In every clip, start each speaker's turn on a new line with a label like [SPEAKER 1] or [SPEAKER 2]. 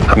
[SPEAKER 1] I've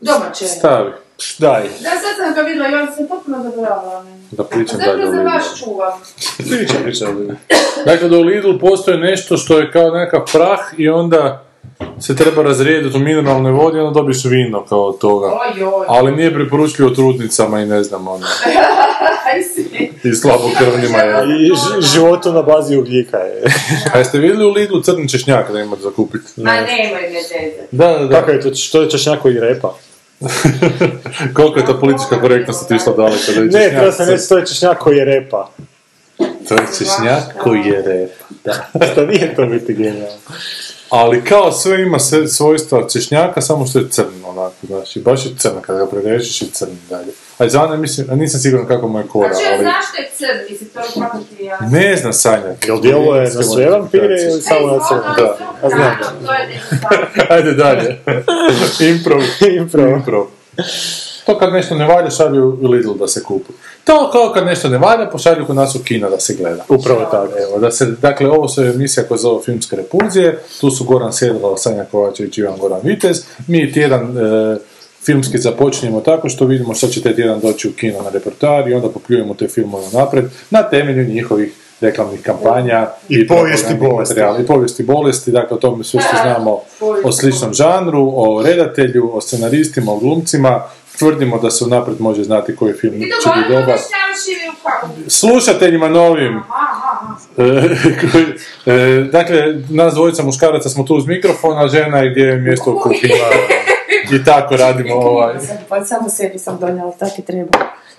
[SPEAKER 2] Domaće.
[SPEAKER 3] Stavi. Daj.
[SPEAKER 2] Da, sad sam ga vidjela i on se potpuno zaboravila.
[SPEAKER 3] Da pričam dalje
[SPEAKER 2] Zapravo
[SPEAKER 3] o
[SPEAKER 2] za
[SPEAKER 3] Lidlu.
[SPEAKER 2] vaš čuvam.
[SPEAKER 3] Pričam, pričam o Lidlu. Dakle, da u Lidlu postoji nešto što je kao nekakav prah i onda se treba razrijediti u mineralnoj vodi i onda dobiješ vino kao od toga.
[SPEAKER 2] Ojoj,
[SPEAKER 3] Ali nije preporučljivo trudnicama i ne znam, ono,
[SPEAKER 2] aj si.
[SPEAKER 3] i slabokrvnima je.
[SPEAKER 4] I ž- životu na bazi ugljika je.
[SPEAKER 3] A jeste vidjeli u Lidlu crni češnjak da imate za kupit?
[SPEAKER 2] Ma nemoj me teze.
[SPEAKER 3] Da, da, da.
[SPEAKER 4] Kako je to, što je češnjako i repa?
[SPEAKER 3] Koliko je ta politička korektnost otišla daleko da je
[SPEAKER 4] Ne,
[SPEAKER 3] češnjak
[SPEAKER 4] treba sam reći, to je češnjak koji je repa.
[SPEAKER 3] To je češnjak koji je repa.
[SPEAKER 4] Da nije to biti genijalno.
[SPEAKER 3] Ali kao sve ima sve svojstva češnjaka, samo što je crn, onako, znaš, i baš je crn, kada ga prerežeš je crn dalje. A zana, mislim, a nisam siguran kako mu je kora,
[SPEAKER 2] Znači, ja
[SPEAKER 3] ali...
[SPEAKER 2] znaš što je crn, mislim, to je kako ti ja.
[SPEAKER 3] Ne zna Sanja.
[SPEAKER 4] Jel djeluje na sve vampire ili samo na crno?
[SPEAKER 2] Da,
[SPEAKER 4] A znam.
[SPEAKER 2] To je nešto
[SPEAKER 3] Ajde dalje. Improv.
[SPEAKER 4] Improv.
[SPEAKER 3] Improv. To kad nešto ne valja, šalju u Lidl da se kupi. To kao kad nešto ne valja, pošalju kod nas u kino da se gleda.
[SPEAKER 4] Upravo tako.
[SPEAKER 3] Evo, da se, dakle, ovo su emisija koja se zove Filmske repulzije, tu su Goran Sjedlal, Sanja Kovačević i Ivan Goran Vitez. Mi tjedan e, filmski započinjemo tako što vidimo što će taj tjedan doći u kino na repertoar i onda popljujemo te filmove napred na temelju njihovih reklamnih kampanja
[SPEAKER 4] I povijesti
[SPEAKER 3] propagandnih
[SPEAKER 4] bolesti.
[SPEAKER 3] materijala. I povijesti bolesti, dakle o tome sve što znamo
[SPEAKER 2] povijest
[SPEAKER 3] o sličnom žanru, o redatelju, o scenaristima, o glumcima. Tvrdimo da se unaprijed može znati koji film će
[SPEAKER 2] Ti to govorimo
[SPEAKER 3] biti dobar.
[SPEAKER 2] da staviš ili u kako?
[SPEAKER 3] Slušateljima novim
[SPEAKER 2] Aha, aha.
[SPEAKER 3] E, koji- e, dakle, nas dvojica muškaraca smo tu uz mikrofon, a žena je gdje je mjesto u kuhinji. I tako radimo ovaj.
[SPEAKER 2] Pa samo sebi sam donijela, tako treba.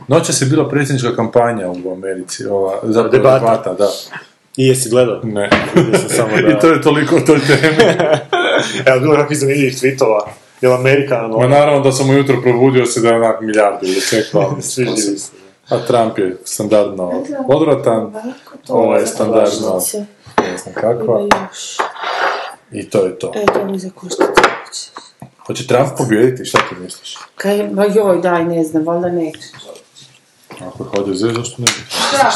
[SPEAKER 3] Noćas je bila predsjednička kampanja u Americi, ova, za
[SPEAKER 4] Debata.
[SPEAKER 3] da.
[SPEAKER 4] I jesi gledao?
[SPEAKER 3] Ne.
[SPEAKER 4] sam samo da-
[SPEAKER 3] I to je toliko o toj temi.
[SPEAKER 4] Evo, bilo kakvih zanimljivih tweetova. Jel Amerika,
[SPEAKER 3] Ma
[SPEAKER 4] ono,
[SPEAKER 3] naravno da sam ujutro probudio se da je onak milijardu ili čekao.
[SPEAKER 4] sviđili se.
[SPEAKER 3] A Trump je standardno odvratan, ovo je standardno ne znam kakva. I to je to.
[SPEAKER 5] Pa E, to mi za koštice.
[SPEAKER 3] Hoće Trump pobijediti, šta ti misliš?
[SPEAKER 5] Kaj, ma joj, daj, ne znam, valjda neće.
[SPEAKER 3] Ako je HDZ, zašto ne bi?
[SPEAKER 2] Da.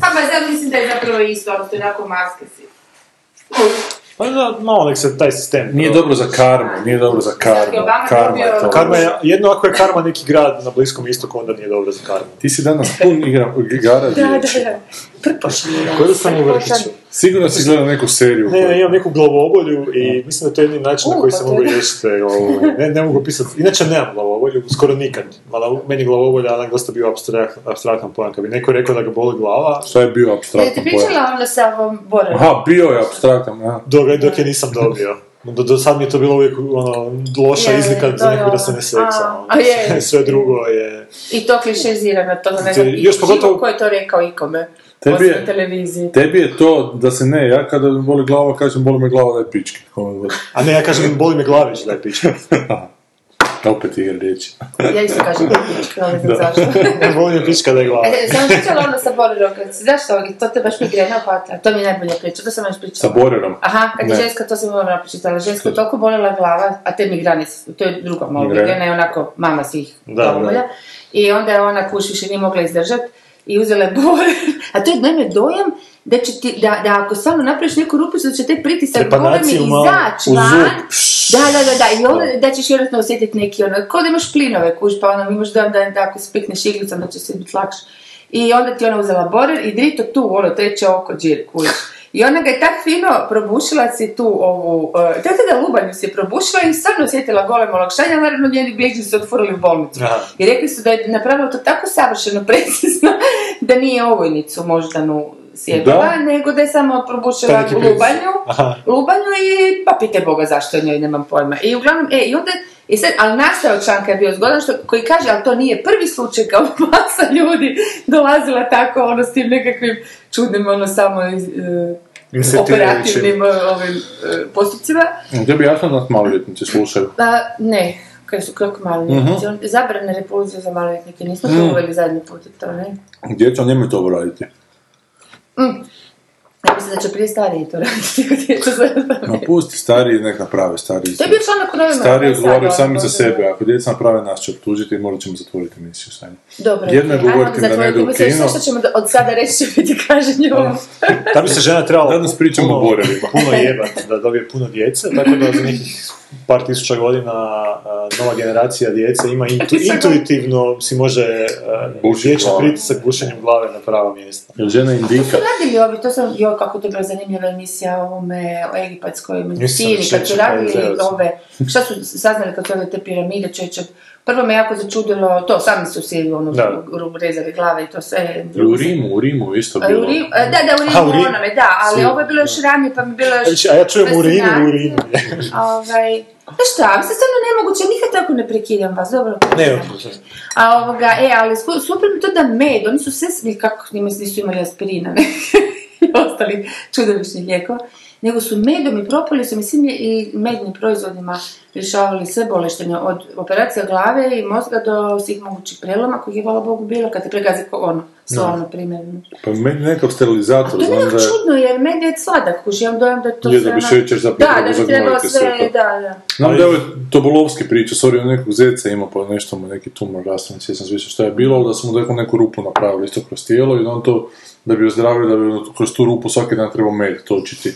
[SPEAKER 2] Pa ma sad mislim da je zapravo isto, ali to je onako maske si.
[SPEAKER 4] Pa da, malo nek se taj sistem...
[SPEAKER 3] Nije dobro za karmu, nije dobro za karmu.
[SPEAKER 2] Znači, Obama
[SPEAKER 3] Karma je
[SPEAKER 2] dobio-
[SPEAKER 3] to.
[SPEAKER 4] Karma je, jedno ako je karma neki grad na Bliskom istoku, onda nije dobro za karmu.
[SPEAKER 3] Ti si danas pun igra, igara
[SPEAKER 5] Da, da,
[SPEAKER 3] riječi.
[SPEAKER 5] da. Prpaš mi.
[SPEAKER 4] Koji da sam u vrtiću?
[SPEAKER 3] Sigurno si gledao neku seriju.
[SPEAKER 4] Ne,
[SPEAKER 3] koju-
[SPEAKER 4] ne, imam neku glavobolju i mislim da to je jedini način na koji
[SPEAKER 2] pa
[SPEAKER 4] se mogu riješiti te glavobolje. Ne, ne mogu pisati, inače nemam glavobolju, skoro nikad. Mada meni glavobolja onak dosta bio abstrakt, abstraktan pojam. Kad bi neko rekao da ga boli glava,
[SPEAKER 3] Šta je bio abstraktan pojam?
[SPEAKER 2] onda sa ovom Borom?
[SPEAKER 3] Aha, bio je abstraktan, aha.
[SPEAKER 4] dok, dok je nisam dobio. Do, do sad mi je to bilo uvijek ono, loša
[SPEAKER 2] Je,
[SPEAKER 4] izlika
[SPEAKER 2] to
[SPEAKER 4] za
[SPEAKER 2] je
[SPEAKER 4] nekog da se
[SPEAKER 2] ono.
[SPEAKER 4] ne seksa.
[SPEAKER 2] A,
[SPEAKER 4] ono.
[SPEAKER 5] a je.
[SPEAKER 4] Sve drugo je...
[SPEAKER 5] I to klišezirano, to ne
[SPEAKER 4] Te-
[SPEAKER 5] znam.
[SPEAKER 4] još pogotovo-
[SPEAKER 5] Ko je to rekao ikome?
[SPEAKER 3] Tebi
[SPEAKER 5] Osim
[SPEAKER 3] je-
[SPEAKER 5] na televiziji.
[SPEAKER 3] Tebi je to da se ne, ja kada mi boli glava, kažem boli me glava da je pički. Ono, da-
[SPEAKER 4] A ne, ja kažem, boli me glavić da je pička.
[SPEAKER 3] Opet igra riječi.
[SPEAKER 5] Ja isto kažem pička, ali ne znam zašto.
[SPEAKER 4] boli me pička da je glava.
[SPEAKER 5] E, Sam pričala onda sa Borerom, kad si, znaš što, to te baš migrena hvata, to mi je najbolja priča, to sam još
[SPEAKER 3] Sa
[SPEAKER 5] pričala.
[SPEAKER 3] borerom.
[SPEAKER 5] Aha, kad je
[SPEAKER 3] Ne.
[SPEAKER 5] ženska, to sam morala pričitala, žensko je toliko bolela glava, a te migrane, su- to je druga malo,
[SPEAKER 3] Migrene.
[SPEAKER 5] migrena je onako mama svih
[SPEAKER 4] Da,
[SPEAKER 5] glavobolja.
[SPEAKER 4] da.
[SPEAKER 5] I onda je ona kuš više nije mogla izdržati i uzela je bor. A to je naime dojam da, će ti, da, da ako samo napraviš neku rupicu, da će te
[SPEAKER 2] E,
[SPEAKER 5] pritisak golemi
[SPEAKER 4] Trepanaciju Pa malo
[SPEAKER 5] izaći
[SPEAKER 4] ono, u
[SPEAKER 5] van.
[SPEAKER 4] zub.
[SPEAKER 5] Da, da, da, da, i onda da ćeš vjerojatno osjetiti neki ono, ko da imaš plinove, kuš, pa ono, imaš dojam da, da ako spikneš iglicom da će se biti lakše. I onda ti ona uzela borer i drito tu, ono, treće oko džir, kuš. I ona ga je tak fino probušila si tu ovu, e, da, da, da, lubanju si je probušila i stvarno osjetila golemo olakšanje, a naravno njeni bližnji su otvorili u bolnicu.
[SPEAKER 4] Aha.
[SPEAKER 5] I rekli su da je napravila to tako savršeno precizno da nije ovojnicu moždanu sjebala,
[SPEAKER 3] Da.
[SPEAKER 5] nego da je samo probušila
[SPEAKER 4] Veliki ples.
[SPEAKER 5] lubanju,
[SPEAKER 4] Aha.
[SPEAKER 5] lubanju i pa pitaj Boga zašto o njoj nemam pojma. I uglavnom, e, i onda, i sad, ali nastavak članka je bio zgodan, što, koji kaže, ali to nije prvi slučaj kao masa ljudi dolazila tako, ono, s tim nekakvim čudnim, ono, samo iz- e, operativnim e, ovim e, postupcima.
[SPEAKER 3] Ja bi jasno da nas maloljetnici slušaju.
[SPEAKER 5] Pa, ne, kaj su kako mali
[SPEAKER 3] Mhm.
[SPEAKER 5] mm Zabrane repulzije za maloljetnike, nismo to uveli zadnji put, je to ne?
[SPEAKER 3] Djeca nemoj to obraditi.
[SPEAKER 5] Ja mislim da će prije stariji to raditi nego djeca
[SPEAKER 3] Ma pusti, stariji nek naprave, stariji.
[SPEAKER 5] To je bio članak u novinama.
[SPEAKER 3] Stariji
[SPEAKER 5] sad,
[SPEAKER 3] odgovaraju
[SPEAKER 5] ono,
[SPEAKER 3] sami za
[SPEAKER 5] možda-
[SPEAKER 3] sebe, ako djeca naprave nas će optužiti, morat ćemo zatvoriti emisiju sa njim.
[SPEAKER 5] Dobro,
[SPEAKER 3] Jedno je
[SPEAKER 5] okej,
[SPEAKER 3] govoriti
[SPEAKER 5] ajmo
[SPEAKER 3] da ne ide u
[SPEAKER 5] zatvoriti, mislim,
[SPEAKER 3] kino.
[SPEAKER 5] Sve što ćemo do- od sada reći će biti kažnje ovom.
[SPEAKER 4] Ta bi se žena trebala
[SPEAKER 3] Danas pričamo
[SPEAKER 4] puno-
[SPEAKER 3] o borevima.
[SPEAKER 4] puno jebat da dobije puno djece, tako da za nekih par tisuća godina a, nova generacija djece ima intu, intuitivno si može a,
[SPEAKER 3] Bušit
[SPEAKER 4] dječji
[SPEAKER 3] glavu.
[SPEAKER 4] pritisak bušenjem glave na pravo mjesto.
[SPEAKER 3] Jel žena indika?
[SPEAKER 5] Radili ovi, to sam, joj, kako to je bila zanimljiva emisija o ovome, o egipatskoj medicini, kad su
[SPEAKER 4] šećer,
[SPEAKER 5] radili
[SPEAKER 4] HDZ-ovci.
[SPEAKER 5] ove, šta su saznali kad su radili te piramide, čeče, prvo me jako začudilo, to, sami su si, ono,
[SPEAKER 4] Da.
[SPEAKER 5] ru- rezali glave i to sve.
[SPEAKER 3] I u Rimu, u Rimu isto
[SPEAKER 5] A,
[SPEAKER 3] bilo.
[SPEAKER 5] u Rim- E, da, da, u
[SPEAKER 4] A, u
[SPEAKER 5] Rimu,
[SPEAKER 4] Rimu.
[SPEAKER 5] onome, da, ali
[SPEAKER 4] Si.
[SPEAKER 5] ovo Ono je bilo još ranije, pa mi je bilo još...
[SPEAKER 4] Znači, a ja čujem urinu,
[SPEAKER 5] fascinantno.
[SPEAKER 4] urinu.
[SPEAKER 5] Ovaj, znaš šta, mislim, stvarno nemoguće, nikad tako ne prekidam vas, dobro.
[SPEAKER 4] Ne,
[SPEAKER 5] A ovoga, e, ali sku- super mi to da med, oni su sve, ili kako, njima nisu imali aspirina, ne, i ostali čudovišni lijekova, nego su medom i propoli su, mislim, i mednim proizvodima rješavali sve boleštenje, od operacija glave i mozga do svih mogućih preloma kojih je, hvala Bogu, bilo, kad te pregazi ko ono, solno, primjerno.
[SPEAKER 3] Pa meni nekakav
[SPEAKER 5] A
[SPEAKER 3] sterilizator,
[SPEAKER 5] to je
[SPEAKER 3] znam
[SPEAKER 5] nekako
[SPEAKER 3] da je...
[SPEAKER 5] čudno, jer med je sladak, kuži, imam dojam da je to
[SPEAKER 3] Je,
[SPEAKER 5] sve
[SPEAKER 3] da bi
[SPEAKER 5] ono-
[SPEAKER 3] šećer zapravo
[SPEAKER 5] Da, da bi
[SPEAKER 3] zagnojiti
[SPEAKER 5] trebalo sve,
[SPEAKER 3] sve to.
[SPEAKER 5] da, da.
[SPEAKER 3] Znam da je ovaj Tobolovski priča, sorry, on nekog zeca ima pa nešto mu neki tumor rastavljen, sjećam se više što je bilo, ali da su mu neku, neku rupu napravili isto kroz tijelo i da on to, da bi ozdravio, da bi ono kroz tu rupu svaki dan trebao med točiti,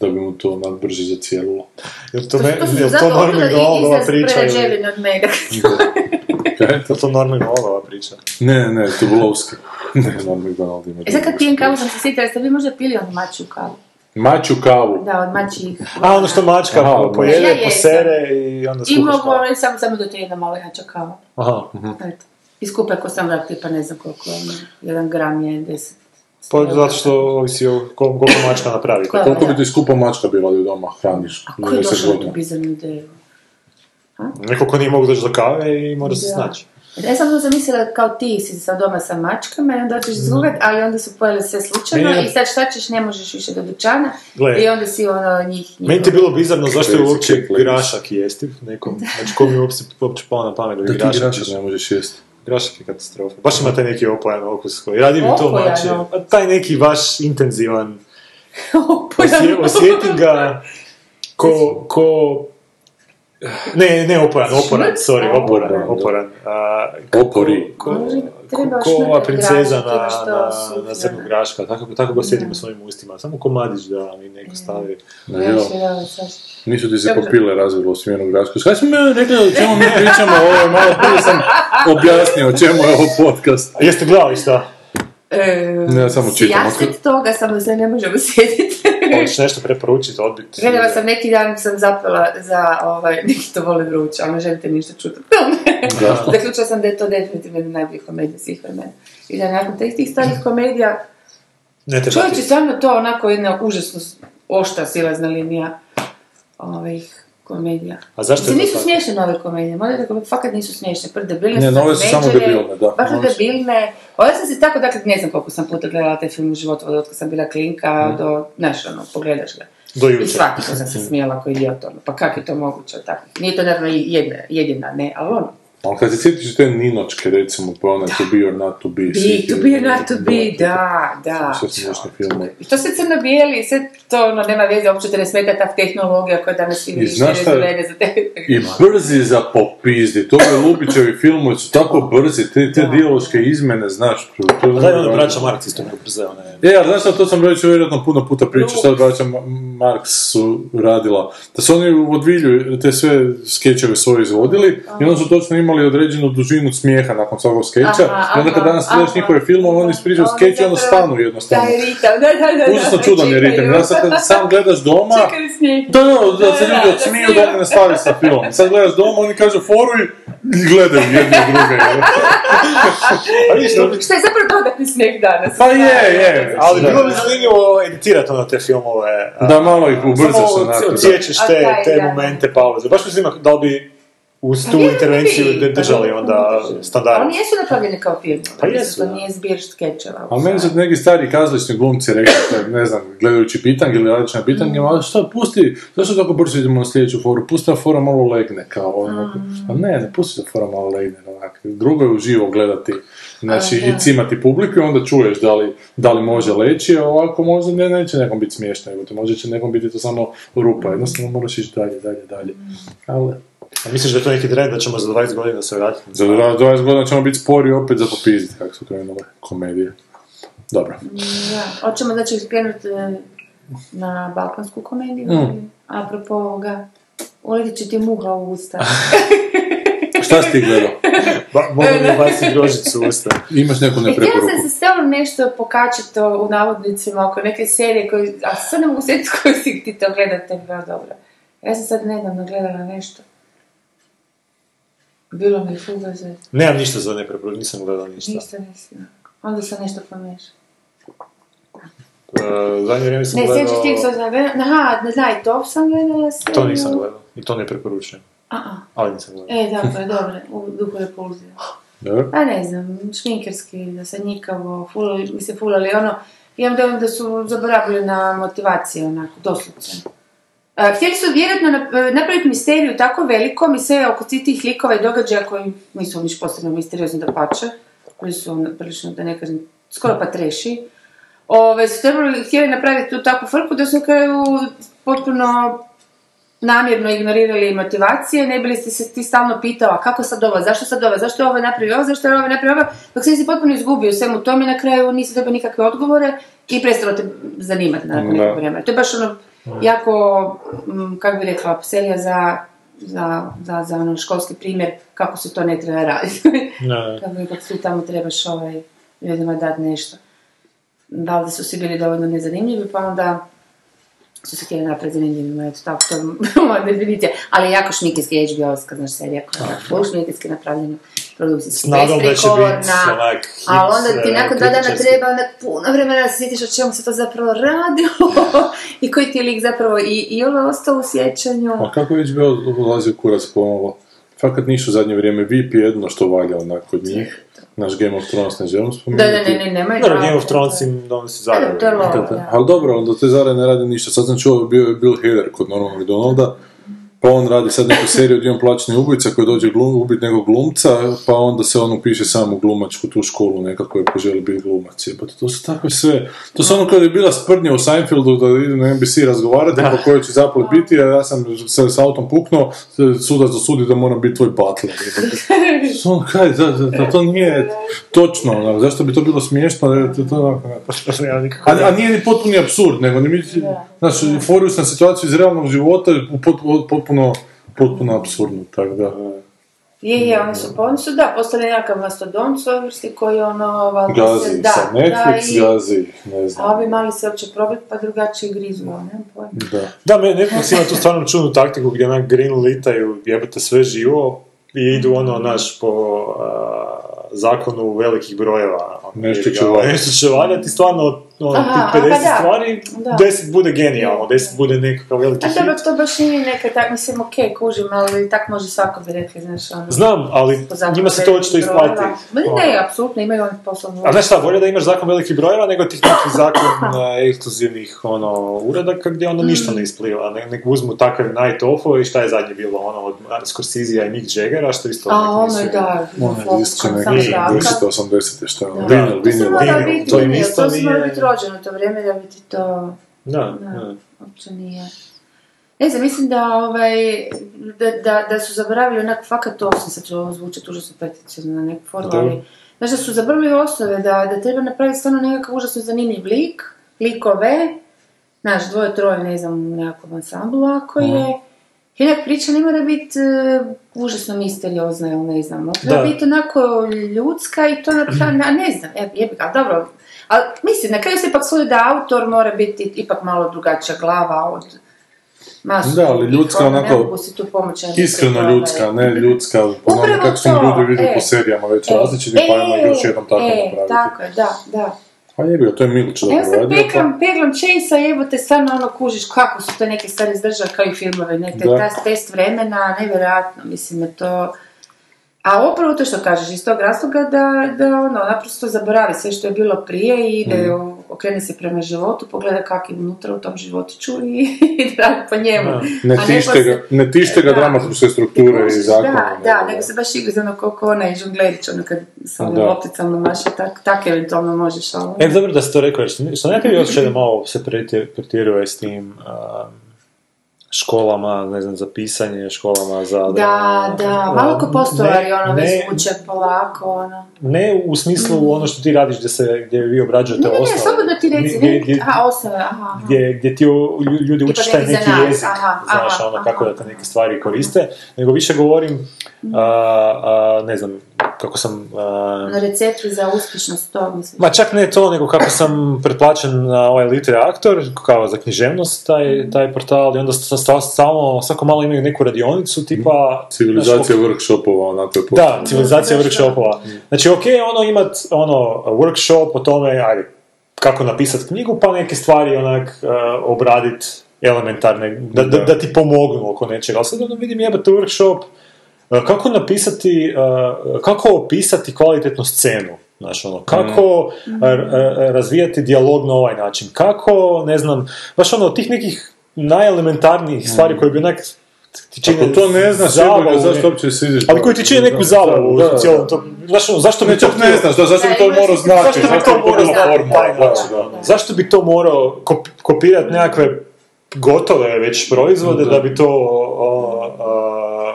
[SPEAKER 3] da bi mu to nadbrže zacijelilo.
[SPEAKER 4] Jel to, me,
[SPEAKER 5] To su
[SPEAKER 4] jel
[SPEAKER 5] zato
[SPEAKER 4] to
[SPEAKER 5] otuda
[SPEAKER 4] Norman
[SPEAKER 5] i
[SPEAKER 4] Golov ova
[SPEAKER 5] izraz
[SPEAKER 4] priča? Ili,
[SPEAKER 5] prerađevina od meda.
[SPEAKER 3] Kaj?
[SPEAKER 4] jel to Norman Golov ova priča?
[SPEAKER 3] Ne, ne, ne, Tobolovski. ne znam, McDonald ima.
[SPEAKER 5] E sad kad
[SPEAKER 3] drugu
[SPEAKER 5] pijem kavu
[SPEAKER 3] priču.
[SPEAKER 5] sam se sjetila, jeste vi možda pili onu mačju kavu?
[SPEAKER 3] Maču kavu.
[SPEAKER 5] Da, od mačjih.
[SPEAKER 4] A ono što mačka
[SPEAKER 3] Aha,
[SPEAKER 4] po- pojede,
[SPEAKER 5] ja jesam.
[SPEAKER 4] posere i onda
[SPEAKER 5] I
[SPEAKER 4] skuhaš
[SPEAKER 5] mogu
[SPEAKER 4] malo.
[SPEAKER 5] vam reći samo, samo da to je jedna mala jača kava.
[SPEAKER 4] Aha.
[SPEAKER 3] Mhm.
[SPEAKER 5] Eto. I skupa ko sam vrak, tipa ne znam koliko, ono, jedan gram je deset.
[SPEAKER 4] Pa zato što ovisi o kol- koliko mačka napravi.
[SPEAKER 5] Koja
[SPEAKER 3] Koliko
[SPEAKER 5] valja?
[SPEAKER 3] bi ti skupa mačka bila da doma hraniš?
[SPEAKER 5] A ko je
[SPEAKER 3] 90
[SPEAKER 5] došao na tu
[SPEAKER 3] godina?
[SPEAKER 5] bizarnu ideju?
[SPEAKER 4] Neko ko nije mogu doći do kave i mora se
[SPEAKER 5] Da.
[SPEAKER 4] snaći.
[SPEAKER 5] E sad sam mislila kao ti si sad doma sa mačkama i onda ćeš
[SPEAKER 4] Mhm.
[SPEAKER 5] zgugat, ali onda su pojeli sve slučajno
[SPEAKER 4] Meni je-
[SPEAKER 5] i sad šta ćeš, ne možeš više do dućana
[SPEAKER 4] Gle.
[SPEAKER 5] i onda si ono njih... njih
[SPEAKER 4] Meni ti je bilo bizarno zašto je
[SPEAKER 3] Crazy
[SPEAKER 4] uopće
[SPEAKER 3] chick ladies.
[SPEAKER 4] grašak jestiv nekom, znači kom je uopće, uopće palo na pamet da bi
[SPEAKER 3] Da ti
[SPEAKER 4] grašak
[SPEAKER 3] igrača
[SPEAKER 4] jesti.
[SPEAKER 3] ne možeš jesti.
[SPEAKER 4] Grašak je katastrofa. Baš ima taj neki opajan okus koji radi mi to
[SPEAKER 5] Opajan
[SPEAKER 4] mače.
[SPEAKER 5] okus.
[SPEAKER 4] A Taj neki baš intenzivan,
[SPEAKER 5] Opojano.
[SPEAKER 4] osje, osjetim ga ko, ko ne, ne opajan, oporan, sorry, oporan,
[SPEAKER 3] Oporan, da.
[SPEAKER 4] oporan. A,
[SPEAKER 3] Opori.
[SPEAKER 4] Ko,
[SPEAKER 5] Može,
[SPEAKER 4] ko,
[SPEAKER 5] trebaš
[SPEAKER 4] ko ova
[SPEAKER 5] napraviti
[SPEAKER 4] princeza
[SPEAKER 5] grašak
[SPEAKER 4] na,
[SPEAKER 5] ili što,
[SPEAKER 4] na,
[SPEAKER 5] sufle,
[SPEAKER 4] na zrnu
[SPEAKER 5] ne.
[SPEAKER 4] graška, tako, tako ga sjedim u svojim ustima, samo komadić da mi neko stavi.
[SPEAKER 3] Da, jel?
[SPEAKER 5] Više, jel, sad.
[SPEAKER 3] Nisu ti se
[SPEAKER 5] Dobro.
[SPEAKER 3] popile razvilo s jednog razkoša. Kaj sam ja rekao, o čemu mi pričamo, ovo je malo prije sam objasnio o čemu je ovo podcast.
[SPEAKER 4] A jeste gledali šta?
[SPEAKER 5] E,
[SPEAKER 3] Ne, ja samo čitam.
[SPEAKER 5] sijaset toga, samo se ne možemo sjetiti.
[SPEAKER 4] Hoćeš nešto preporučiti, odbiti?
[SPEAKER 5] Gledala sam neki dan sam zapela za ovaj, neki to vole vruće, ali ne želite ništa čuti o tome.
[SPEAKER 3] Zašto?
[SPEAKER 5] Zaključila sam da je to definitivno jedna najbolja komedija svih vremena. I da nakon tih tih starih komedija,
[SPEAKER 4] Ne treba
[SPEAKER 5] čovječe,
[SPEAKER 4] ti.
[SPEAKER 5] stvarno to onako jedna užasno s- oštra silazna linija ovih komedija.
[SPEAKER 4] A zašto je
[SPEAKER 5] Mislim,
[SPEAKER 4] to
[SPEAKER 5] nisu
[SPEAKER 4] tako?
[SPEAKER 5] smiješne nove komedije, moram da kažem, fakat nisu smiješne, predebilne
[SPEAKER 3] Ne,
[SPEAKER 5] su,
[SPEAKER 3] nove su samo
[SPEAKER 5] teenagere,
[SPEAKER 3] debilne, da.
[SPEAKER 5] Baš su
[SPEAKER 3] Nove su-
[SPEAKER 5] debilne. Ovo sam se tako, dakle, ne znam koliko sam puta gledala taj film u životu, od kad sam bila klinka,
[SPEAKER 3] Mhm.
[SPEAKER 5] do, znaš, ono, pogledaš ga.
[SPEAKER 4] Do
[SPEAKER 5] I
[SPEAKER 4] jučer.
[SPEAKER 5] svaki put sam se smijela koji idiot, ono, pa kak je to moguće, tako. Nije to naravno jedna, jedina, ne, ali ono,
[SPEAKER 3] Ali kad se sjetiš te ninočke, recimo, pa onaj to be or not to be.
[SPEAKER 5] be, to be, not to be, da, da.
[SPEAKER 3] Sve su smiješni filmovi.
[SPEAKER 5] I to sve crno-bijeli, sve to ono, nema veze, uopće te ne smeta ta tehnologija koja danas
[SPEAKER 3] I
[SPEAKER 5] vidiš, ne
[SPEAKER 3] znaš šta je-
[SPEAKER 5] zelene za te.
[SPEAKER 3] I brzi za popizdi, to je Lubićevi filmovi su tako brzi, te, te dijaloške izmene, znaš. To, to je ono-
[SPEAKER 4] A daj onda braća Marks isto ne ubrze, one...
[SPEAKER 3] E, ali znaš šta, to sam već vjerojatno puno puta pričao, šta braća Ma- Marks su radila. Da su oni u Odvilju te sve skečeve svoje izvodili i onda su točno imali određenu dužinu smijeha nakon svakog skeča.
[SPEAKER 5] Aha,
[SPEAKER 3] I onda kad
[SPEAKER 5] aha,
[SPEAKER 3] danas gledaš
[SPEAKER 5] aha.
[SPEAKER 3] njihove filmove, oni ispričaju
[SPEAKER 5] Oni
[SPEAKER 3] skeč i onda
[SPEAKER 5] zapravo-
[SPEAKER 3] stanu jednostavno.
[SPEAKER 5] Taj ritam, da, da, da.
[SPEAKER 3] Užasno
[SPEAKER 5] da,
[SPEAKER 3] čudan je
[SPEAKER 5] čekaju.
[SPEAKER 3] ritem. Ja sad kad sam gledaš doma,
[SPEAKER 5] Čekaju s njim.
[SPEAKER 3] da, da, da se
[SPEAKER 5] Da,
[SPEAKER 3] ljudi
[SPEAKER 5] da,
[SPEAKER 3] odsmiju
[SPEAKER 5] da.
[SPEAKER 3] da ne stavi sa filmom. Sad gledaš doma, oni kažu foru i i gledaju jedni u druge. jel? E,
[SPEAKER 4] A vidiš, dobro,
[SPEAKER 5] Što je zapravo dodatni snijeg danas.
[SPEAKER 3] Pa je, je.
[SPEAKER 4] ali
[SPEAKER 3] Da.
[SPEAKER 4] bilo bi zanimljivo editirati onda te filmove. a,
[SPEAKER 3] Da malo ih ubrzaš
[SPEAKER 4] Samo
[SPEAKER 3] onako, da.
[SPEAKER 4] odsječeš te,
[SPEAKER 5] A taj,
[SPEAKER 4] te
[SPEAKER 5] da.
[SPEAKER 4] momente pauze. Baš me zanima da li bi uz
[SPEAKER 5] Pa
[SPEAKER 4] tu
[SPEAKER 5] vjerujem da bi.
[SPEAKER 4] intervenciju držali
[SPEAKER 5] Pa
[SPEAKER 4] onda
[SPEAKER 5] držali.
[SPEAKER 4] standard.
[SPEAKER 5] Oni jesu napravljeni kao film.
[SPEAKER 4] Pa jesu,
[SPEAKER 5] To
[SPEAKER 4] da.
[SPEAKER 5] nije zbir skečeva.
[SPEAKER 3] Ali Pa meni su neki stari kazališni glumci rekli, da, ne znam, gledajući pitanje ili radeći na
[SPEAKER 5] Mm.
[SPEAKER 3] pitanjima, ali šta, pusti, zašto tako brzo idemo na sljedeću foru, pusti da fora malo legne, kao onako. A ne, ne pusti da fora malo legne, onak. Drugo je uživo gledati, znači,
[SPEAKER 5] A, da.
[SPEAKER 3] i cimati publiku i onda čuješ da li, da li može leći, a ovako možda ne, neće nekom biti smiješno, nego ti možda će nekom biti to samo rupa, jednostavno moraš ići dalje, dalje, dalje.
[SPEAKER 5] Mm.
[SPEAKER 3] Ali,
[SPEAKER 4] A misliš da je to neki trend da ćemo za 20 godina se vratiti?
[SPEAKER 3] za 20 godina ćemo biti spori opet za popizdit, kako su krenule komedije. Dobro.
[SPEAKER 5] Da. Hoćemo da će krenuti eh, na balkansku komediju.
[SPEAKER 3] Mm.
[SPEAKER 5] Apropo ovoga, uletit će ti muha u usta.
[SPEAKER 3] Šta si ti gledao?
[SPEAKER 4] Ba,
[SPEAKER 5] E,
[SPEAKER 4] mogu mi baciti grožicu u usta.
[SPEAKER 3] Imaš neku
[SPEAKER 5] I E, htjela
[SPEAKER 3] nepreporuku?
[SPEAKER 5] sam se stalno nešto pokačiti o- u navodnicima oko neke serije koje, a sad ne mogu sjetiti koju si ti to gledat, to je bilo dobro. Ja sam sad nedavno gledala nešto. Bilo mi je fuga za
[SPEAKER 4] Nemam ništa za nepreporuku, nisam gledao ništa.
[SPEAKER 5] ništa nisam. Onda sam nešto pomiješala.
[SPEAKER 4] E, zadnje vrijeme sam
[SPEAKER 5] Ne,
[SPEAKER 4] gledao...
[SPEAKER 5] sjećaš ti što sam gledala? Aha, ne znaj, to sam gledala seriju.
[SPEAKER 4] To nisam gledao i to ne preporučujem,
[SPEAKER 5] A-a.
[SPEAKER 4] ali nisam gledao.
[SPEAKER 5] E, da, to je dobro, u duhu repulzije.
[SPEAKER 3] Dobro.
[SPEAKER 5] A ne znam, šminkerski, da se njikavo, ful, mislim fulali, ono, imam da da su zaboravili na motivacije, onako, doslovce. E, Htjeli su vjerojatno nap- e, napraviti misteriju tako velikom i sve oko svih tih likova i događaja koji nisu niš posebno misteriozni da pače, koji su ono, prilično, da ne kažem, skoro pa treši. Ove, su trebali, htjeli napraviti tu takvu frku da su na kraju potpuno namjerno ignorirali motivacije, ne bili ste se ti stalno pitao, a kako sad ovo, zašto sad ovo, zašto je ovo napravio ovo, zašto je ovo napravio ovo, dok se nisi potpuno izgubio u svemu tome, na kraju nisi dobio nikakve odgovore i prestalo te zanimati na nakon
[SPEAKER 3] Da.
[SPEAKER 5] nekog vremena. To je baš ono jako, mm, kako bi rekla, serija za, za, za, za ono školski primjer kako se to ne treba raditi.
[SPEAKER 4] Ne.
[SPEAKER 5] Kako ipak tu tamo trebaš ovaj, ljudima dati nešto. Da li su svi bili dovoljno nezanimljivi, pa onda su se htjeli napraviti zanimljivima, eto tako, to je moja definicija. Ali je jako šminkerski HBO-ska, znaš, serija koja je jako šminkerski napravljena produkcija.
[SPEAKER 4] S nadom da će biti onak hit,
[SPEAKER 5] ali onda ti
[SPEAKER 4] e,
[SPEAKER 5] nakon dva dana
[SPEAKER 4] kritičarski.
[SPEAKER 5] treba onda puno vremena da se sjetiš o čemu se to zapravo radilo i koji ti je lik zapravo i, i ono ostao u sjećanju.
[SPEAKER 4] Pa,
[SPEAKER 3] A kako je bio ulazio kurac ponovo? Fakat nisu u zadnje vrijeme VIP je jedno što valja onako od njih. Naš Game of Thrones ne želim
[SPEAKER 5] Da,
[SPEAKER 3] spomenuti.
[SPEAKER 5] ne, ne, ne, nemoj.
[SPEAKER 4] Dobro, Game
[SPEAKER 5] da-
[SPEAKER 4] of Thrones im donosi
[SPEAKER 5] Da, to je
[SPEAKER 4] zagrebe.
[SPEAKER 5] lovo,
[SPEAKER 3] Da,
[SPEAKER 5] da.
[SPEAKER 3] Ali dobro, onda te zare ne radi ništa. Sad sam čuo, bio je Bill Hader kod normalnog Donalda. Pa on radi sad neku seriju od imam plaćeni ubojica koji dođe glum, ubiti nekog glumca, pa onda se on upiše sam u glumačku tu školu nekako je poželi biti glumac. Jebote, to su takve sve. To su ono kada je bila sprdnja u Seinfeldu da ide na NBC razgovarati po kojoj će zaplet biti, a ja sam se s autom puknuo, sudac dosudi da moram biti tvoj butler. jebote. To, ono, kaj, da, da, da, to nije točno, ono, zašto bi to bilo smiješno, da je to, to onako-
[SPEAKER 4] Nemam nikako-
[SPEAKER 3] a, a nije ni potpuni absurd, nego ni mi... Znaš, forio sam situaciju iz realnog života u pot- potpuno, potpuno absurdno, tako da.
[SPEAKER 5] Je, je, oni su, pa oni su, da, postali nekakav mastodon svojvrsti koji ono, valjda
[SPEAKER 3] Gazi ih
[SPEAKER 5] da,
[SPEAKER 3] sad Netflix,
[SPEAKER 5] da, i,
[SPEAKER 3] gazi ih, ne
[SPEAKER 5] a ovi
[SPEAKER 3] znam.
[SPEAKER 5] mali se uopće probiti pa drugačije grizu, ono, nemam pojma.
[SPEAKER 3] Da.
[SPEAKER 4] Da, me Netflix ima tu stvarno čudnu taktiku gdje onak green litaju, jebate sve živo i idu ono,
[SPEAKER 3] Mhm.
[SPEAKER 4] naš, po a, zakonu velikih brojeva. Ono,
[SPEAKER 3] Nešto
[SPEAKER 4] ili
[SPEAKER 3] će
[SPEAKER 4] ga-
[SPEAKER 3] valjati.
[SPEAKER 4] Nešto će valjati, stvarno, ono,
[SPEAKER 5] Aha,
[SPEAKER 4] tih 50
[SPEAKER 5] a, pa da.
[SPEAKER 4] stvari,
[SPEAKER 5] Da.
[SPEAKER 4] 10 bude genijalno, 10 bude nekakav veliki
[SPEAKER 5] A
[SPEAKER 4] hit.
[SPEAKER 5] dobro, to baš nije neka, tak, mislim, okej, kužim, ali tak može svako bi rekli, znaš, ono.
[SPEAKER 4] Znam, ali
[SPEAKER 5] po zakonu
[SPEAKER 4] njima se to očito
[SPEAKER 5] velikih brojeva.
[SPEAKER 4] isplati.
[SPEAKER 5] Ma ne,
[SPEAKER 4] Ono.
[SPEAKER 5] ne, apsolutno, imaju oni poslovnu.
[SPEAKER 4] A znaš šta, bolje da imaš zakon velikih brojeva nego tih nekih zakon a, ekskluzivnih ono, uradaka gdje ono ništa
[SPEAKER 5] Mm.
[SPEAKER 4] ne ispliva. Ne, nek uzmu takav Night Off-ove i šta je zadnje bilo ono od Scorsese-a i Mick Jaggera, što isto
[SPEAKER 5] A
[SPEAKER 4] onak
[SPEAKER 5] ono
[SPEAKER 4] nisu-
[SPEAKER 5] je, da,
[SPEAKER 3] Ono je disko
[SPEAKER 5] fokusan,
[SPEAKER 3] neke
[SPEAKER 5] samo takav.
[SPEAKER 3] 80-80, šta je ono,
[SPEAKER 4] Da.
[SPEAKER 3] vinil,
[SPEAKER 5] To se
[SPEAKER 3] vinil.
[SPEAKER 5] mora
[SPEAKER 4] vinil,
[SPEAKER 5] biti,
[SPEAKER 4] to im
[SPEAKER 5] vinil,
[SPEAKER 4] isto
[SPEAKER 5] to se mora
[SPEAKER 4] nije-
[SPEAKER 5] biti rođeno u to vrijeme da bi ti to...
[SPEAKER 4] Da,
[SPEAKER 5] Da.
[SPEAKER 4] da.
[SPEAKER 5] uopće nije. Ne znam, mislim da, ovaj, da, da, da su zaboravili onak, fakat to sam sad ovo zvuče užasno peticijno na neku formu, ali znaš da su zaboravili osnove, da, da treba napraviti stvarno nekakav užasno zanimljiv lik, likove, znaš, dvoje, troje, ne znam, u nekakvom ansamblu ako je, i onak priča ne mora biti e, užasno misteriozna ili ne znam, ona treba
[SPEAKER 4] Da.
[SPEAKER 5] biti onako ljudska i to napravljena, a ne znam, je, jebi ga, dobro, ali mislim, na kraju se ipak svodi da autor mora biti ipak malo drugačija glava od masu.
[SPEAKER 3] Da, ali ljudska
[SPEAKER 5] drugih, ono,
[SPEAKER 3] onako-
[SPEAKER 5] Ne mogu si tu pomoći. ali se
[SPEAKER 3] Iskreno
[SPEAKER 5] to,
[SPEAKER 3] ljudska,
[SPEAKER 5] ovaj,
[SPEAKER 3] ne ljudska, onome
[SPEAKER 5] Upravo
[SPEAKER 3] kako su
[SPEAKER 5] to,
[SPEAKER 3] ljudi vidjeli
[SPEAKER 5] e.
[SPEAKER 3] po serijama već
[SPEAKER 5] e,
[SPEAKER 3] različiti, pa ajmo još jednom tako
[SPEAKER 5] e,
[SPEAKER 3] napraviti.
[SPEAKER 5] Tako je, da, da.
[SPEAKER 3] Pa jebi ga, to je Milić dobro
[SPEAKER 5] Evo sad
[SPEAKER 3] radio, Ja pa-
[SPEAKER 5] pekam, peglom Chase-a, evo te stvarno ono kužiš kako su to neke stvari izdržali kao i filmove, ne, te,
[SPEAKER 3] Da.
[SPEAKER 5] ta test vremena, nevjerojatno, mislim je to... A upravo to što kažeš, iz tog razloga da, da ono, naprosto zaboravi sve što je bilo prije i
[SPEAKER 3] Mm.
[SPEAKER 5] ide, u- okrene se prema životu, pogleda kak je unutra u tom životiću i, i da radi po njemu.
[SPEAKER 3] Ne
[SPEAKER 5] A nego
[SPEAKER 3] tište ga,
[SPEAKER 5] se-
[SPEAKER 3] ne tište ga
[SPEAKER 5] Da.
[SPEAKER 3] dramaturške strukture i
[SPEAKER 5] Kužiš,
[SPEAKER 3] zakone.
[SPEAKER 5] Da, da, nego se baš igra za ono koliko onaj žonglerić, ono kad sa ovim
[SPEAKER 3] Da.
[SPEAKER 5] lopticama maše, tak, tak eventualno možeš, ali...
[SPEAKER 4] E, dobro da ste to rekao, jer što- što nekad još da malo se preti- pretjeruje s tim um, školama, ne znam, za pisanje, školama za...
[SPEAKER 5] Da, da, malo ko
[SPEAKER 4] um,
[SPEAKER 5] postovari,
[SPEAKER 4] ne-
[SPEAKER 5] ono,
[SPEAKER 4] ne-
[SPEAKER 5] već kuće polako, ono.
[SPEAKER 4] Ne u smislu ono što ti radiš gdje, se, gdje vi obrađujete
[SPEAKER 5] Ne, ne, ne,
[SPEAKER 4] osnove.
[SPEAKER 5] samo da ti reci,
[SPEAKER 4] Gdje-
[SPEAKER 5] ne,
[SPEAKER 4] gdje-
[SPEAKER 5] aha, osnove, aha, aha.
[SPEAKER 4] gdje, gdje ti u- lju- ljudi
[SPEAKER 5] Tipa
[SPEAKER 4] učiš taj
[SPEAKER 5] neki
[SPEAKER 4] neki
[SPEAKER 5] zanat,
[SPEAKER 4] jezik,
[SPEAKER 5] aha,
[SPEAKER 4] znaš,
[SPEAKER 5] aha,
[SPEAKER 4] ono
[SPEAKER 5] aha.
[SPEAKER 4] kako da te neke stvari koriste, nego više govorim,
[SPEAKER 5] Mm.
[SPEAKER 4] a, a, ne znam, kako sam... a,
[SPEAKER 5] Ono, recepti za uspješnost, to mislim.
[SPEAKER 4] Ma čak ne to, nego kako sam pretplaćen na ovaj Litre Aktor, kao za književnost,
[SPEAKER 5] Mm.
[SPEAKER 4] taj, taj portal, i onda sa, sa- samo, svako malo imaju neku radionicu, tipa...
[SPEAKER 3] Civilizacija
[SPEAKER 4] znaš,
[SPEAKER 3] workshopova, onako je počela.
[SPEAKER 4] Da, civilizacija
[SPEAKER 5] Da, da, da.
[SPEAKER 4] workshopova. Znači, ok, ono imat ono, workshop o tome, ajde, kako napisati knjigu, pa neke stvari onak eh, obradit elementarne, da, da, da ti pomognu oko nečega. Ali sad ono vidim jebate workshop, eh, kako napisati, eh, kako opisati kvalitetnu scenu. Znaš, ono, kako r- r- razvijati dijalog na ovaj način, kako, ne znam, baš ono, tih nekih najelementarnijih stvari koje bi onak ti čine
[SPEAKER 3] Mhm. Ako to ne znaš, jebi ga,
[SPEAKER 4] zabavu,
[SPEAKER 3] zašto
[SPEAKER 4] ne-
[SPEAKER 3] uopće sidiš?
[SPEAKER 4] ali koji ti čini neku zabavu
[SPEAKER 3] Da, da.
[SPEAKER 4] u cijelom tom. Znaš, ono, zašto bi
[SPEAKER 3] Ne,
[SPEAKER 4] to
[SPEAKER 3] čak ne
[SPEAKER 4] htio-
[SPEAKER 3] znaš, da, zašto bi
[SPEAKER 5] Da,
[SPEAKER 3] to
[SPEAKER 5] imaš-
[SPEAKER 3] morao znati?
[SPEAKER 4] Zašto bi to morao
[SPEAKER 3] bilo
[SPEAKER 4] znati?
[SPEAKER 3] formalno,
[SPEAKER 4] Da, da,
[SPEAKER 3] znači, da.
[SPEAKER 4] Zašto bi to morao kop- kopirati nekakve gotove već proizvode da bi to o, a,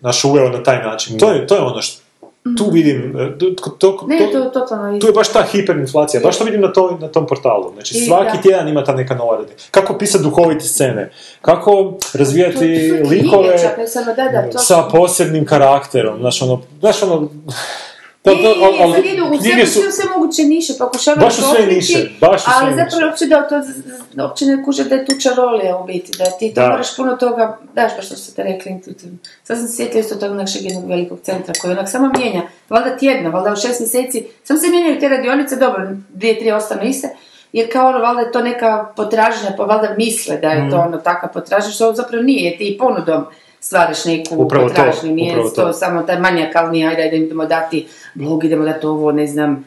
[SPEAKER 4] naš uveo na taj način. To je, to je ono što tu vidim, e, to, to, to-
[SPEAKER 5] Mm. Ne, to je totalno
[SPEAKER 4] tu
[SPEAKER 5] isto.
[SPEAKER 4] je baš ta hiperinflacija, baš to vidim na, to, na tom portalu. Znači,
[SPEAKER 5] I
[SPEAKER 4] svaki
[SPEAKER 5] da.
[SPEAKER 4] tjedan ima ta neka nova radi. Kako pisati duhovite scene, kako
[SPEAKER 5] To- to su
[SPEAKER 4] razvijati
[SPEAKER 5] knjige
[SPEAKER 4] likove
[SPEAKER 5] čak, ne samo, da,
[SPEAKER 3] Ono,
[SPEAKER 5] da, to
[SPEAKER 4] sa posebnim karakterom, znaš ono, znaš ono,
[SPEAKER 5] I,
[SPEAKER 4] to- to- al- al-
[SPEAKER 5] sad idu u
[SPEAKER 4] knjige
[SPEAKER 5] sve,
[SPEAKER 4] su,
[SPEAKER 5] sve, sve moguće niše, pokušavaju
[SPEAKER 4] Baš u sve
[SPEAKER 5] pokriti,
[SPEAKER 4] niše, baš u sve
[SPEAKER 5] ali
[SPEAKER 4] niše.
[SPEAKER 5] zapravo uopće da, to, z- z- uopće ne kuže da je tu čarolija u biti, da ti to
[SPEAKER 4] Da.
[SPEAKER 5] moraš puno toga, daš baš što ste rekli intuitivno. Sad sam se sjetila isto tog našeg jednog velikog centra koji onak samo mijenja, valjda tjedno, valjda u šest mjeseci, samo se mijenjaju te radionice, dobro, dvije, tri ostanu iste, jer kao ono, valjda je to neka potražnja, pa valjda misle da je to
[SPEAKER 4] Mhm. Mm.
[SPEAKER 5] ono takva potražnja, što zapravo nije, ti i ponudom stvaraš neku
[SPEAKER 4] Upravo to,
[SPEAKER 5] potražnju, nije
[SPEAKER 4] upravo to.
[SPEAKER 5] to samo taj manijakalni, ajde, ajde, idemo dati blog, idemo dati ovo, ne znam,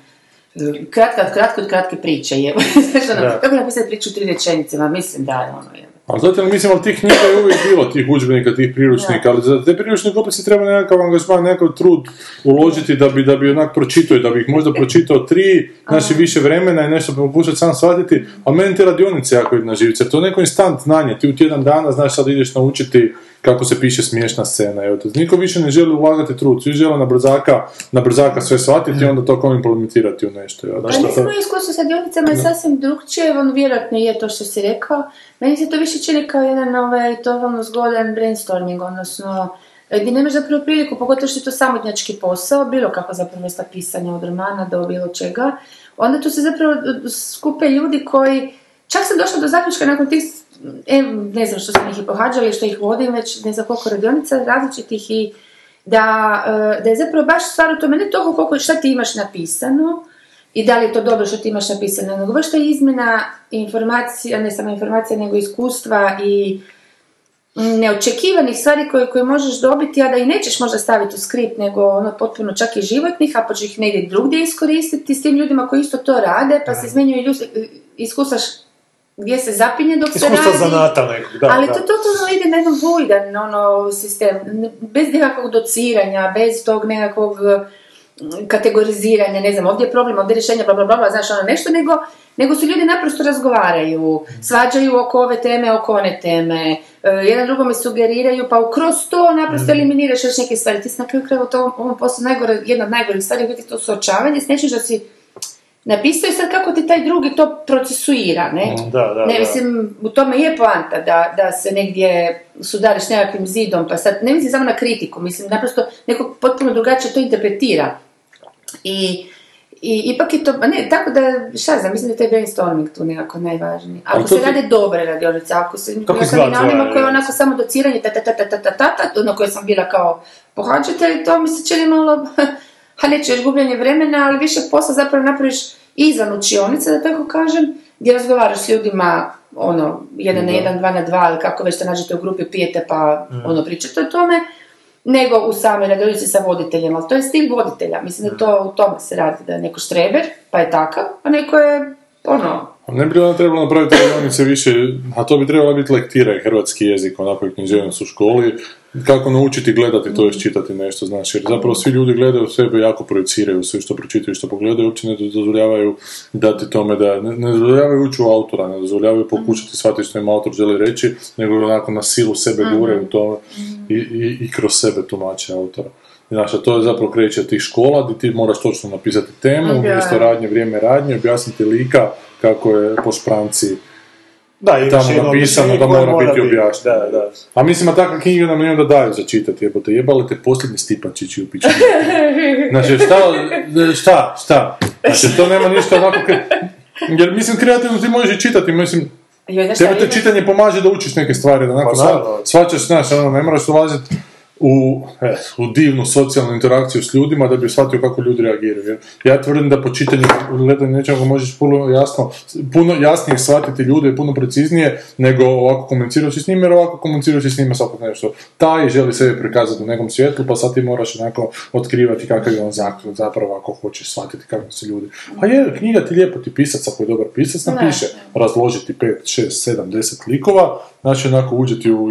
[SPEAKER 5] e, kratka, kratka od kratke priče, je. Znaš, ono,
[SPEAKER 4] Da.
[SPEAKER 5] kako napisati priču u tri rečenicama, mislim da je ono, je.
[SPEAKER 3] Ali zato jer mislim, ali tih knjiga je uvijek bilo, tih udžbenika, tih priručnika, ali za te priručnike opet se treba nekakav angažman, nekakav trud uložiti da bi, da bi onak pročitao i da bi ih možda pročitao tri, znaš i više vremena i nešto pokušati sam shvatiti, a meni te radionice jako idu na živce, jer to je neko instant znanje, ti u tjedan dana, znaš, sad ideš naučiti kako se piše smiješna scena, evo to. Niko više ne želi ulagati trud, svi žele na brzaka, na brzaka sve shvatiti i onda to kao implementirati u nešto, evo, znaš,
[SPEAKER 5] Pa
[SPEAKER 3] to-
[SPEAKER 5] mislim, moje iskustvo sa dionicama je sasvim drugčije, on vjerojatno je to što si rekao. Meni se to više čini kao jedan ovaj, totalno zgodan brainstorming, odnosno e, gdje nemaš zapravo priliku, pogotovo što je to samotnjački posao, bilo kako zapravo vrsta pisanja od romana do bilo čega, onda tu se zapravo e, skupe ljudi koji, čak sam došla do zaključka nakon tih, e, ne znam što sam ih i pohađala i što ih vodim, već ne znam koliko radionica različitih i da, e, da je zapravo baš stvar u tome ne toliko koliko šta ti imaš napisano, i da li je to dobro što ti imaš napisano, nego baš to je izmjena informacija, ne samo informacija, nego iskustva i neočekivanih stvari koje, koje možeš dobiti, a da i nećeš možda staviti u skript, nego ono potpuno čak i životnih, a pa ćeš ih negdje drugdje iskoristiti s tim ljudima koji isto to rade, pa se izmenjuju ljus- iskustva š- gdje se zapinje dok se
[SPEAKER 4] iskustva
[SPEAKER 5] radi.
[SPEAKER 4] zanata nekog, da,
[SPEAKER 5] ali
[SPEAKER 4] da.
[SPEAKER 5] to totalno ide na jedan vojdan ono, sistem, N- bez nekakvog dociranja, bez tog nekakvog mm, kategoriziranja, ne znam, ovdje je problem, ovdje je rješenje, bla, bla, bla, bla, znaš, ono nešto, nego, nego su ljudi naprosto razgovaraju, svađaju oko ove teme, oko one teme, e, jedan drugome sugeriraju, pa kroz to
[SPEAKER 4] Mhm.
[SPEAKER 5] naprosto eliminiraš još neke stvari. Ti si na kraju krajeva u tom- ovom poslu najgore, jedna od najgorih stvari, uvijek je to suočavanje s nečim što si napisao i sad kako ti taj drugi to procesuira, ne?
[SPEAKER 4] Mm, Da, da,
[SPEAKER 5] ne,
[SPEAKER 4] da.
[SPEAKER 5] mislim, u tome je poanta da, da se negdje sudariš nekakvim zidom, pa sad ne mislim samo na kritiku, mislim naprosto neko potpuno drugačije to interpretira. I, i ipak je to, ma ne, tako da, šta ja znam, mislim da je taj brainstorming tu nekako najvažniji. Ako
[SPEAKER 3] Ali to
[SPEAKER 5] se
[SPEAKER 3] ti-
[SPEAKER 5] rade dobre radionice, ako se
[SPEAKER 4] Kako
[SPEAKER 5] ja sam
[SPEAKER 4] izgleda
[SPEAKER 5] i na
[SPEAKER 4] tvoja
[SPEAKER 5] onima koje
[SPEAKER 4] radionica?
[SPEAKER 5] onako samo dociranje, ta ta ta ta ta ta ta, ta, na koje sam bila kao pohađatelj, to mi se čini malo, ha neću još gubljenje vremena, ali više posla zapravo napraviš izvan učionice, da tako kažem, gdje razgovaraš s ljudima, ono, jedan na jedan, dva na dva, ili kako već se nađete u grupi, pijete pa, ono, pričate o tome, nego u samoj radionici sa voditeljem, ali to je stil voditelja, mislim da to u tome se radi, da je neko štreber, pa je takav, a neko je, ono,
[SPEAKER 3] Ne bi li ona trebala napraviti radionice više, a to bi trebala biti lektiraj hrvatski jezik, onako je književnost u školi, kako naučiti gledati to još čitati nešto, znaš, jer zapravo svi ljudi gledaju sebe, jako projiciraju sve što pročitaju, što pogledaju, uopće ne dozvoljavaju dati tome da, ne, ne dozvoljavaju ući u autora, ne dozvoljavaju pokušati shvatiti što im autor želi reći, nego onako na silu sebe gure u tome i, i, i kroz sebe tumače autora. Znaš, a to je zapravo kreće od tih škola gdje ti moraš točno napisati temu,
[SPEAKER 5] Da.
[SPEAKER 3] umjesto radnje, vrijeme radnje, objasniti lika kako je po špranci
[SPEAKER 4] Da, imaš
[SPEAKER 3] tamo
[SPEAKER 4] jedno
[SPEAKER 3] napisano
[SPEAKER 4] objašnjenje
[SPEAKER 3] da
[SPEAKER 4] koje
[SPEAKER 3] mora biti objašnjeno.
[SPEAKER 4] Da, da.
[SPEAKER 3] A mislim, a takve knjige nam i onda daju za čitati, jebote, jebali te posljednji stipačići u piću. Znači, šta, šta, šta? Znači, to nema ništa onako... kre- Jer mislim, kreativno ti možeš i čitati, mislim,
[SPEAKER 5] joj, znaš šta,
[SPEAKER 3] Tebe to
[SPEAKER 5] ideš-
[SPEAKER 3] čitanje pomaže da učiš neke stvari, da nakon
[SPEAKER 4] Pa naravno.
[SPEAKER 3] shvaćaš, znaš, ono, ne moraš ulaziti u, e, u divnu socijalnu interakciju s ljudima da bi shvatio kako ljudi reagiraju. Jer ja tvrdim da po čitanju gledanju nečega možeš puno jasno, puno jasnije shvatiti ljude i puno preciznije nego ovako komunicirajući s njima, jer ovako komunicirajući s njima svakog nešto. Taj želi sebe prikazati u nekom svijetlu, pa sad ti moraš onako otkrivati kakav je on zaklon zapravo ako hoćeš shvatiti kako su ljudi. A je, knjiga ti lijepo ti pisac, ako je dobar pisac, napiše razložiti 5, 6, 7, 10 likova, znači onako uđeti u,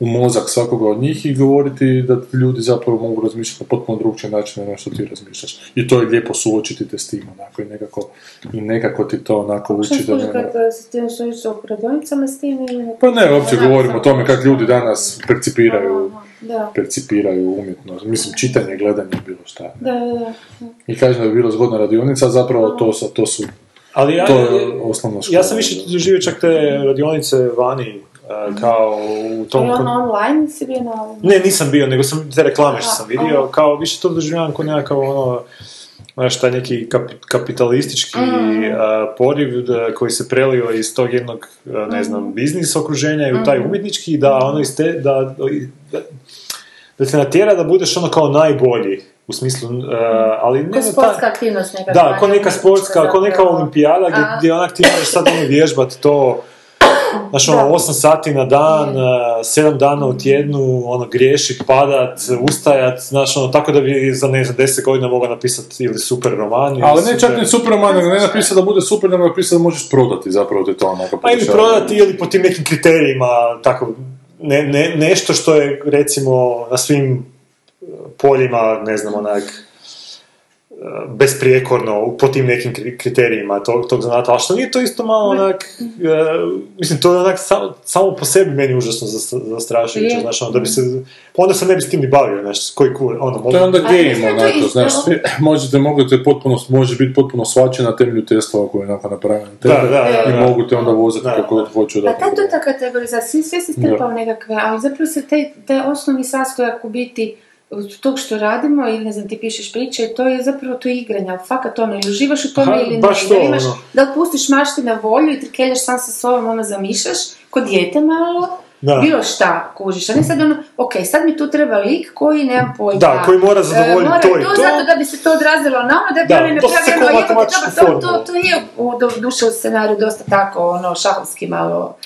[SPEAKER 3] u mozak svakoga od njih i govoriti da ti ljudi zapravo mogu razmišljati na potpuno drugčiji način nego što ti razmišljaš. I to je lijepo suočiti te s tim, onako, i nekako, i nekako ti to onako
[SPEAKER 2] Što
[SPEAKER 3] uči da
[SPEAKER 2] služi
[SPEAKER 3] ne...
[SPEAKER 2] kad e, se ti što išao u radionicama s tim ili...
[SPEAKER 3] Pa ne, uopće
[SPEAKER 2] Onako
[SPEAKER 3] govorimo
[SPEAKER 2] samo-
[SPEAKER 3] o tome kako ljudi danas percipiraju,
[SPEAKER 2] Aha, Da,
[SPEAKER 3] percipiraju umjetnost, mislim čitanje, gledanje, bilo šta.
[SPEAKER 2] da, da, da.
[SPEAKER 3] I kažem da bi bilo zgodna radionica, a zapravo to, sa- to su
[SPEAKER 4] Ali ja,
[SPEAKER 3] To je osnovna škola.
[SPEAKER 4] ja sam više doživio čak te radionice vani, a, kao u tom...
[SPEAKER 2] Ali ono online si bio na ovom...
[SPEAKER 4] Ne, nisam bio, nego sam te reklame što sam
[SPEAKER 2] A,
[SPEAKER 4] vidio,
[SPEAKER 2] aha.
[SPEAKER 4] kao više to doživljavam kao nekakav ono, znaš, taj neki kapi- kapitalistički a, poriv da- koji se prelio iz tog jednog, a,
[SPEAKER 2] Mhm.
[SPEAKER 4] ne znam, biznis okruženja i u taj umjetnički, da ono iz te, da, da, da te natjera da budeš ono kao najbolji, u smislu,
[SPEAKER 2] Mhm.
[SPEAKER 4] a, ali ne
[SPEAKER 5] Ko
[SPEAKER 4] na taj-
[SPEAKER 5] sportska aktivnost neka.
[SPEAKER 4] da,
[SPEAKER 5] zvanja,
[SPEAKER 4] ko neka
[SPEAKER 5] umjetnička
[SPEAKER 4] sportska, ko neka
[SPEAKER 5] zapravo.
[SPEAKER 4] olimpijada gdje,
[SPEAKER 5] A.
[SPEAKER 4] gdje onak ti moraš sad ono vježbat to Znaš, ono, 8 sati na
[SPEAKER 5] Mm.
[SPEAKER 4] dan, 7 dana u tjednu, ono, griješit, padat, ustajat, znaš, ono, tako da bi za, ne znam, 10 godina mogao napisati ili super roman, ili
[SPEAKER 3] Ali ne
[SPEAKER 4] super-
[SPEAKER 3] čak ni Superman, nego ne napisao da bude super, nego napisao da možeš prodati zapravo te to onako.
[SPEAKER 4] Pa ili
[SPEAKER 3] podešava.
[SPEAKER 4] prodati ili po tim nekim kriterijima, tako, ne, ne, nešto što je recimo na svim e, poljima, ne znam, onak, e, besprijekorno po tim nekim kri- kriterijima tog, tog zanata, ali što nije to isto malo onak, e, mislim, to je onak samo, samo po sebi meni užasno zas- zastrašujuće,
[SPEAKER 5] Je.
[SPEAKER 4] znaš, ono, da bi se, onda se ne bi s tim ni bavio, znaš, koji kur, ono,
[SPEAKER 3] To je onda
[SPEAKER 5] Ali mislim
[SPEAKER 3] game,
[SPEAKER 5] da je to
[SPEAKER 3] onako,
[SPEAKER 5] isto.
[SPEAKER 3] znaš, svi- možete, možete potpuno, može biti potpuno svačen na temelju testova koje je onako napravljeno. na tebe
[SPEAKER 4] Da, da, da,
[SPEAKER 3] I
[SPEAKER 4] da.
[SPEAKER 3] mogu te onda voziti
[SPEAKER 4] Da,
[SPEAKER 3] kako
[SPEAKER 4] da.
[SPEAKER 3] god hoću.
[SPEAKER 5] Pa
[SPEAKER 3] da.
[SPEAKER 5] ta to ta kategorizacija, svi- sve se strpa u nekakve, ali zapravo se taj, taj osnovni sastojak u biti od tog što radimo, ili ne znam, ti pišeš priče, to je zapravo to igranje, ali fakat ono, ili uživaš u tome
[SPEAKER 4] Aha,
[SPEAKER 5] ili ne,
[SPEAKER 4] baš to,
[SPEAKER 5] ili imaš,
[SPEAKER 4] ono.
[SPEAKER 5] da li pustiš mašti na volju i trkeljaš sam sa sobom, ono, zamišljaš, kod dijete malo,
[SPEAKER 4] Da.
[SPEAKER 5] bilo šta kužiš, a ne sad ono, ok, sad mi tu treba lik koji nemam pojma.
[SPEAKER 4] Da, koji mora zadovoljiti
[SPEAKER 5] E, mora
[SPEAKER 4] to i to.
[SPEAKER 5] zato da bi se to odrazilo na ono, da bi
[SPEAKER 4] Da,
[SPEAKER 5] oni
[SPEAKER 4] dosta se
[SPEAKER 5] napravili ono,
[SPEAKER 4] kao
[SPEAKER 5] jebote,
[SPEAKER 4] matematičku
[SPEAKER 5] dobro, to,
[SPEAKER 4] formulu.
[SPEAKER 5] to, to je u, do, duše u scenariju dosta tako, ono, šahovski malo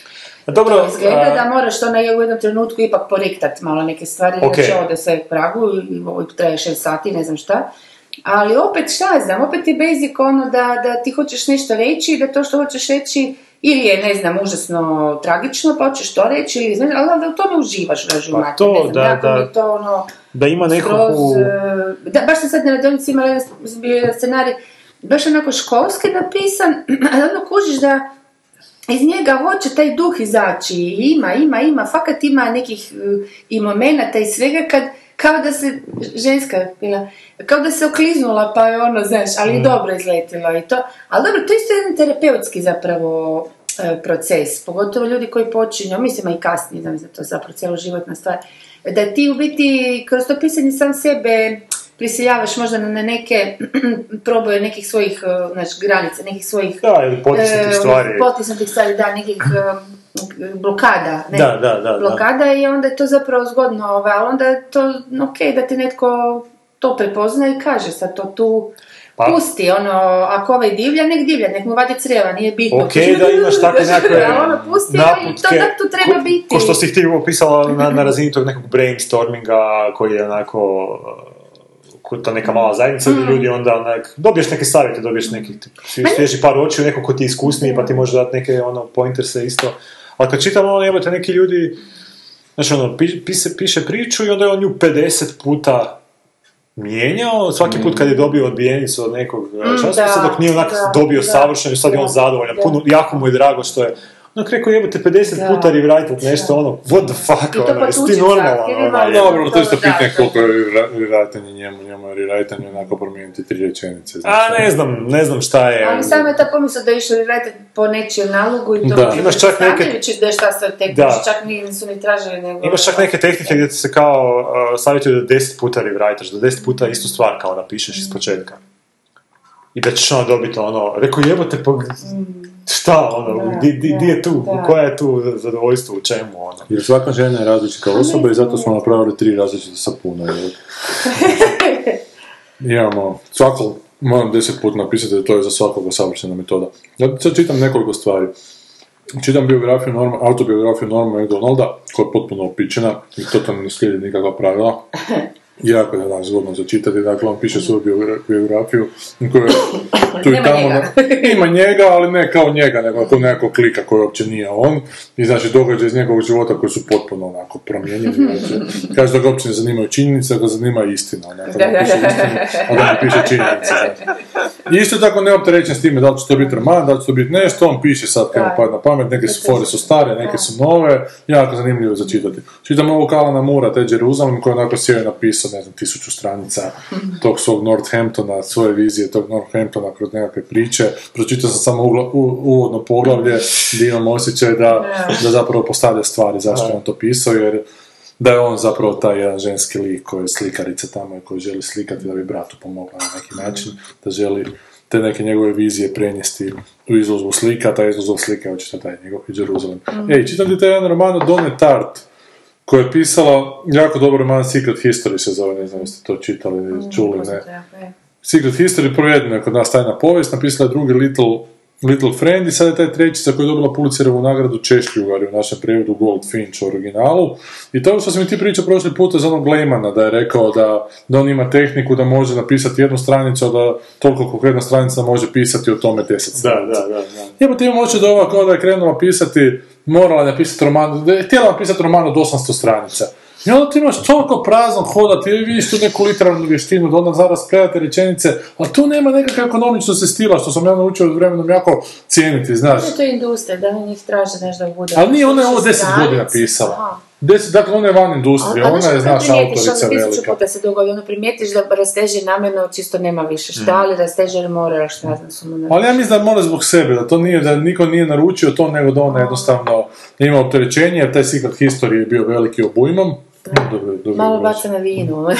[SPEAKER 4] E, Dobro,
[SPEAKER 5] to izgleda
[SPEAKER 4] a-
[SPEAKER 5] da moraš to na u jednom trenutku ipak porektat malo neke stvari,
[SPEAKER 4] Ok.
[SPEAKER 5] znači ode sve k pragu i ovo traje šest sati, ne znam šta. Ali opet šta ja znam, opet je basic ono da, da ti hoćeš nešto reći i da to što hoćeš reći ili je, ne znam, užasno tragično, pa hoćeš to reći, ili, znaš, ali onda u tome uživaš, ražu
[SPEAKER 4] Pa
[SPEAKER 5] mater,
[SPEAKER 4] to,
[SPEAKER 5] ne znam,
[SPEAKER 4] da,
[SPEAKER 5] jako
[SPEAKER 4] da.
[SPEAKER 5] mi je to ono,
[SPEAKER 4] da ima nekakvu...
[SPEAKER 5] skroz, e, da, baš sam sad na radionici imala jedan, bio jedan scenarij, baš onako školski napisan, ali onda kužiš da iz njega hoće taj duh izaći, i ima, ima, ima, fakat ima nekih e, i momenata i svega kad kao da se, ženska je bila, kao da se okliznula pa je ono, znaš, ali dobro izletilo i to. Ali dobro, to je isto jedan terapeutski zapravo e, proces, pogotovo ljudi koji počinju, mislim a i kasnije, znam za to zapravo cjeloživotna stvar, da ti u biti kroz to pisanje sam sebe prisiljavaš možda na neke proboje nekih svojih, e, znaš, granica, nekih svojih
[SPEAKER 4] Da, ili potisnutih
[SPEAKER 5] e,
[SPEAKER 4] stvari.
[SPEAKER 5] potisnutih stvari, da, nekih e, blokada. Ne?
[SPEAKER 4] Da, da, da, da.
[SPEAKER 5] Blokada i onda je to zapravo zgodno, ovaj, ali onda je to ok da ti netko to prepozna i kaže sad to tu
[SPEAKER 2] Pa-
[SPEAKER 5] Pusti, ono, ako ovaj divlja, nek divlja, nek mu vade crijeva, nije bitno.
[SPEAKER 2] Ok, da imaš takve nekakve
[SPEAKER 5] Ali ono, pusti, ali to
[SPEAKER 2] naputke.
[SPEAKER 5] tak tu treba biti.
[SPEAKER 2] Ko što si ti opisala na, na razini tog nekog brainstorminga koji je onako uh, ko- ta neka mala zajednica
[SPEAKER 5] Mm.
[SPEAKER 2] gdje ljudi onda onak, dobiješ neke savjete, dobiješ neki
[SPEAKER 5] Ma ne-
[SPEAKER 2] svježi par očiju, neko ko ti je iskusniji pa ti može dati neke ono pointerse isto. Ali kad čitam ono jebote neki ljudi, znači ono, pi- pise- piše priču i onda je on nju 50 puta mijenjao, svaki put kad je dobio odbijenicu od nekog e, časopisa,
[SPEAKER 5] Mm, da,
[SPEAKER 2] dok nije onak
[SPEAKER 5] da,
[SPEAKER 2] dobio
[SPEAKER 5] da,
[SPEAKER 2] savršeno i sad je on
[SPEAKER 5] da,
[SPEAKER 2] zadovoljan,
[SPEAKER 5] da.
[SPEAKER 2] puno, jako mu je drago što je Onak rekao jebote 50
[SPEAKER 5] Da.
[SPEAKER 2] puta rewrite nešto ono, what the fuck,
[SPEAKER 5] I to
[SPEAKER 2] ono, jesi ti
[SPEAKER 5] potučen
[SPEAKER 2] normalan,
[SPEAKER 5] zahtjevima,
[SPEAKER 2] ono, je.
[SPEAKER 5] da.
[SPEAKER 4] Dobro, ali to je isto
[SPEAKER 5] Dobro, da,
[SPEAKER 4] pitanje
[SPEAKER 5] da.
[SPEAKER 4] koliko je rera- rerajtanje njemu, njemu je rerajtanje onako promijeniti tri rečenice. znači.
[SPEAKER 2] A
[SPEAKER 3] ono.
[SPEAKER 2] ne znam, ne znam šta je.
[SPEAKER 5] Ali samo je ta pomisla da je išao raditi po nečijem nalogu i to...
[SPEAKER 4] Da.
[SPEAKER 2] Imaš čak
[SPEAKER 5] Sami
[SPEAKER 2] neke-
[SPEAKER 5] ili ćeš da je šta sad tek,
[SPEAKER 2] Da.
[SPEAKER 5] čak nisu ni tražili nego...
[SPEAKER 2] Imaš čak neke tehnike gdje ti se kao uh, savjetuju da 10 puta rewriteš, da 10 puta istu stvar kao napišeš
[SPEAKER 5] Mm.
[SPEAKER 2] iz početka. I da ćeš ono dobiti ono, rekao jebote, pa šta ono,
[SPEAKER 5] Mm. Da,
[SPEAKER 2] di, di, di je tu,
[SPEAKER 5] da.
[SPEAKER 2] koja je tu zadovoljstvo, u čemu ono.
[SPEAKER 4] Jer svaka žena je različita osoba i zato smo napravili tri različite sapuna. jel? Imamo svako, moram deset put napisati da to je za svakoga savršena metoda. Ja sad čitam nekoliko stvari. Čitam biografiju Norma, autobiografiju Norma McDonalda, koja je potpuno opičena i totalno ne slijedi nikakva pravila. Jako je danas zgodno za čitati, dakle on piše svoju biogra- biografiju koja je tu i
[SPEAKER 5] Nema
[SPEAKER 4] tamo...
[SPEAKER 5] njega.
[SPEAKER 4] na- Ima njega, ali ne kao njega, nego ako nekako klika koji uopće nije on. I znači događaj iz njegovog života koji su potpuno onako promijenjeni. Znači, kaže da ga uopće ne zanimaju činjenice, da ga zanima istina. Onako, da piše istinu, a da ne piše činjenice. znači. I isto tako neopterećen s time da li će to biti roman, da li će to biti nešto, on piše sad kad mu
[SPEAKER 5] Da.
[SPEAKER 4] padne na pamet, neke su fore su stare, neke su nove, jako zanimljivo za čitati. Čitam ovog Alana Mura, te Jeruzalem, koji je onako sjeo i napisao, ne znam, tisuću stranica tog svog Northamptona, svoje vizije tog Northamptona kroz nekakve priče. Pročitao sam samo ugla- u- uvodno poglavlje gdje imam osjećaj da, da zapravo postavlja stvari zašto je on to pisao, jer da je on zapravo taj jedan ženski lik koji je slikarica tamo i koji želi slikati da bi bratu pomogla na neki način, da želi te neke njegove vizije prenijesti u izložbu slika, taj izložbu slika je očito taj njegov i Jeruzalem. Ej, čitam ti taj jedan roman od Donne Tart, koja je pisala jako dobar roman Secret History se zove, ne znam jeste to čitali, čuli, ne. Secret History provedena je kod nas tajna povijest, napisala je drugi Little, Little Friend i sad je taj treći za koji je dobila Pulitzerovu nagradu Češljugar u našem prevodu Goldfinch u originalu. I to je ono što sam i ti pričao prošli puta za onog Glemana, da je rekao da, da on ima tehniku da može napisati jednu stranicu, a da toliko koliko jedna stranica može pisati o tome 10
[SPEAKER 2] Da,
[SPEAKER 4] stranica.
[SPEAKER 2] da, da. da.
[SPEAKER 4] Jebote, imam oče da ova kao da je krenula pisati, morala je napisati roman, da je htjela napisati roman od 800 stranica. I onda ti imaš toliko prazno hoda, ti vidiš tu neku literarnu vještinu, da onda zaraz predate rečenice, ali tu nema nekakve ekonomičnosti stila, što sam ja naučio od vremenom jako cijeniti, znaš.
[SPEAKER 5] To je industrija, da oni njih traže nešto da bude.
[SPEAKER 4] Ali nije ona je ovo
[SPEAKER 5] Što će
[SPEAKER 4] 10 godina
[SPEAKER 5] radit? Aha.
[SPEAKER 4] pisala. Deset, dakle, ona je van industrije,
[SPEAKER 5] A- a
[SPEAKER 4] ona je,
[SPEAKER 5] što
[SPEAKER 4] znaš,
[SPEAKER 5] primijetiš,
[SPEAKER 4] autorica
[SPEAKER 5] ono, tisuću
[SPEAKER 4] velika.
[SPEAKER 5] puta se dogodi, ono primijetiš da rasteže namjerno, ono, čisto nema više šta, ali rasteže jer mora, ili šta znam, su mu na-
[SPEAKER 4] Ali ja mislim da mora zbog sebe, da to nije, da niko nije naručio to, nego da ona jednostavno ima opterećenje, jer taj Secret History je bio veliki obujmom. Dobro, dobro,
[SPEAKER 5] Malo
[SPEAKER 4] dobro.
[SPEAKER 5] baca na vinu. ono,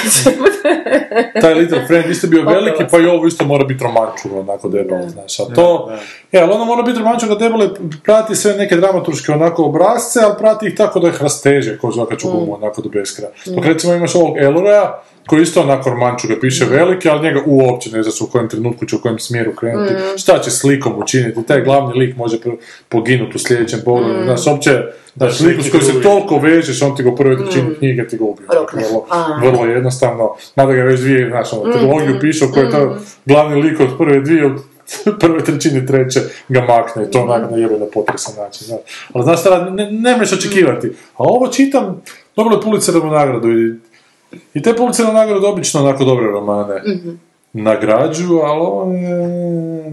[SPEAKER 4] taj Little Friend isto bio
[SPEAKER 5] Opala
[SPEAKER 4] veliki,
[SPEAKER 5] sam.
[SPEAKER 4] pa i ovo isto mora biti romančuga, onako debelo, znaš, a to... Je, ali ono mora biti romančuga debelo i prati sve neke dramaturške onako obrazce, ali prati ih tako da ih rasteže, ko zvaka čugumu, onako do beskraja. Dok recimo imaš ovog Elorea, koji isto onako romančuga piše veliki, ali njega uopće ne znaš u kojem trenutku će u kojem smjeru krenuti, šta će slikom učiniti, taj glavni lik može pr- poginuti u sljedećem
[SPEAKER 5] Mm.
[SPEAKER 4] pogledu, znaš, uopće, znaš, liku s kojim se toliko vežeš, on ti ga u prvoj trećini knjige ti ga ubije.
[SPEAKER 5] Mm. Rokne.
[SPEAKER 4] Vrlo-
[SPEAKER 5] A. Mm.
[SPEAKER 4] vrlo jednostavno, mada ga već dvije, znaš, ono, trilogiju pišu koja je to glavni lik od prve dvije, od prve trećine treće ga makne i to
[SPEAKER 5] Mm.
[SPEAKER 4] onak na jebe na potresan način, znaš. Ali znaš šta, radi, ne, ne možeš očekivati. A ovo čitam, dobro je Pulitzerovu nagradu i, i te Pulitzerovu nagradu obično onako dobre romane
[SPEAKER 5] Mhm.
[SPEAKER 4] nagrađuju, ali ovo je,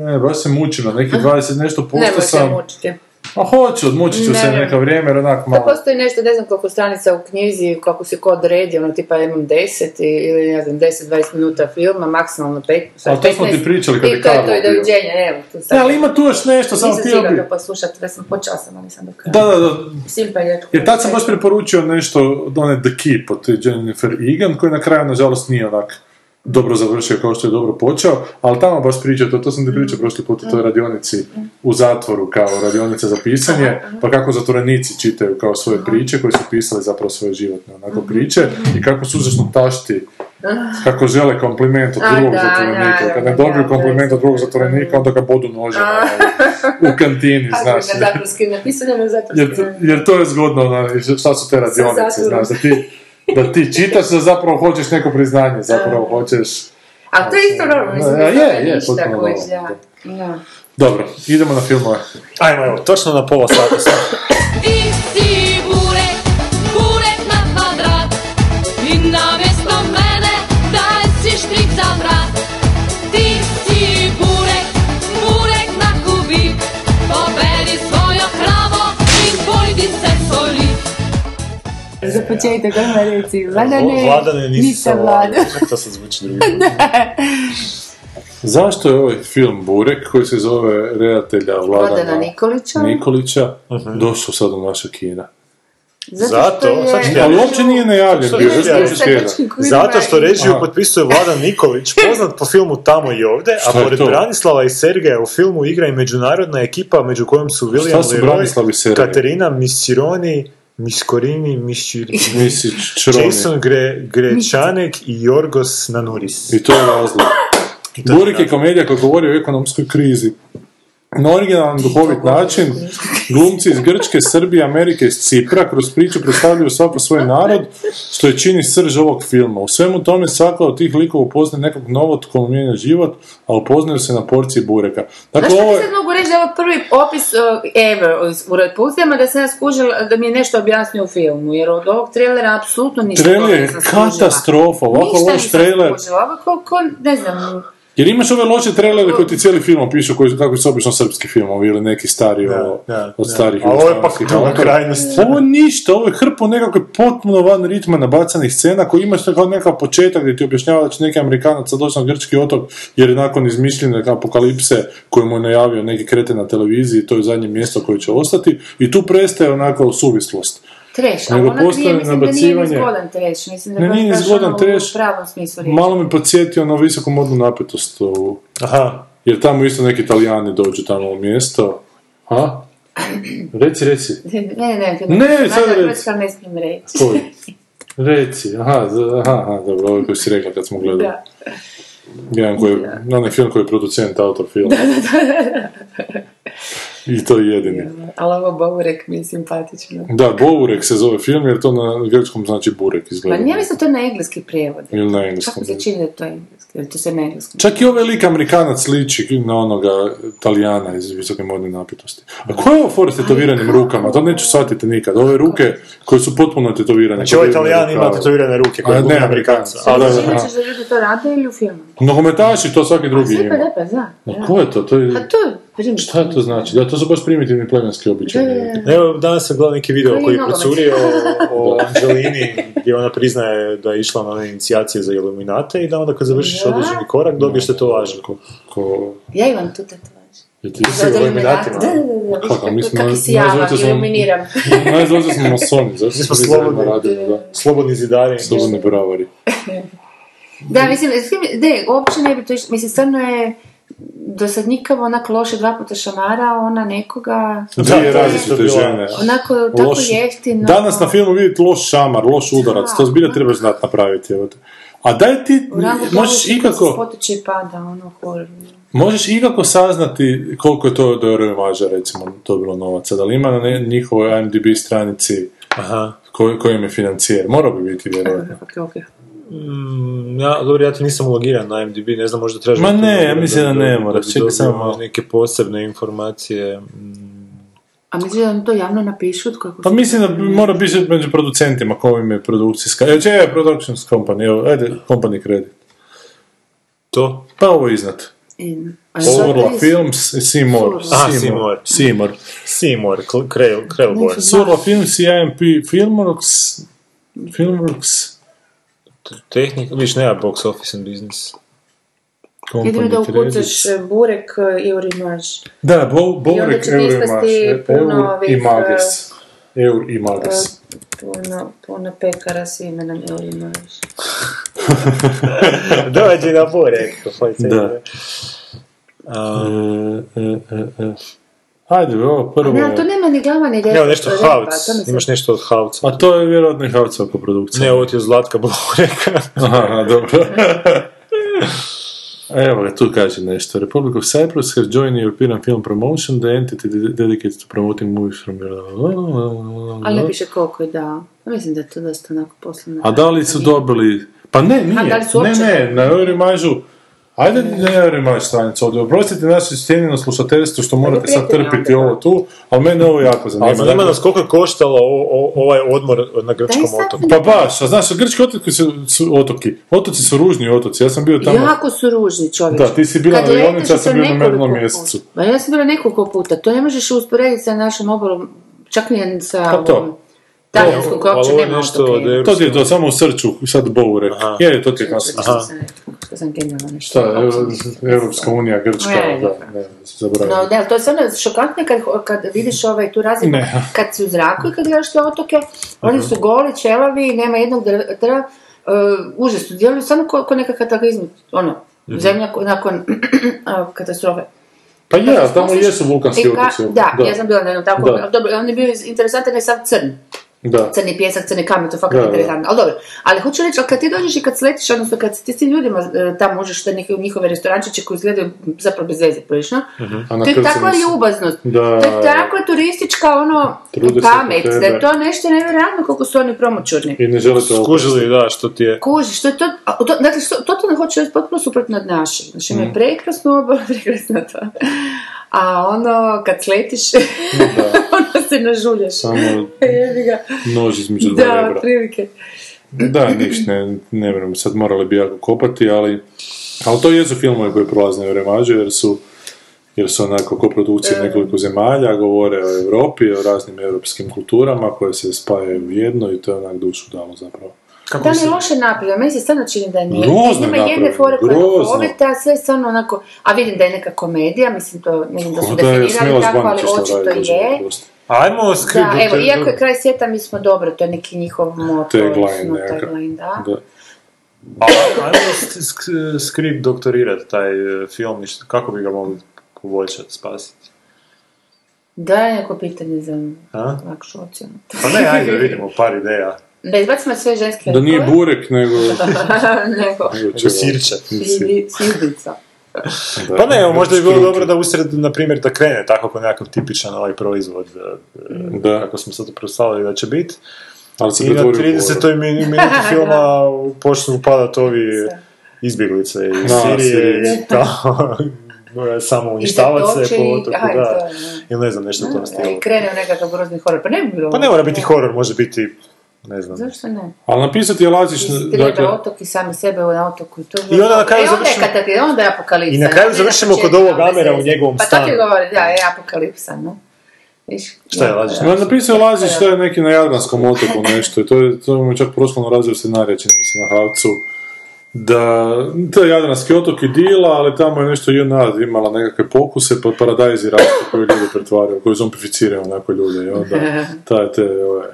[SPEAKER 4] ne, baš se mučim na neki 20 nešto posto
[SPEAKER 5] Ne može se
[SPEAKER 4] sam.
[SPEAKER 5] mučiti.
[SPEAKER 4] A hoću, odmučit ću se
[SPEAKER 5] Ne.
[SPEAKER 4] neko vrijeme, jer onak
[SPEAKER 5] Pa
[SPEAKER 4] malo.
[SPEAKER 5] postoji nešto, ne znam koliko stranica u knjizi, kako se ko odredi, ono tipa ja imam 10 i- ili ne znam 10-20 minuta filma, maksimalno 5,
[SPEAKER 4] Ali to smo ti pričali kad je
[SPEAKER 5] I to je to,
[SPEAKER 4] Karlo
[SPEAKER 5] i
[SPEAKER 4] bio.
[SPEAKER 5] doviđenja, evo. Tu sad.
[SPEAKER 4] Ne, ali ima tu još nešto, samo
[SPEAKER 5] Nisam
[SPEAKER 4] htio
[SPEAKER 5] stigla
[SPEAKER 4] bi...
[SPEAKER 5] ga poslušati, već sam počela sam, ali nisam do kraja.
[SPEAKER 4] Da, da, da,
[SPEAKER 5] Simpa je rekao.
[SPEAKER 4] Jer tad sam baš preporučio nešto od one The Keep od Jennifer Egan, koji na kraju, nažalost, nije onak dobro završio kao što je dobro počeo, ali tamo baš pričao, to, to sam ti
[SPEAKER 5] Mm.
[SPEAKER 4] pričao prošli put u toj radionici u zatvoru kao radionica za pisanje, pa kako zatvorenici
[SPEAKER 5] Mhm.
[SPEAKER 4] čitaju kao svoje priče koje su pisali zapravo svoje životne onako priče i kako su užasno tašti kako žele kompliment od
[SPEAKER 5] A,
[SPEAKER 4] drugog
[SPEAKER 5] Ah. da,
[SPEAKER 4] zatvorenika. Kad ne
[SPEAKER 5] naravno,
[SPEAKER 4] dobiju
[SPEAKER 5] da,
[SPEAKER 4] kompliment
[SPEAKER 5] da,
[SPEAKER 4] od drugog
[SPEAKER 5] da. Ah.
[SPEAKER 4] zatvorenika, onda ga bodu nožem ovaj,
[SPEAKER 5] A.
[SPEAKER 4] u kantini, znaš.
[SPEAKER 5] na zatvorskim, napisano je na
[SPEAKER 4] Jer,
[SPEAKER 5] zatvorskim.
[SPEAKER 4] jer to je zgodno, ono, i šta su te radionice,
[SPEAKER 5] zatvorom.
[SPEAKER 4] znaš, da ti, da ti čitaš, da zapravo hoćeš neko priznanje, zapravo hoćeš... E,
[SPEAKER 5] A to je isto normalno, mislim,
[SPEAKER 4] Je,
[SPEAKER 5] je,
[SPEAKER 4] je,
[SPEAKER 5] je, ništa
[SPEAKER 4] potpuno
[SPEAKER 5] kuć, da.
[SPEAKER 4] normalno.
[SPEAKER 5] Da.
[SPEAKER 4] Dobro, idemo na filmove.
[SPEAKER 6] Ajmo, evo, točno na pola sata sam.
[SPEAKER 7] Ti si burek, burek na kvadrat I namesto mene daj si štrik za vrat Ti si burek, burek na kubik Poberi svojo kravo in pojdi se soli
[SPEAKER 5] Za početak, odmah reci, vladane,
[SPEAKER 6] Vladane nisi sa
[SPEAKER 5] nisam vlada.
[SPEAKER 6] vladane. To sad zvuči drugi.
[SPEAKER 4] Zašto je ovaj film Burek, koji se zove redatelja Vladana,
[SPEAKER 5] Vladana Nikolića.
[SPEAKER 4] Nikolića,
[SPEAKER 6] Mhm.
[SPEAKER 4] došao sad u naše kina?
[SPEAKER 5] Zato,
[SPEAKER 6] Zato, sad
[SPEAKER 5] što je...
[SPEAKER 6] ću ja
[SPEAKER 4] Ali
[SPEAKER 6] reći-
[SPEAKER 4] uopće nije najavljen
[SPEAKER 6] Što
[SPEAKER 4] bio,
[SPEAKER 6] je
[SPEAKER 4] zašto
[SPEAKER 6] najavljen?
[SPEAKER 4] je uopće slijeda?
[SPEAKER 5] Znači,
[SPEAKER 6] Zato što režiju
[SPEAKER 4] Aha.
[SPEAKER 6] potpisuje Vladan Nikolić, poznat po filmu Tamo i ovdje,
[SPEAKER 4] Šta
[SPEAKER 6] a
[SPEAKER 4] je
[SPEAKER 6] pored
[SPEAKER 4] to?
[SPEAKER 6] Branislava i Sergeja u filmu igra i međunarodna ekipa među kojom su William
[SPEAKER 4] su Branislav i
[SPEAKER 6] Leroy,
[SPEAKER 4] Sergej?
[SPEAKER 6] Katerina Misironi, Miskorini, Misčiri,
[SPEAKER 4] Nisi čroni.
[SPEAKER 6] Jason Gre, Grečanek i Jorgos Nanuris.
[SPEAKER 4] I to je razlog. Burek je komedija koja govori o ekonomskoj krizi. Na originalan duhovit način, glumci iz Grčke, Srbije, Amerike, iz Cipra kroz priču predstavljaju svako svoj narod, što je čini srž ovog filma. U svemu tome svaka od tih likova upoznaje nekog novog tko mu mijenja život, a upoznaju se na porciji bureka. Dakle,
[SPEAKER 5] Znaš što
[SPEAKER 4] ovo
[SPEAKER 5] mi
[SPEAKER 4] je...
[SPEAKER 5] sad mogu reći da je ovo prvi opis uh, ever iz- u Radpulsijama, da sam ja skužila da mi je nešto objasnio u filmu, jer od ovog trailera apsolutno ništa
[SPEAKER 4] Trailer je
[SPEAKER 5] nisam skužila.
[SPEAKER 4] katastrofa, ovako
[SPEAKER 5] Ništa
[SPEAKER 4] loš
[SPEAKER 5] nisam
[SPEAKER 4] trailer.
[SPEAKER 5] skužila, ovo je ko, ko, ne znam,
[SPEAKER 4] Jer imaš ove loše trailere koji ti cijeli film opišu, koji, kako su obično srpski filmovi ili neki stari o-
[SPEAKER 6] da,
[SPEAKER 4] od
[SPEAKER 6] da.
[SPEAKER 4] starih
[SPEAKER 6] A ovo je
[SPEAKER 4] jugoslavenskih
[SPEAKER 6] pak druga
[SPEAKER 4] autora.
[SPEAKER 6] krajnost.
[SPEAKER 4] Ovo je ništa, ovo je hrpu nekakve potpuno van ritma nabacanih scena koji imaš kao nekakav početak gdje ti objašnjava da će neki Amerikanac sad doći na grčki otok jer je nakon izmišljene apokalipse koju mu je najavio neki kreten na televiziji, to je zadnje mjesto koje će ostati i tu prestaje onako suvislost.
[SPEAKER 5] treš, ali
[SPEAKER 4] Nego
[SPEAKER 5] ona prije
[SPEAKER 4] postoji
[SPEAKER 5] mislim da nije ni
[SPEAKER 4] nabacivanje.
[SPEAKER 5] zgodan treš, mislim da
[SPEAKER 4] Ne,
[SPEAKER 5] baš
[SPEAKER 4] nije ni
[SPEAKER 5] baš
[SPEAKER 4] zgodan
[SPEAKER 5] ono
[SPEAKER 4] trash.
[SPEAKER 5] u pravom smislu riječi.
[SPEAKER 4] Malo me podsjetio na ono visoku modnu napetost u
[SPEAKER 6] Aha.
[SPEAKER 4] Jer tamo isto neki italijani dođu tamo u mjesto. A? Reci, reci.
[SPEAKER 5] Ne, ne, ne,
[SPEAKER 4] Ne,
[SPEAKER 5] Valjda
[SPEAKER 4] sad reci.
[SPEAKER 5] Hrvatska ne smijem reći.
[SPEAKER 4] Koji? Reci, aha, z- aha, aha, dobro, ovo koji si rekla kad smo gledali.
[SPEAKER 5] Da.
[SPEAKER 4] Jedan koji, je, onaj film koji je producent, autor filma. I to je jedini.
[SPEAKER 5] Ali ovo Bourek mi je simpatično.
[SPEAKER 4] Da, Bourek se zove film jer to na grčkom znači burek
[SPEAKER 5] Pa
[SPEAKER 4] izgleda.
[SPEAKER 5] nije mislim to na engleski prijevod.
[SPEAKER 4] Ili na engleskom.
[SPEAKER 5] Kako se čini da je to engleski? Ili to se na engleskom?
[SPEAKER 4] Čak i ovaj lik Amerikanac liči na onoga Talijana iz visoke modne napetosti. A ko je ovo for s tetoviranim rukama? To neću shvatiti nikad. Ove ruke koje su potpuno tetovirane.
[SPEAKER 6] Znači ovaj
[SPEAKER 4] koje vjerujem
[SPEAKER 6] italijan
[SPEAKER 4] da je
[SPEAKER 6] ima
[SPEAKER 4] pravo.
[SPEAKER 6] tetovirane ruke
[SPEAKER 4] A,
[SPEAKER 6] koje
[SPEAKER 4] ne,
[SPEAKER 6] glumi Amerikanca.
[SPEAKER 4] Amerikanca.
[SPEAKER 6] A,
[SPEAKER 4] Da,
[SPEAKER 6] da, da.
[SPEAKER 4] da.
[SPEAKER 5] Čini će da ljudi to rade ili u filmu?
[SPEAKER 4] Nogometaši to svaki drugi
[SPEAKER 5] Sve
[SPEAKER 4] ima.
[SPEAKER 5] pa da, pa zna.
[SPEAKER 4] Ma ko je to? to
[SPEAKER 5] Pa
[SPEAKER 4] je...
[SPEAKER 5] to je rimski.
[SPEAKER 4] Šta to znači? Da, to su baš primitivni plemenski običaji.
[SPEAKER 5] Da, da, da.
[SPEAKER 6] Evo, danas sam gledao neki video
[SPEAKER 5] Koji je
[SPEAKER 6] koji je
[SPEAKER 5] nogomet.
[SPEAKER 6] procurio o, o Angelini, gdje ona priznaje da je išla na one inicijacije za iluminate i da onda kad završiš
[SPEAKER 5] Da.
[SPEAKER 6] određeni korak dobiješ se to
[SPEAKER 4] Ko, ko...
[SPEAKER 5] Ja imam tu tatuaž.
[SPEAKER 4] Je ti
[SPEAKER 6] u Illuminatima?
[SPEAKER 5] Da, da, da. da.
[SPEAKER 4] Kako, mi smo-
[SPEAKER 5] Kako si
[SPEAKER 4] nas
[SPEAKER 5] javan,
[SPEAKER 4] dvojica smo-
[SPEAKER 5] iluminiram.
[SPEAKER 4] Najzvađe smo masoni, zašto
[SPEAKER 6] Mi
[SPEAKER 4] smo
[SPEAKER 6] smo
[SPEAKER 4] slobodno
[SPEAKER 6] slobodni.
[SPEAKER 4] radili, da.
[SPEAKER 6] Slobodni zidari.
[SPEAKER 4] Slobodni bravari.
[SPEAKER 5] Da, mislim, film- ne, uopće ne bi to išlo. Mislim, stvarno je dosadnjikavo, onako loše dva puta šamara, ona nekoga,
[SPEAKER 4] Dvije
[SPEAKER 6] to je isto
[SPEAKER 4] različite
[SPEAKER 6] bila-
[SPEAKER 4] žene.
[SPEAKER 5] onako tako
[SPEAKER 4] Loš-
[SPEAKER 5] jeftino.
[SPEAKER 4] Danas na filmu vidjeti loš šamar, loš udarac, to zbilja trebaš znat napraviti. evo te. A daj ti,
[SPEAKER 5] U rangu
[SPEAKER 4] možeš
[SPEAKER 5] Božića kad se
[SPEAKER 4] ikako,
[SPEAKER 5] spotiče i pada, ono, horor.
[SPEAKER 4] možeš ikako saznati koliko je to od Euro Maža, recimo, dobilo novaca. Da li ima na ne- njihovoj IMDb stranici
[SPEAKER 6] Aha.
[SPEAKER 4] ko- kojim je financijer? Morao bi biti, vjerojatno.
[SPEAKER 5] Kako je okej.
[SPEAKER 6] Mm, ja, dobro, ja to nisam logiran na IMDb, ne znam, možda tražim...
[SPEAKER 4] Ma
[SPEAKER 6] da to
[SPEAKER 4] ne, ja
[SPEAKER 6] logiram,
[SPEAKER 4] mislim da ne moraš,
[SPEAKER 6] bi
[SPEAKER 4] čekaj
[SPEAKER 6] dobio
[SPEAKER 4] samo malo.
[SPEAKER 6] Neke posebne informacije. mm.
[SPEAKER 5] A mislim da nam to javno napišu, tko je
[SPEAKER 4] Pa mislim
[SPEAKER 5] Mm.
[SPEAKER 4] da bi- mora biti među producentima kojim je produkcijska. Evo, čekaj, productions company, evo, ajde, company credit.
[SPEAKER 6] To?
[SPEAKER 4] Pa ovo je iznad.
[SPEAKER 5] in.
[SPEAKER 4] Surla Films i Seymour.
[SPEAKER 6] A,
[SPEAKER 4] Seymour.
[SPEAKER 6] Seymour.
[SPEAKER 4] Seymour.
[SPEAKER 6] Seymour, Cl- Crel- Crelborn.
[SPEAKER 5] Znači,
[SPEAKER 4] Surla Films i IMP Filmworks. Filmworks.
[SPEAKER 6] Tehnik, viš, nema box office and business.
[SPEAKER 5] Jedino
[SPEAKER 4] Company
[SPEAKER 5] da
[SPEAKER 4] Credit.
[SPEAKER 5] ukucaš e, burek e, i urimaš.
[SPEAKER 4] Da, Bo, Bourek,
[SPEAKER 5] će ti
[SPEAKER 4] Eur i
[SPEAKER 5] ispasti
[SPEAKER 4] Maš. e,
[SPEAKER 5] puno
[SPEAKER 4] Eur i
[SPEAKER 5] ovih, e.
[SPEAKER 4] Magis. Eur i Magis.
[SPEAKER 5] Puno, puno pekara s imenom urimaš.
[SPEAKER 6] Dođi na bore, kako
[SPEAKER 4] Da. E, e, e, e.
[SPEAKER 3] Ajde, ovo prvo
[SPEAKER 5] Ne, ali to
[SPEAKER 3] je...
[SPEAKER 5] nema ni glava ni
[SPEAKER 4] Evo
[SPEAKER 5] repa.
[SPEAKER 4] nešto
[SPEAKER 5] repa,
[SPEAKER 4] Havc,
[SPEAKER 5] pa, to mi se-
[SPEAKER 4] imaš nešto od Havca.
[SPEAKER 3] A to je vjerojatno i Havca oko produkcije.
[SPEAKER 4] Ne, ovo ti je Zlatka Bohoreka.
[SPEAKER 3] Aha, dobro. Evo ga, tu kaže nešto. Republic of Cyprus has joined European Film Promotion, the entity dedicated to promoting movies from
[SPEAKER 5] Ali ne piše koliko je dao. Ja Mislim da je to dosta onako poslovno.
[SPEAKER 3] A da li su
[SPEAKER 5] Nije.
[SPEAKER 3] dobili... Pa ne, nije.
[SPEAKER 5] A da li su
[SPEAKER 3] ne,
[SPEAKER 5] uopće-
[SPEAKER 3] ne, na Eurimažu... Ajde na Eurimaž stranicu ovdje. Oprostite naše cijenjeno slušateljstvo što morate sad
[SPEAKER 5] prijetili
[SPEAKER 3] trpiti
[SPEAKER 5] onda, da.
[SPEAKER 3] ovo tu, ali mene ovo jako
[SPEAKER 4] Ali
[SPEAKER 3] zanima. Dakle,
[SPEAKER 4] zanima nas koliko je koštalo o- o- ovaj odmor na grčkom
[SPEAKER 5] Daj sad
[SPEAKER 4] otoku.
[SPEAKER 3] Pa baš, a znaš, grčki otoci su, su otoki. Otoci su ružni otoci, ja sam bio tamo...
[SPEAKER 5] Jako su ružni čovječ.
[SPEAKER 3] Da, ti si bila
[SPEAKER 5] Kad
[SPEAKER 3] na
[SPEAKER 5] letiš,
[SPEAKER 3] Jonici, ja sam
[SPEAKER 5] to
[SPEAKER 3] bio na
[SPEAKER 5] nekoliko
[SPEAKER 3] mednom
[SPEAKER 5] puta.
[SPEAKER 3] mjesecu.
[SPEAKER 5] Ma ja sam bila nekoliko puta. To ne možeš usporediti sa našom obalom, čak ni sa
[SPEAKER 3] Pa to.
[SPEAKER 5] ovom talijanskom koja uopće
[SPEAKER 4] Ali ovo
[SPEAKER 5] nema
[SPEAKER 4] nešto
[SPEAKER 5] otoke.
[SPEAKER 4] od
[SPEAKER 3] To ti je to samo u srcu, sad Bovu rekao.
[SPEAKER 4] Aha.
[SPEAKER 3] Je, to ti je nas...
[SPEAKER 5] Što sam rekla, što sam genijalna nešto.
[SPEAKER 3] Šta, Ev- Evropska unija, Grčka,
[SPEAKER 5] Ne,
[SPEAKER 3] da, ne, zaboravim.
[SPEAKER 5] No, da, to je stvarno šokantno kad, kad vidiš ovaj tu razliku,
[SPEAKER 3] Ne. Mhm.
[SPEAKER 5] kad si u zraku i kad gledaš te otoke, oni su goli, čelavi, nema jednog dr- drva, uh, užasno djeluju, samo ko, ko neka kataklizma, ono,
[SPEAKER 3] Mhm.
[SPEAKER 5] zemlja ko- nakon uh, katastrofe.
[SPEAKER 3] Pa je,
[SPEAKER 5] Kad
[SPEAKER 3] ali
[SPEAKER 5] se
[SPEAKER 3] tamo
[SPEAKER 5] spustiš
[SPEAKER 3] jesu vulkanski
[SPEAKER 5] i e, ka-
[SPEAKER 3] otoci. ono,
[SPEAKER 5] Da, ja sam bila na jednom takvom,
[SPEAKER 3] Da.
[SPEAKER 5] ali dobro, on je bio interesantan, jer je sav crn,
[SPEAKER 3] Da.
[SPEAKER 5] crni pjesak, crni kamen, to je fakat
[SPEAKER 3] Da, da.
[SPEAKER 5] interesantno, ali dobro. Ali hoću reći, ali kad ti dođeš i kad sletiš, odnosno kad ti s tim ljudima e, tamo možeš te neke njihove restorančiće koji izgledaju zapravo bez veze prilično,
[SPEAKER 3] A na
[SPEAKER 5] to je
[SPEAKER 3] krcu
[SPEAKER 5] takva
[SPEAKER 3] nisu.
[SPEAKER 5] ljubaznost,
[SPEAKER 3] Mhm. Da.
[SPEAKER 5] to je takva turistička ono
[SPEAKER 3] Trude se
[SPEAKER 5] pamet,
[SPEAKER 3] oko tebe.
[SPEAKER 5] da je to nešto nevjerojatno koliko su oni promočurni.
[SPEAKER 3] I ne želite ovo.
[SPEAKER 4] Skužili, da, što ti je.
[SPEAKER 5] Kuži, što je to, a, to dakle, što, totalno hoću reći potpuno suprotno od naših. Znači,
[SPEAKER 3] Mhm.
[SPEAKER 5] ima prekrasno obalo, prekrasno to. A ono, kad sletiš, ono se nažuljaš.
[SPEAKER 3] Samo
[SPEAKER 5] Jebi ga.
[SPEAKER 3] nož između dva
[SPEAKER 5] Da,
[SPEAKER 3] rebra.
[SPEAKER 5] otprilike.
[SPEAKER 3] Da, ništa, ne, ne vjerujem, sad morali bi jako kopati, ali... Ali to jesu filmovi koji prolaze na Euremađu, jer su jer su onako
[SPEAKER 5] E.
[SPEAKER 3] koprodukcije nekoliko zemalja, govore o Europi, o raznim europskim kulturama koje se spajaju u jedno i to je onak dušu dalo zapravo.
[SPEAKER 5] Da mi je loše napravljeno, meni se stvarno čini da nije.
[SPEAKER 3] Grozno je
[SPEAKER 5] Ima jedne
[SPEAKER 3] napravljeno,
[SPEAKER 5] fore koje
[SPEAKER 3] grozno.
[SPEAKER 5] poveta, sve je stvarno onako, a vidim da je neka komedija, mislim to, ne znam da su
[SPEAKER 3] Ko da je
[SPEAKER 5] definirali
[SPEAKER 3] Smila
[SPEAKER 5] tako, ali
[SPEAKER 3] Zvaničić to
[SPEAKER 5] očito
[SPEAKER 3] radi, Bože,
[SPEAKER 5] je.
[SPEAKER 3] oprosti.
[SPEAKER 4] Ajmo skrip.
[SPEAKER 5] Da, evo, iako je kraj svijeta, mi smo dobro, to je neki njihov moto.
[SPEAKER 3] Tagline
[SPEAKER 5] odnosno,
[SPEAKER 3] nekakav.
[SPEAKER 5] tagline, da.
[SPEAKER 3] Da.
[SPEAKER 4] Ajmo sk- sk- skript doktorirati taj e, film i što- kako bi ga mogli poboljšati, spasiti.
[SPEAKER 5] Da, je neko pitanje za
[SPEAKER 4] A?
[SPEAKER 5] lakšu ocjenu.
[SPEAKER 4] Pa ne, ajde da vidimo par ideja.
[SPEAKER 5] Da izbacimo sve ženske
[SPEAKER 3] Da nije
[SPEAKER 5] likove,
[SPEAKER 3] burek, nego...
[SPEAKER 5] nego
[SPEAKER 3] nego
[SPEAKER 4] Nego
[SPEAKER 3] čega.
[SPEAKER 4] Sirče.
[SPEAKER 5] sidi- sidica.
[SPEAKER 3] Da.
[SPEAKER 4] Pa ne, evo, možda bi bilo
[SPEAKER 3] Škrinke.
[SPEAKER 4] dobro da usred, na primjer, da krene tako kao nekakav tipičan ovaj proizvod, e,
[SPEAKER 5] Mm.
[SPEAKER 3] Da.
[SPEAKER 4] kako smo sad predstavili da će biti.
[SPEAKER 3] Ali se
[SPEAKER 4] I na
[SPEAKER 3] pretvorio u govor.
[SPEAKER 4] 30. min- minuti filma počnu upadati ovi izbjeglice iz
[SPEAKER 3] Da,
[SPEAKER 4] Sirije
[SPEAKER 3] Sirije.
[SPEAKER 4] i tamo samo uništavati se po otoku,
[SPEAKER 5] Aj,
[SPEAKER 4] da.
[SPEAKER 5] to, da.
[SPEAKER 4] Ili ne znam, nešto u tom stilu.
[SPEAKER 5] I krene u nekakav grozni horor, pa ne bi bilo...
[SPEAKER 4] Pa ne mora biti horor, može biti, ne znam.
[SPEAKER 5] Zašto ne?
[SPEAKER 3] Ali napisati je laziš,
[SPEAKER 5] Istrida
[SPEAKER 3] dakle,
[SPEAKER 5] otok i sami sebe na otoku. I, to je
[SPEAKER 4] I onda na kraju
[SPEAKER 5] e, onda je
[SPEAKER 4] završimo-
[SPEAKER 5] katak- onda je apokalipsa.
[SPEAKER 4] I na kraju
[SPEAKER 5] Ne,
[SPEAKER 4] završimo kod
[SPEAKER 5] čekaj,
[SPEAKER 4] ovog
[SPEAKER 5] onda se-
[SPEAKER 4] Amera u njegovom
[SPEAKER 5] Pa to ti
[SPEAKER 4] stanu.
[SPEAKER 5] govori, da, je apokalipsa, no. Viš,
[SPEAKER 4] Šta je
[SPEAKER 5] ja,
[SPEAKER 4] lažiš?
[SPEAKER 3] Ma napisao je Lazić to je neki na Jadranskom otoku nešto i to je, to je čak prošlo na razvoju scenarija, čini mi se, na Havcu. Da, to je Jadranski otok i Dila, ali tamo je nešto JNA imala nekakve pokuse pod paradajzi rastu koji ljudi pretvaraju, koji zombificiraju onako ljude i onda taj te, ove,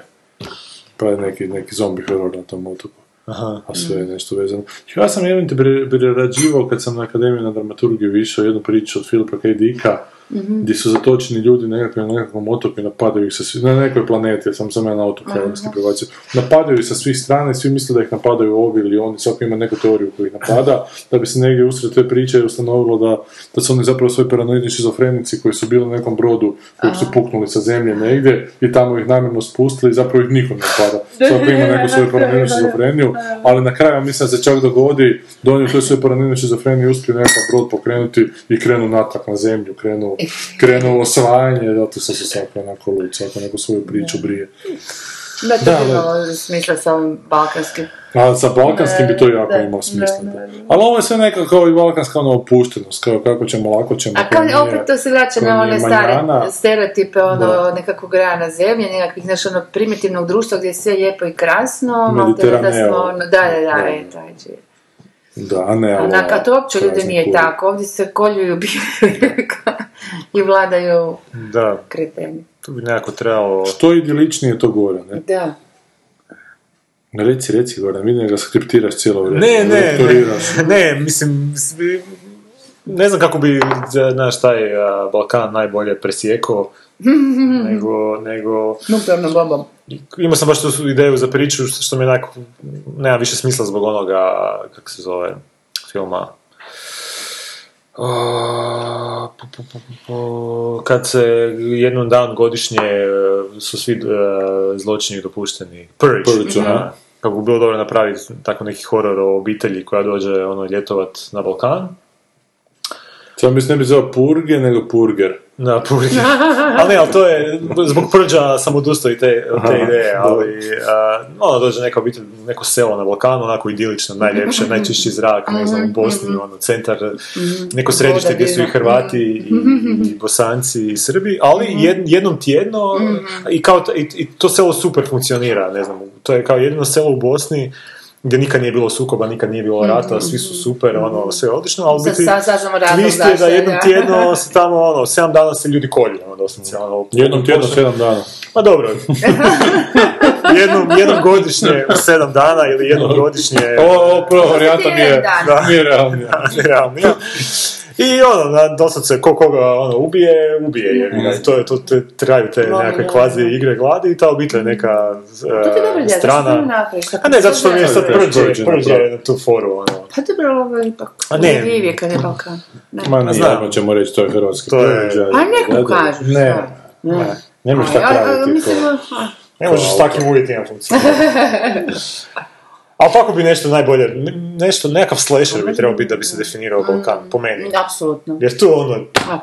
[SPEAKER 3] pa je neki, neki zombi horor na tom otoku.
[SPEAKER 4] Aha.
[SPEAKER 3] A sve je nešto vezano. Ja sam jedan te pre- prerađivao kad sam na Akademiji na dramaturgiju išao jednu priču od Filipa K. Dicka, gdje su zatočeni ljudi nekakvi na nekakvom otoku i napadaju ih sa svih, na nekoj planeti, ja sam sam ja na otoku jadranski prebacio, napadaju ih sa svih strana i svi misle da ih napadaju ovi ili oni, svako ima neku teoriju koju ih napada, da bi se negdje usred te priče ustanovilo da, da su oni zapravo svoji paranoidni šizofrenici koji su bili na nekom brodu kojeg su puknuli sa zemlje negdje i tamo ih namjerno spustili i zapravo ih niko ne napada. Svako ima neku svoju paranoidnu šizofreniju, ali na kraju mislim da se čak dogodi da oni u toj svojoj paranoidnoj šizofreniji uspiju nekakav brod pokrenuti i krenu natak na zemlju, krenu, krenu u osvajanje, zato što se svako onako lud, svako neku svoju priču brije.
[SPEAKER 5] Da, to
[SPEAKER 3] Da,
[SPEAKER 5] bi imalo smisla sa ovim balkanskim.
[SPEAKER 3] A sa balkanskim bi to jako
[SPEAKER 5] Da,
[SPEAKER 3] imalo smisla.
[SPEAKER 5] da,
[SPEAKER 3] da. Ali ovo je sve neka kao i balkanska ono opuštenost, kao kako ćemo, lako ćemo.
[SPEAKER 5] A
[SPEAKER 3] kao
[SPEAKER 5] kao,
[SPEAKER 3] nije-
[SPEAKER 5] opet to se vraća
[SPEAKER 3] to
[SPEAKER 5] na
[SPEAKER 3] nije
[SPEAKER 5] one stare
[SPEAKER 3] manjana.
[SPEAKER 5] stereotipe, ono,
[SPEAKER 3] Da.
[SPEAKER 5] nekakvog graja na zemlji, nekakvih, znaš, ono, primitivnog društva gdje je sve lijepo i krasno, malo te da smo,
[SPEAKER 3] Mediteraneo.
[SPEAKER 5] ono, da, da, da,
[SPEAKER 3] Da.
[SPEAKER 5] e, taj život.
[SPEAKER 3] Da, a ne, ovo...
[SPEAKER 5] Onak, a to uopće ljudi
[SPEAKER 3] prazne
[SPEAKER 5] nije
[SPEAKER 3] kule.
[SPEAKER 5] tako, ovdje se kolju i ubijaju i vladaju
[SPEAKER 4] Da,
[SPEAKER 5] kreteni.
[SPEAKER 4] tu bi nekako trebalo...
[SPEAKER 3] Što idiličnije to gore, ne?
[SPEAKER 5] Da.
[SPEAKER 3] Reci, reci gore, vidim da ga skriptiraš cijelo vrijeme.
[SPEAKER 4] Ne, ne,
[SPEAKER 3] lektoriraš.
[SPEAKER 4] ne, ne, mislim, s-
[SPEAKER 6] ne znam kako bi, znaš, taj a, Balkan najbolje presjekao, nego, nego,
[SPEAKER 5] Nuklearnom bombom.
[SPEAKER 6] imao sam baš tu su- ideju za priču, što mi onako, nema više smisla zbog onoga, kako se zove, filma, A, pu, pu, pu, pu, pu, kad se jednom dan godišnje e, su svi e, zločini dopušteni. Purge.
[SPEAKER 3] Purge,
[SPEAKER 6] da.
[SPEAKER 3] aha.
[SPEAKER 6] Kako bi bilo dobro napraviti tako neki horor o obitelji koja dođe ono ljetovat na Balkan.
[SPEAKER 3] Samo bi se ne bi zvao Purge, nego Purger.
[SPEAKER 6] Na publike. ali ne, ali to je, zbog prđa sam odustao i te, od te ideje, ali a, ono dođe neka obitelj, neko selo na Balkanu, onako idilično, najljepše, najčišći zrak, ne
[SPEAKER 5] Mhm,
[SPEAKER 6] znam, u Bosni, ono, centar, neko središte gdje su i
[SPEAKER 5] divna. Mhm.
[SPEAKER 6] Hrvati i, i Bosanci i Srbi, ali jed- jednom tjedno
[SPEAKER 5] Mhm.
[SPEAKER 6] i, kao, t- i, i to selo super funkcionira, ne znam, to je kao jedino selo u Bosni gdje nikad nije bilo sukoba, nikad nije bilo rata, svi su super, ono, sve je odlično, ali u
[SPEAKER 5] Mhm. Sa-
[SPEAKER 6] biti
[SPEAKER 5] sa- saznamo razlog
[SPEAKER 6] twist je
[SPEAKER 5] zašto,
[SPEAKER 6] da jednom
[SPEAKER 5] da.
[SPEAKER 6] tjedno se tamo, ono, 7 dana se ljudi kolju, ono, doslovce, ono,
[SPEAKER 3] Jednom tjedno,
[SPEAKER 6] počne-
[SPEAKER 3] sedam dana.
[SPEAKER 6] Pa dobro. jednom, jednom godišnje, u 7 dana ili jednom godišnje,
[SPEAKER 3] O, o, prva varijanta mi je,
[SPEAKER 5] Jedan
[SPEAKER 6] dan.
[SPEAKER 3] mi je realnija.
[SPEAKER 6] realnije. I ono, na, dosad se ko koga ono, ubije, ubije je. To je, to te, traju te
[SPEAKER 5] Volim,
[SPEAKER 6] nekakve
[SPEAKER 5] volim.
[SPEAKER 6] kvazi igre gladi i ta obitelj je neka
[SPEAKER 5] Pa
[SPEAKER 6] e,
[SPEAKER 5] To ti je dobro ideja, zašto to ne
[SPEAKER 6] strana.
[SPEAKER 5] napraviš?
[SPEAKER 6] A ne, zato što mi je E, sad
[SPEAKER 3] Prđe,
[SPEAKER 6] prđe, prđe
[SPEAKER 3] napravo.
[SPEAKER 6] na tu foru, ono.
[SPEAKER 5] Pa dobro, ovo je ipak
[SPEAKER 6] A ne.
[SPEAKER 5] zanimljivije kad je Balkan. Ne.
[SPEAKER 3] Ma ne,
[SPEAKER 6] Znam.
[SPEAKER 3] znam, Pa ćemo reći, to je hrvatski
[SPEAKER 6] To je-
[SPEAKER 3] Purge,
[SPEAKER 5] A nek mu
[SPEAKER 3] ajde.
[SPEAKER 5] kažu,
[SPEAKER 3] Ne,
[SPEAKER 5] šta?
[SPEAKER 3] ne, nema šta
[SPEAKER 5] A- a- a,
[SPEAKER 3] praviti.
[SPEAKER 5] mislim,
[SPEAKER 3] to.
[SPEAKER 5] a-
[SPEAKER 6] Ne možeš s takvim uvjetima funkcionirati. Ali kako bi nešto najbolje, ne- nešto, nekakav slasher bi trebao biti da bi se definirao Balkan, po meni.
[SPEAKER 5] Apsolutno.
[SPEAKER 6] Jer tu ono,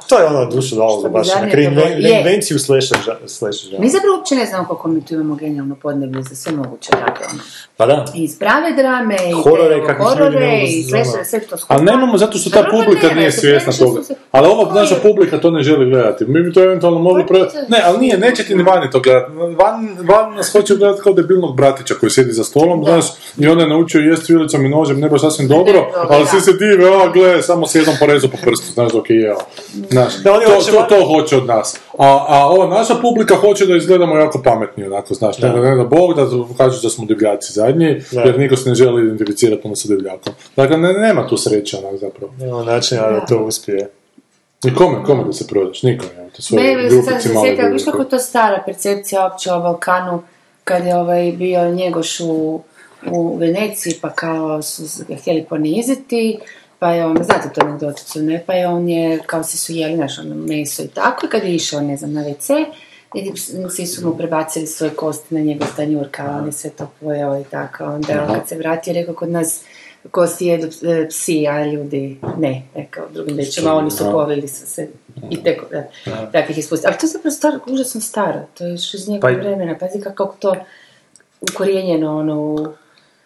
[SPEAKER 6] to je ono dušu dalo
[SPEAKER 5] Mm. Što
[SPEAKER 6] baš, ono,
[SPEAKER 5] bizarnije
[SPEAKER 6] neka
[SPEAKER 5] to bilo.
[SPEAKER 6] inven-
[SPEAKER 5] Je.
[SPEAKER 6] invenciju slasher, ža- slasher žanra.
[SPEAKER 5] Mi zapravo uopće ne znamo koliko mi tu imamo genijalno podneblje za sve moguće takve ono.
[SPEAKER 6] Pa da.
[SPEAKER 5] I iz prave drame, i
[SPEAKER 6] Horore,
[SPEAKER 5] te,
[SPEAKER 6] kakvih ljudi
[SPEAKER 5] horore,
[SPEAKER 6] nemamo
[SPEAKER 5] i
[SPEAKER 6] za-
[SPEAKER 5] slasher, sve to skupa.
[SPEAKER 3] Ali nemamo zato što ta
[SPEAKER 5] Dobro,
[SPEAKER 3] publika
[SPEAKER 5] ne,
[SPEAKER 3] nije
[SPEAKER 5] zato
[SPEAKER 3] svjesna
[SPEAKER 5] previše
[SPEAKER 3] toga.
[SPEAKER 5] su znači se-
[SPEAKER 3] Ali ova naša
[SPEAKER 5] Koji?
[SPEAKER 3] publika to ne želi gledati. Mi bi to eventualno mogli
[SPEAKER 5] Pa,
[SPEAKER 3] pre...
[SPEAKER 5] to-
[SPEAKER 3] Ne, ali nije, neće ti ni vani to gledati. Van, van nas hoće gledati kao debilnog bratića koji sjedi za stolom, znaš, i onda je naučio jesti vilicom i nožem, ne baš sasvim dobro,
[SPEAKER 5] dobro,
[SPEAKER 3] ali
[SPEAKER 5] da.
[SPEAKER 3] svi se dive, a gle, samo se jednom porezu po prstu, znaš, dok je jeo. Znaš,
[SPEAKER 6] Da, oni
[SPEAKER 3] to,
[SPEAKER 6] hoće
[SPEAKER 3] to,
[SPEAKER 6] van-
[SPEAKER 3] to hoće od nas. A, a ova naša publika hoće da izgledamo jako pametni, onako, znaš, ne, ne, da Bog da kažu da smo divljaci zadnji,
[SPEAKER 6] Da.
[SPEAKER 3] jer niko se ne želi identificirati ono sa divljakom. Dakle, ne- nema tu sreće, onak, zapravo.
[SPEAKER 6] Nema načina da to uspije.
[SPEAKER 3] I kome, kome da se prodaš? Nikome, evo, to svoje
[SPEAKER 5] Ne, nego sam sad
[SPEAKER 3] grupici
[SPEAKER 5] se
[SPEAKER 3] male
[SPEAKER 5] sjetila,
[SPEAKER 3] grupe.
[SPEAKER 5] viš kako je to stara percepcija opće o Balkanu, kad je ovaj bio Njegoš u, u Veneciji, pa kao su ga htjeli poniziti, pa je on, znate to anegdoticu, ne, pa je on je, kao si su jeli, znaš, ono, meso i tako, i kad je išao, ne znam, na WC, i svi su mu prebacili svoje kosti na njegov tanjur, kao on je sve to pojeo i tako, onda je on kad se vratio, rekao kod nas, kosti jedu e, psi, a ljudi ne, rekao drugim riječima, oni su
[SPEAKER 3] Aha.
[SPEAKER 5] poveli su se i teko, da, takvih iskustva. Ali to je zapravo staro, užasno staro, to je još iz
[SPEAKER 6] Pa
[SPEAKER 5] njegovog
[SPEAKER 6] i-
[SPEAKER 5] vremena, pazi kako to ukorijenjeno, ono, u-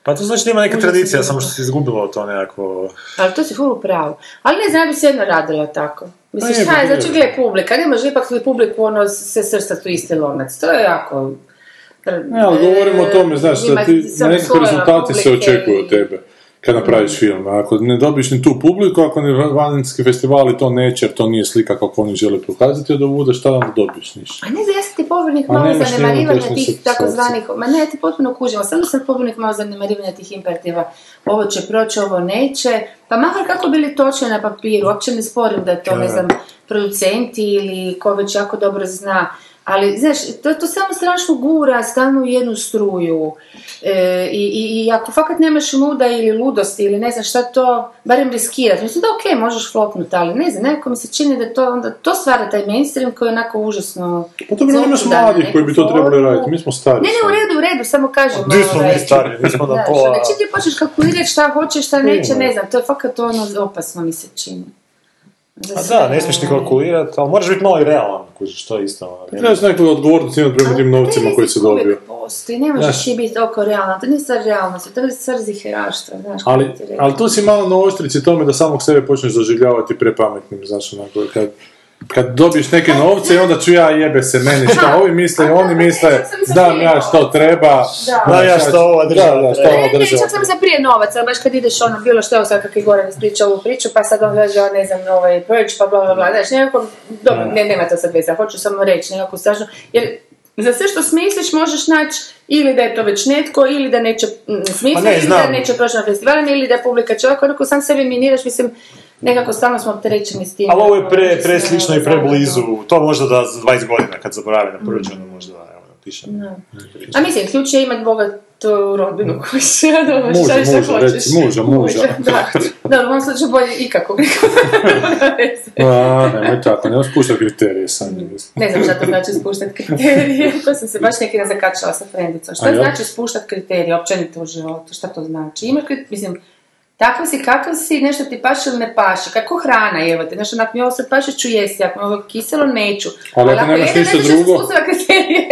[SPEAKER 6] Pa to znači da ima neka tradicija, samo što se izgubilo to nekako...
[SPEAKER 5] ali to si ful u pravu. Ali ne znam, ja bi se jedno radila tako. Mislim,
[SPEAKER 3] Pa je,
[SPEAKER 5] šta je,
[SPEAKER 3] pa je.
[SPEAKER 5] znači gle publika, ne može ipak tu publiku ono se srstati u isti lonac, to je jako...
[SPEAKER 3] Ne, ali govorimo o tome, znaš, da ti neki rezultati se očekuju od tebe kad napraviš film. Ako ne dobiš ni tu publiku, ako ne vanjski festivali to neće, jer to nije slika kako oni žele prokazati od ovuda, šta onda dobiš ništa.
[SPEAKER 5] A Pa ne znam, ja sam ti pobornik
[SPEAKER 3] A
[SPEAKER 5] malo
[SPEAKER 3] nemaš ni ono
[SPEAKER 5] zanemarivanja
[SPEAKER 3] unutrašnje
[SPEAKER 5] tih
[SPEAKER 3] supstanci.
[SPEAKER 5] takozvanih, ma ne, ja ti potpuno kužila, samo sam pobornik malo zanemarivanja tih imperativa. Ovo će proći, ovo neće, pa makar kako bili točni na papiru, uopće ne sporim da je to, ne znam, producenti ili ko već jako dobro zna, ali, znaš, to, to samo strašno gura, stalno u jednu struju E, i, i, i ako fakat nemaš muda ili ludosti ili ne znam šta to, barem riskirati. Mislim da okej, možeš flopnut, ali ne znam, nekako mi se čini da to onda, to stvara taj mainstream koji je onako užasno
[SPEAKER 3] Pa dobro, ali imaš
[SPEAKER 5] zakudan na
[SPEAKER 3] mladih koji bi to
[SPEAKER 5] neku
[SPEAKER 3] trebali
[SPEAKER 5] formu.
[SPEAKER 3] raditi, mi smo stari.
[SPEAKER 5] Ne, ne,
[SPEAKER 3] sad.
[SPEAKER 5] u redu, u redu, samo kažem.
[SPEAKER 6] Gdje smo
[SPEAKER 5] ovaj,
[SPEAKER 6] mi stari, mi smo na
[SPEAKER 5] znaš,
[SPEAKER 6] pola...
[SPEAKER 5] znači ti počneš kalkulirati šta hoće, šta neće,
[SPEAKER 6] Ima.
[SPEAKER 5] ne znam, to je fakat ono opasno mi se čini. Za
[SPEAKER 6] A
[SPEAKER 5] sve,
[SPEAKER 6] da, ne smiješ ti
[SPEAKER 5] ovaj.
[SPEAKER 6] kalkulirati, ali moraš biti malo i realan, kužiš, to je isto. ono, ne-
[SPEAKER 3] Trebaš neku odgovornost imati prema tim novcima
[SPEAKER 5] Taj
[SPEAKER 3] koji se
[SPEAKER 5] rizik uvijek
[SPEAKER 3] dobio.
[SPEAKER 5] Postoji, ne možeš
[SPEAKER 3] Znaš.
[SPEAKER 5] ti biti oko realna, to nije stvar realnosti, to je srzi heraštva, znaš. kako
[SPEAKER 3] Ali,
[SPEAKER 5] ti reći.
[SPEAKER 3] ali tu si malo na oštrici tome da samog sebe počneš doživljavati prepametnim, znaš, onako, kad, kad dobiješ
[SPEAKER 5] Pa,
[SPEAKER 3] neke novce i onda ću ja jebe se meni, šta ovi misle, oni misle,
[SPEAKER 5] Ja sam se
[SPEAKER 3] znam ja što treba,
[SPEAKER 5] Da.
[SPEAKER 6] Znam ja što ova država
[SPEAKER 3] da, da, što
[SPEAKER 6] treba.
[SPEAKER 3] ova
[SPEAKER 5] Ne, ne,
[SPEAKER 3] država
[SPEAKER 5] čak sam za prije novaca, ali baš kad ideš ono, bilo što, evo sad kak je Goran ispričao ovu priču, pa sad on veže, ne znam, ovaj Purge, pa bla bla bla, znaš, nekako, dobro, ne, nema to sad veza, hoću samo reći, nekako strašno, jer za sve što smisliš možeš naći ili da je to već netko, ili da neće mm, smisliti,
[SPEAKER 6] Pa ne,
[SPEAKER 5] ili da
[SPEAKER 6] znam.
[SPEAKER 5] neće proći na festivalima, ili da je publika će ovako, onako sam sebi miniraš, mislim, nekako stalno smo opterećeni s tim. Znači,
[SPEAKER 6] Ali ovo je pre, preslično i preblizu. To možda da za 20 godina kad zaboravi na prvi mm. možda evo, napiše.
[SPEAKER 5] Da. A mislim, ključ je imat bogatu rodbinu koji no, se ja, ono,
[SPEAKER 3] Muža,
[SPEAKER 5] šta, šta
[SPEAKER 3] muža,
[SPEAKER 5] hoćeš.
[SPEAKER 3] reci, muža, muža.
[SPEAKER 5] da. Dobro, u ovom slučaju bolje ikako. Nema veze.
[SPEAKER 3] A, nemoj tako, ne spuštaj kriterije sanje.
[SPEAKER 5] Ne znam šta to znači spuštat kriterije. To sam se baš neki dan zakačala sa frendicom. Šta
[SPEAKER 3] A ja? jel?
[SPEAKER 5] znači spuštat kriterije općenito u životu? Šta to znači? Imaš krit- mislim, takav si, kakav si, nešto ti paše ili ne paše. Kako hrana, evo te. Znači, ako mi ovo sad paše, ću jesti. Ako mi ovo kiselo, neću.
[SPEAKER 3] Ali ako nemaš
[SPEAKER 5] jedem,
[SPEAKER 3] ništa
[SPEAKER 5] znači ću
[SPEAKER 3] drugo?
[SPEAKER 5] spustila kriterije.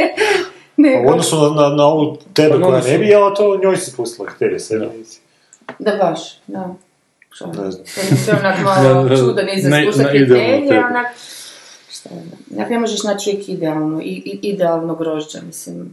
[SPEAKER 5] Ne,
[SPEAKER 6] U odnosu na, na, na ovu
[SPEAKER 3] Pa
[SPEAKER 6] tebe koja
[SPEAKER 3] odnosu-
[SPEAKER 6] ne bi jela, to njoj si pustila kriterije sebi.
[SPEAKER 5] da baš, da. Što?
[SPEAKER 6] Ne znam.
[SPEAKER 5] To je onak malo
[SPEAKER 3] Da, da,
[SPEAKER 5] čudan izraz,
[SPEAKER 3] ne-
[SPEAKER 5] spuštat
[SPEAKER 3] na idealnu
[SPEAKER 5] kriterije,
[SPEAKER 3] tebi.
[SPEAKER 5] onak... Šta je, ne možeš naći uvijek idealno, i, i, idealno grožđe, mislim.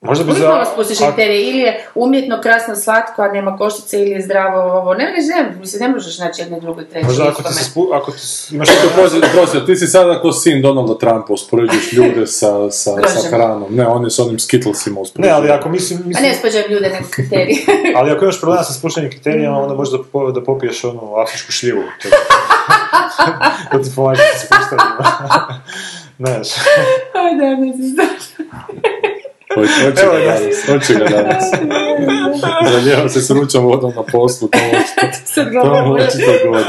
[SPEAKER 6] Možda bi
[SPEAKER 5] Uvijek
[SPEAKER 6] za...
[SPEAKER 5] malo spustiš
[SPEAKER 6] a-
[SPEAKER 5] kriterije, ili je umjetno krasno slatko, a nema koštice, ili je zdravo ovo. Ne, ne, ne, mislim, ne možeš naći jedno, drugo, treće.
[SPEAKER 3] Pa
[SPEAKER 6] Možda ako ti
[SPEAKER 5] istome.
[SPEAKER 6] se spu... Ako ti s- imaš...
[SPEAKER 3] To prosim, prosim, ti si sada ko sin Donalda Trumpa, uspoređuješ ljude sa, sa, sa
[SPEAKER 5] Kažem.
[SPEAKER 3] hranom. Ne, on je s onim Skittlesima
[SPEAKER 6] Ne,
[SPEAKER 3] uspoređuje.
[SPEAKER 6] ali ako mislim,
[SPEAKER 5] A
[SPEAKER 6] mislim
[SPEAKER 5] ne spađujem ljude, nego kriterije.
[SPEAKER 6] ali ako imaš problema sa spuštanjem kriterijama, onda možda po, da popiješ onu afričku šljivu. To- da ti pomaže sa spuštanjima. Znaš,
[SPEAKER 5] Aj, da, ne znam.
[SPEAKER 3] Hoće ga danas, hoće ga danas. Zaljeva se s ručom vodom na poslu, to očito,
[SPEAKER 5] Sad
[SPEAKER 3] to
[SPEAKER 5] govorim.
[SPEAKER 3] očito godi.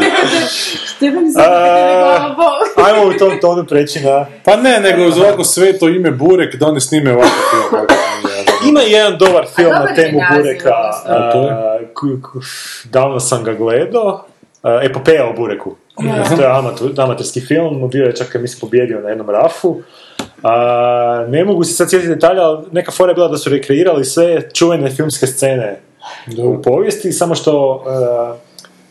[SPEAKER 5] Štefan, sad
[SPEAKER 6] A-
[SPEAKER 5] govorim.
[SPEAKER 6] ajmo u tom tonu preći na...
[SPEAKER 3] Pa ne, nego uz ovako sveto ime Burek da oni snime ovako film. kako se zove, ja znam.
[SPEAKER 6] Ima jedan dobar film
[SPEAKER 5] dobar
[SPEAKER 6] na
[SPEAKER 5] je
[SPEAKER 6] temu
[SPEAKER 5] naziv,
[SPEAKER 6] Bureka.
[SPEAKER 5] odnosno.
[SPEAKER 3] A to je?
[SPEAKER 6] a, k- k- davno sam ga gledao. a, Epopeja o Bureku. To je amatur- amaterski film, bio je čak, ja mislim, pobjedio na jednom rafu. A, ne mogu se sad sjetiti detalja, ali neka fora je bila da su rekreirali sve čuvene filmske scene u povijesti, samo što a,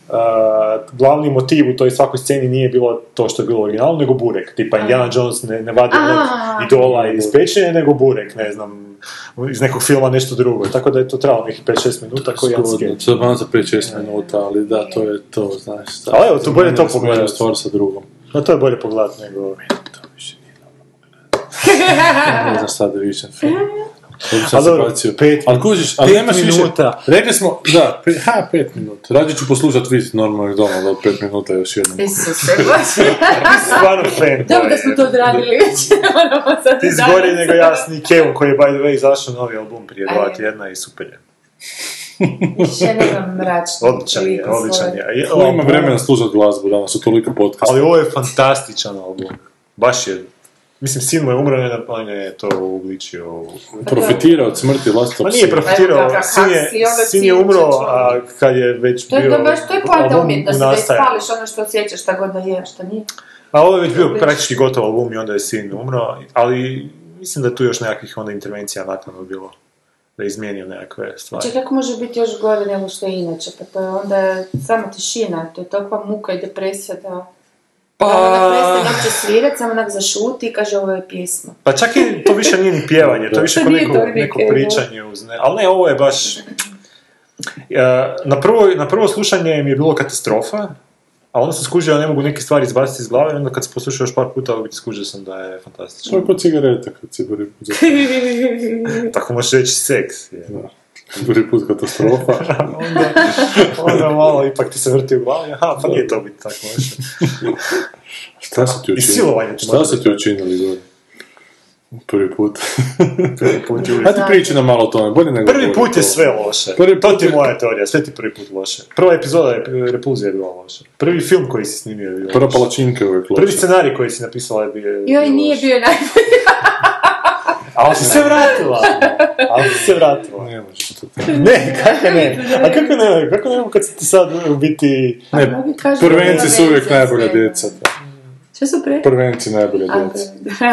[SPEAKER 6] a, glavni motiv u toj svakoj sceni nije bilo to što je bilo originalno, nego Burek. Tipa Indiana Jones ne, ne vadi onog
[SPEAKER 5] A.
[SPEAKER 6] idola iz pečenje, nego Burek, ne znam, iz nekog filma nešto drugo. Tako da je to trebalo nekih 5-6 minuta koji je jedan
[SPEAKER 3] Zgodno,
[SPEAKER 6] skeč.
[SPEAKER 3] to je malo za prije šest minuta, ali da, to je to, znaš. Šta.
[SPEAKER 6] Ali evo, tu bolje
[SPEAKER 3] Zamijenili
[SPEAKER 6] to
[SPEAKER 3] smo jednu
[SPEAKER 6] pogledat.
[SPEAKER 3] stvar sa drugom.
[SPEAKER 6] No to je bolje pogledat nego...
[SPEAKER 3] Ne znam šta da više film. Dobro sam
[SPEAKER 6] A
[SPEAKER 3] se
[SPEAKER 6] dobro,
[SPEAKER 3] bacio.
[SPEAKER 6] pet-
[SPEAKER 3] ali kužiš, ali
[SPEAKER 6] pet
[SPEAKER 3] nemaš više,
[SPEAKER 6] minuta.
[SPEAKER 3] rekli smo, da, pe, ha, pet minuta. Rađe ću poslušat vid normalnih doma, da od pet minuta još jednom.
[SPEAKER 5] E, Isuse, baš.
[SPEAKER 6] Stvarno fan.
[SPEAKER 5] Dobro da smo to odradili već. Moramo sad
[SPEAKER 6] Ti si
[SPEAKER 5] danas.
[SPEAKER 6] gori nego ja s Nikeom koji je by the way izašao novi album prije dva
[SPEAKER 5] Ajde.
[SPEAKER 6] tjedna i super je.
[SPEAKER 5] Više nemam mračno.
[SPEAKER 6] Odličan je,
[SPEAKER 5] toliko
[SPEAKER 6] odličan
[SPEAKER 5] svoje.
[SPEAKER 6] je. A je.
[SPEAKER 3] Ko ima vremena slušat glazbu danas u toliko podcasta?
[SPEAKER 6] Ali ovo je fantastičan album. Baš je. Mislim, sin mu je umran, on je to uobličio u
[SPEAKER 3] Profitira od smrti vlastitog
[SPEAKER 6] Pa nije
[SPEAKER 3] sina.
[SPEAKER 6] profitirao,
[SPEAKER 5] Evo ga,
[SPEAKER 6] sin je,
[SPEAKER 5] hak si, onda
[SPEAKER 6] sin
[SPEAKER 5] si
[SPEAKER 6] je umro
[SPEAKER 5] čučo.
[SPEAKER 6] a, kad je već
[SPEAKER 5] To je,
[SPEAKER 6] bio
[SPEAKER 5] to baš, to je poanta
[SPEAKER 6] album
[SPEAKER 5] umjetnosti,
[SPEAKER 6] u
[SPEAKER 5] da
[SPEAKER 6] nastajanju.
[SPEAKER 5] ispališ ono što osjećaš, šta god da je, šta nije.
[SPEAKER 6] A ovo je već bio praktički gotov album i onda je sin umro, ali mislim da je tu još nekakvih onda intervencija naknadno bilo, da je izmijenio nekakve stvari.
[SPEAKER 5] Znači, kako može biti još gore nego što je inače? Pa to je onda samo tišina, to je tolika muka i depresija da... Pa... Ona prestane uopće svirat, samo onak zašuti i kaže ovo je pjesma.
[SPEAKER 6] Pa čak i to više nije ni pjevanje, to je više
[SPEAKER 5] To
[SPEAKER 6] ko
[SPEAKER 5] nije
[SPEAKER 6] neko,
[SPEAKER 5] to neki,
[SPEAKER 6] neko
[SPEAKER 5] da.
[SPEAKER 6] pričanje uz ne. Ali ne, ovo je baš... E, Na prvo, na prvo slušanje mi je bilo katastrofa, a onda sam skužio da ne mogu neke stvari izbaciti iz glave, i onda kad sam poslušao još par puta, skužio sam da je fantastično.
[SPEAKER 3] To je kod cigareta kad si prvi put,
[SPEAKER 6] Tako možeš reći seks. Je.
[SPEAKER 3] prvi put katastrofa.
[SPEAKER 6] onda, onda Ono malo ipak ti se vrti u glavi, aha, pa nije to biti tako loše.
[SPEAKER 3] Šta su ti
[SPEAKER 6] I silovanje
[SPEAKER 3] učinili?
[SPEAKER 6] ti
[SPEAKER 3] Šta
[SPEAKER 6] možda
[SPEAKER 3] su ti učinili gore? Prvi put.
[SPEAKER 6] Prvi put je uvijek-
[SPEAKER 3] Ajde priči nam malo o tome, bolje nego
[SPEAKER 6] Prvi
[SPEAKER 3] govori
[SPEAKER 6] put je
[SPEAKER 3] to.
[SPEAKER 6] sve loše.
[SPEAKER 3] Prvi
[SPEAKER 6] to
[SPEAKER 3] put
[SPEAKER 6] ti je
[SPEAKER 3] je-
[SPEAKER 6] moja teorija, sve ti prvi put loše. Prva epizoda je Repulzija je bila loša. Prvi film koji si snimio je bio
[SPEAKER 3] Prva
[SPEAKER 6] loš.
[SPEAKER 3] palačinka je uvijek
[SPEAKER 6] Prvi
[SPEAKER 3] loša.
[SPEAKER 6] scenarij koji si napisala je bio
[SPEAKER 5] Joj,
[SPEAKER 6] bio
[SPEAKER 5] nije
[SPEAKER 6] loš.
[SPEAKER 5] bio najbolji.
[SPEAKER 6] Ali si se vratila. Ali si se vratila.
[SPEAKER 3] Ne možeš to
[SPEAKER 6] Ne, E, kako ne? A kako ne? Kako ne kad si ti sad e, u biti...
[SPEAKER 3] Ne,
[SPEAKER 5] Mnogi kažu da
[SPEAKER 3] prvenci su uvijek
[SPEAKER 5] prvenci
[SPEAKER 3] najbolja djeca.
[SPEAKER 5] sve.
[SPEAKER 3] da.
[SPEAKER 5] Šta su pre?
[SPEAKER 3] Prvenci najbolja
[SPEAKER 5] A,
[SPEAKER 3] djeca.
[SPEAKER 5] prvenci.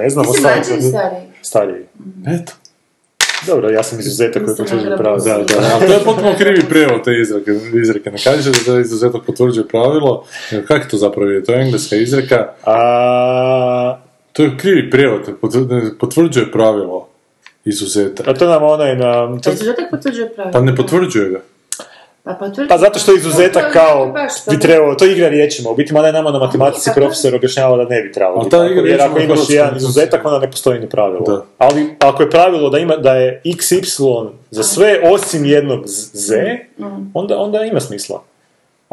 [SPEAKER 6] Ne znam,
[SPEAKER 5] Ti si
[SPEAKER 6] ostali.
[SPEAKER 5] mlađi ili stariji?
[SPEAKER 6] Stariji.
[SPEAKER 3] Eto.
[SPEAKER 6] Dobro, ja sam izuzetak koji
[SPEAKER 5] Mislim,
[SPEAKER 6] potvrđuje
[SPEAKER 5] dobro.
[SPEAKER 6] pravo.
[SPEAKER 3] Da, da, ali to je potpuno krivi prevod te izreke. izreke. Ne kažeš da je izuzetak potvrđuje pravilo. nego Kako to zapravo je? To je engleska izreka.
[SPEAKER 6] A,
[SPEAKER 3] To je krivi prijevod, potvrđuje- potvrđuje pravilo izuzetak.
[SPEAKER 6] a to nam onaj na...
[SPEAKER 5] Pa izuzetak potvrđuje pravilo.
[SPEAKER 3] Pa ne potvrđuje ga.
[SPEAKER 5] Pa, potvrđuje-
[SPEAKER 6] Pa zato što je
[SPEAKER 5] Pa,
[SPEAKER 6] izuzetak
[SPEAKER 5] to je
[SPEAKER 6] kao
[SPEAKER 5] baš to.
[SPEAKER 6] bi trebao, to je igra riječima, u biti mada je nama na matematici
[SPEAKER 5] Pa to-
[SPEAKER 6] profesor objašnjava da ne bi trebalo.
[SPEAKER 3] Ali
[SPEAKER 6] biti
[SPEAKER 3] ta
[SPEAKER 6] tako,
[SPEAKER 3] igra
[SPEAKER 6] Jer
[SPEAKER 3] riječima
[SPEAKER 6] ako
[SPEAKER 3] u
[SPEAKER 6] imaš
[SPEAKER 3] Hrvatskoj
[SPEAKER 6] jedan
[SPEAKER 3] ne
[SPEAKER 6] izuzetak,
[SPEAKER 3] postoji.
[SPEAKER 6] onda ne postoji ni pravilo.
[SPEAKER 3] Da.
[SPEAKER 6] Ali ako je pravilo da, ima, da je
[SPEAKER 5] Mm.
[SPEAKER 6] x, y za sve osim jednog z, z, onda, onda ima smisla.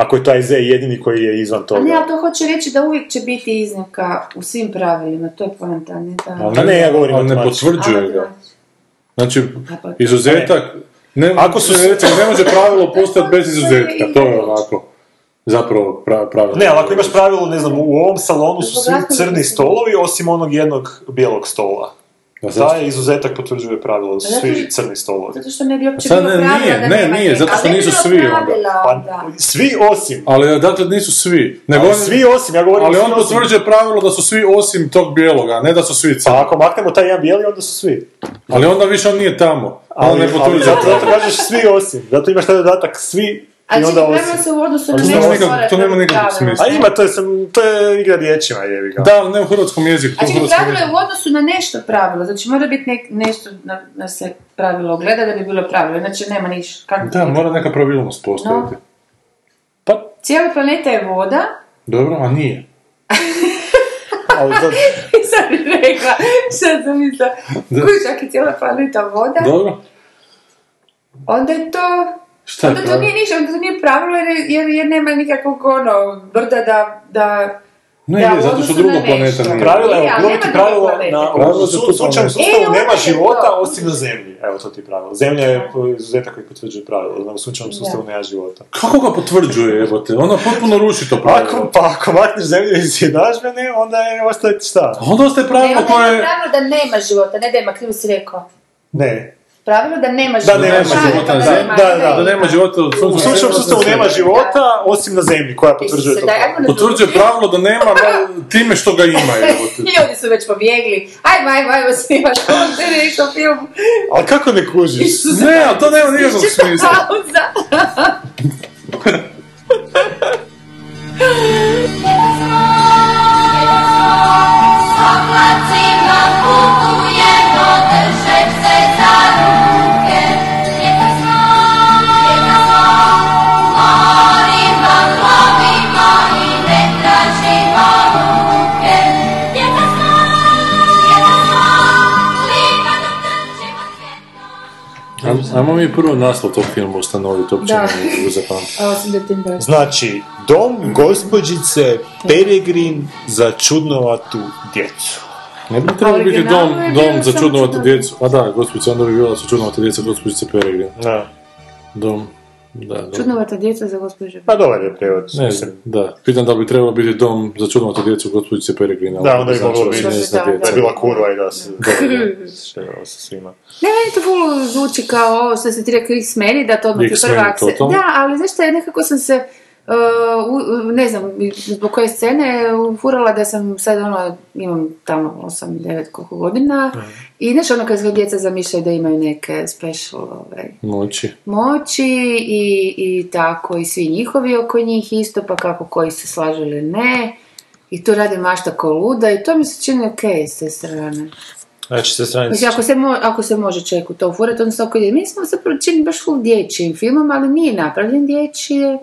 [SPEAKER 4] Ako je taj Z jedini koji je izvan
[SPEAKER 5] A
[SPEAKER 4] toga.
[SPEAKER 5] ne, ali to hoće reći da uvijek će biti iznimka u svim pravilima, to je poanta, a ne da...
[SPEAKER 4] A Pa ne, ja govorim
[SPEAKER 3] ali ne
[SPEAKER 4] matematički.
[SPEAKER 3] potvrđuje Pa, ga. Znači,
[SPEAKER 5] pa-
[SPEAKER 3] izuzetak... Ne,
[SPEAKER 4] Ako su-
[SPEAKER 3] recimo, ne može pravilo postati bez izuzetka, to je onako zapravo pra- pravilo.
[SPEAKER 4] Ne, E, ali ako imaš pravilo, ne znam, u ovom salonu su svi
[SPEAKER 5] Gospodarstvo-
[SPEAKER 4] crni stolovi osim onog jednog bijelog stola.
[SPEAKER 3] A zašto?
[SPEAKER 4] Taj izuzetak potvrđuje pravilo da su
[SPEAKER 5] Zato
[SPEAKER 4] svi
[SPEAKER 5] što-
[SPEAKER 4] crni stolovi.
[SPEAKER 5] Zato što ne bi uopće
[SPEAKER 3] Sad
[SPEAKER 5] bilo
[SPEAKER 3] ne,
[SPEAKER 5] pravila
[SPEAKER 3] nije,
[SPEAKER 5] da
[SPEAKER 3] ne,
[SPEAKER 5] nema
[SPEAKER 3] nije,
[SPEAKER 5] njega.
[SPEAKER 3] zato što
[SPEAKER 5] Ali ne bi
[SPEAKER 3] nisu
[SPEAKER 5] bilo
[SPEAKER 3] svi ono, onda.
[SPEAKER 5] pravila
[SPEAKER 4] Pa,
[SPEAKER 5] onda.
[SPEAKER 4] svi osim.
[SPEAKER 3] Ali dakle nisu svi. Nego
[SPEAKER 4] Ali
[SPEAKER 3] on-
[SPEAKER 4] svi osim, ja govorim
[SPEAKER 3] ali
[SPEAKER 4] svi
[SPEAKER 3] on
[SPEAKER 4] osim.
[SPEAKER 3] potvrđuje pravilo da su svi osim tog bijeloga, ne da su svi crni.
[SPEAKER 4] Pa ako maknemo taj jedan bijeli, onda su svi.
[SPEAKER 3] Ali onda više on nije tamo. on ne
[SPEAKER 4] ali
[SPEAKER 3] potvrđuje.
[SPEAKER 4] zato, zato kažeš svi osim. Zato imaš taj dodatak svi i
[SPEAKER 5] Ali
[SPEAKER 4] onda
[SPEAKER 5] čekaj,
[SPEAKER 4] osim.
[SPEAKER 5] pravila se u odnosu na
[SPEAKER 3] Ali to
[SPEAKER 5] nešto
[SPEAKER 3] nema nikakvog-
[SPEAKER 5] stvara
[SPEAKER 3] to nema nikakvog
[SPEAKER 5] pravila.
[SPEAKER 3] smisla.
[SPEAKER 4] A ima, to je, sam- to je igra riječima, jevi
[SPEAKER 5] E,
[SPEAKER 4] ga.
[SPEAKER 3] Da, ali ne u hrvatskom jeziku.
[SPEAKER 4] Znači,
[SPEAKER 3] to
[SPEAKER 5] A
[SPEAKER 3] u
[SPEAKER 5] čekaj,
[SPEAKER 3] hrvatskom
[SPEAKER 5] Znači, pravilo je
[SPEAKER 3] jeziku.
[SPEAKER 5] u odnosu na nešto pravilo, znači mora biti nek- nešto na, na se pravilo gleda da bi bilo pravilo, znači nema niš. Kako
[SPEAKER 3] Da, mora neka pravilnost postojati.
[SPEAKER 5] No.
[SPEAKER 3] Pa,
[SPEAKER 5] Cijela planeta je voda,
[SPEAKER 3] dobro, a nije.
[SPEAKER 4] Ali to,
[SPEAKER 5] i sad bi rekla, šta sam mislila, kuć, ako je cijela planeta voda,
[SPEAKER 3] Dobro?
[SPEAKER 5] onda je to...
[SPEAKER 3] Šta je
[SPEAKER 5] onda to
[SPEAKER 3] pravilo?
[SPEAKER 5] nije ništa, onda to nije pravilo jer, jer, jer nema nikakvog ono, brda da, da
[SPEAKER 3] Ne,
[SPEAKER 5] Da,
[SPEAKER 3] je, zato
[SPEAKER 5] u
[SPEAKER 3] što
[SPEAKER 5] odnosu
[SPEAKER 3] drugo
[SPEAKER 5] na
[SPEAKER 3] planeta
[SPEAKER 5] nešto.
[SPEAKER 3] nije.
[SPEAKER 4] pravila
[SPEAKER 5] Ne,
[SPEAKER 4] je
[SPEAKER 5] ali
[SPEAKER 4] oglomiti
[SPEAKER 5] nema
[SPEAKER 4] pravila
[SPEAKER 5] druge
[SPEAKER 4] na
[SPEAKER 5] planete.
[SPEAKER 4] u su-
[SPEAKER 3] Pravila
[SPEAKER 4] slučajnom
[SPEAKER 3] su
[SPEAKER 4] sustavu
[SPEAKER 5] planete.
[SPEAKER 4] nema
[SPEAKER 5] E,
[SPEAKER 4] života
[SPEAKER 5] ovo je
[SPEAKER 4] osim na zemlji. Evo to ti je pravilo. Zemlja je izuzetak koji potvrđuje pravilo. U sunčanom sustavu nema života.
[SPEAKER 3] Kako ga potvrđuje, jebote? Ona potpuno ruši to
[SPEAKER 4] Ako,
[SPEAKER 3] pravilo.
[SPEAKER 4] pa ako makneš zemlju iz jednadžbene, onda je ostaje ti šta?
[SPEAKER 3] A onda ostaje
[SPEAKER 5] Ne,
[SPEAKER 3] pravilo
[SPEAKER 5] onda je
[SPEAKER 3] koje...
[SPEAKER 5] pravilo da nema života, ne da ima, krivo si rekao.
[SPEAKER 4] Ne.
[SPEAKER 5] Pravilo da nema
[SPEAKER 4] Da
[SPEAKER 5] života.
[SPEAKER 4] nema
[SPEAKER 5] Pravilo
[SPEAKER 4] života,
[SPEAKER 5] da
[SPEAKER 4] da,
[SPEAKER 5] nema,
[SPEAKER 4] da,
[SPEAKER 5] ne
[SPEAKER 3] Da
[SPEAKER 4] da,
[SPEAKER 3] nema života u
[SPEAKER 4] U
[SPEAKER 3] suncu.
[SPEAKER 4] sunčanom sustavu nema života osim na zemlji koja potvrđuje to.
[SPEAKER 5] Isuse, daj, ajmo na drugu.
[SPEAKER 3] Potvrđuje pravilo da nema ma- time što ga ima, jebote.
[SPEAKER 5] Ljudi su već pobjegli. Ajmo, ajmo, ajmo snimaš koncert, išao film.
[SPEAKER 4] Ali kako ne kužiš?
[SPEAKER 3] Ne, ali to nema nikakvog smisla.
[SPEAKER 5] Pauza.
[SPEAKER 8] Oblacima putujemo, držeć se za ruke. Ljeto smo, ljeto smo, morima plovimo i ne tražimo ruke. Ljeto smo, ljeto smo, livadu trčimo svjetlo.
[SPEAKER 3] Ajmo mi prvo naslov tog filma ustanoviti, uopće
[SPEAKER 5] Da.
[SPEAKER 3] ne mogu zapamtiti.
[SPEAKER 5] A osim da tim broj.
[SPEAKER 4] Znači, dom gospođice Peregrin za čudnovatu djecu.
[SPEAKER 3] Ne bi trebalo biti dom,
[SPEAKER 5] originalu je
[SPEAKER 3] dom
[SPEAKER 5] bilo
[SPEAKER 3] za
[SPEAKER 5] samo
[SPEAKER 3] čudnovate
[SPEAKER 5] čudno-
[SPEAKER 3] djecu. A da, gospođica, onda bi bila sa čudnovate djeca, gospođice Peregrin.
[SPEAKER 4] Da.
[SPEAKER 3] Dom, da, dom.
[SPEAKER 5] Čudnovata djeca za gospođu.
[SPEAKER 4] Pa dobar je prevod.
[SPEAKER 3] Ne znam,
[SPEAKER 4] mislim.
[SPEAKER 3] da. Pitam da li bi trebalo biti dom za čudnovate djecu gospođice Peregrina.
[SPEAKER 4] Da, onda bi
[SPEAKER 3] Znači,
[SPEAKER 4] moglo
[SPEAKER 3] da se
[SPEAKER 4] biti.
[SPEAKER 3] ne zna
[SPEAKER 5] Da, da.
[SPEAKER 4] Da
[SPEAKER 3] djeca.
[SPEAKER 4] je bila kurva i da se... Šta je ovo sa svima.
[SPEAKER 5] Ne, meni to full zvuči kao ovo što se ti rekao X-meni, da to odmah ti
[SPEAKER 3] X-Men
[SPEAKER 5] prva akcija.
[SPEAKER 3] totalno.
[SPEAKER 5] Da, ali znaš šta, je, nekako sam se, uh, u- u- ne znam zbog koje scene, ufurala da sam sad ono, imam tamo 8-9 koliko godina i znaš ono kad sve djeca zamišljaju da imaju neke special ovaj,
[SPEAKER 3] Moći.
[SPEAKER 5] moći i, i tako i svi njihovi oko njih isto, pa kako koji se slažu ili ne. I tu radi mašta ko luda i to mi se čini ok s te strane.
[SPEAKER 4] Znači, sa stranice...
[SPEAKER 5] Znači, ako se, mo- ako se može čovjek u to ufurat, on se oko ide. Mi smo zapravo čini baš u dječjim filmom, ali nije napravljen dječje.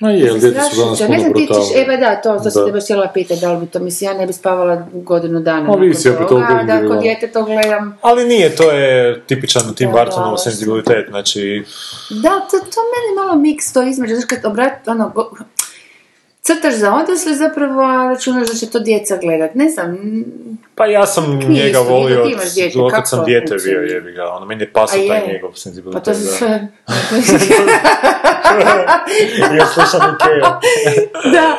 [SPEAKER 3] Ma je, ali djeca su
[SPEAKER 5] Strašno
[SPEAKER 3] danas
[SPEAKER 5] će. Ne
[SPEAKER 3] puno
[SPEAKER 5] znam, ti ćeš, e,
[SPEAKER 3] brutalni.
[SPEAKER 5] ba da, to, to
[SPEAKER 3] Da. Pa
[SPEAKER 5] sam te baš htjela pitati, da li bi to, mislim, ja ne bi spavala godinu dana.
[SPEAKER 3] Ma, vidi
[SPEAKER 5] nakon
[SPEAKER 3] se opet
[SPEAKER 5] toga,
[SPEAKER 3] ovo
[SPEAKER 5] da,
[SPEAKER 3] individualno.
[SPEAKER 5] kod djete to gledam.
[SPEAKER 4] Ali nije, to je tipičan Tim
[SPEAKER 5] Da,
[SPEAKER 4] Burtonov
[SPEAKER 5] da.
[SPEAKER 4] senzibilitet, znači...
[SPEAKER 5] Da, to, to meni malo miks to između, znaš kad obrat, ono, go- crtaš za odrasle zapravo, a računaš da će to djeca gledat, ne znam, m,
[SPEAKER 4] Pa ja sam
[SPEAKER 5] Nije
[SPEAKER 4] njega
[SPEAKER 5] isto,
[SPEAKER 4] volio
[SPEAKER 5] njega
[SPEAKER 4] od,
[SPEAKER 5] ti imaš dijete,
[SPEAKER 4] od kad
[SPEAKER 5] kako
[SPEAKER 4] sam
[SPEAKER 5] to
[SPEAKER 4] dijete bio,
[SPEAKER 5] funkcionira?
[SPEAKER 4] jevi ga. Ono, meni je pasao
[SPEAKER 5] A
[SPEAKER 4] taj
[SPEAKER 5] je.
[SPEAKER 4] njegov
[SPEAKER 5] pa to
[SPEAKER 4] senzibilitet.
[SPEAKER 5] su
[SPEAKER 4] da.
[SPEAKER 5] sve...
[SPEAKER 4] Ja slušam Ikea.
[SPEAKER 5] da,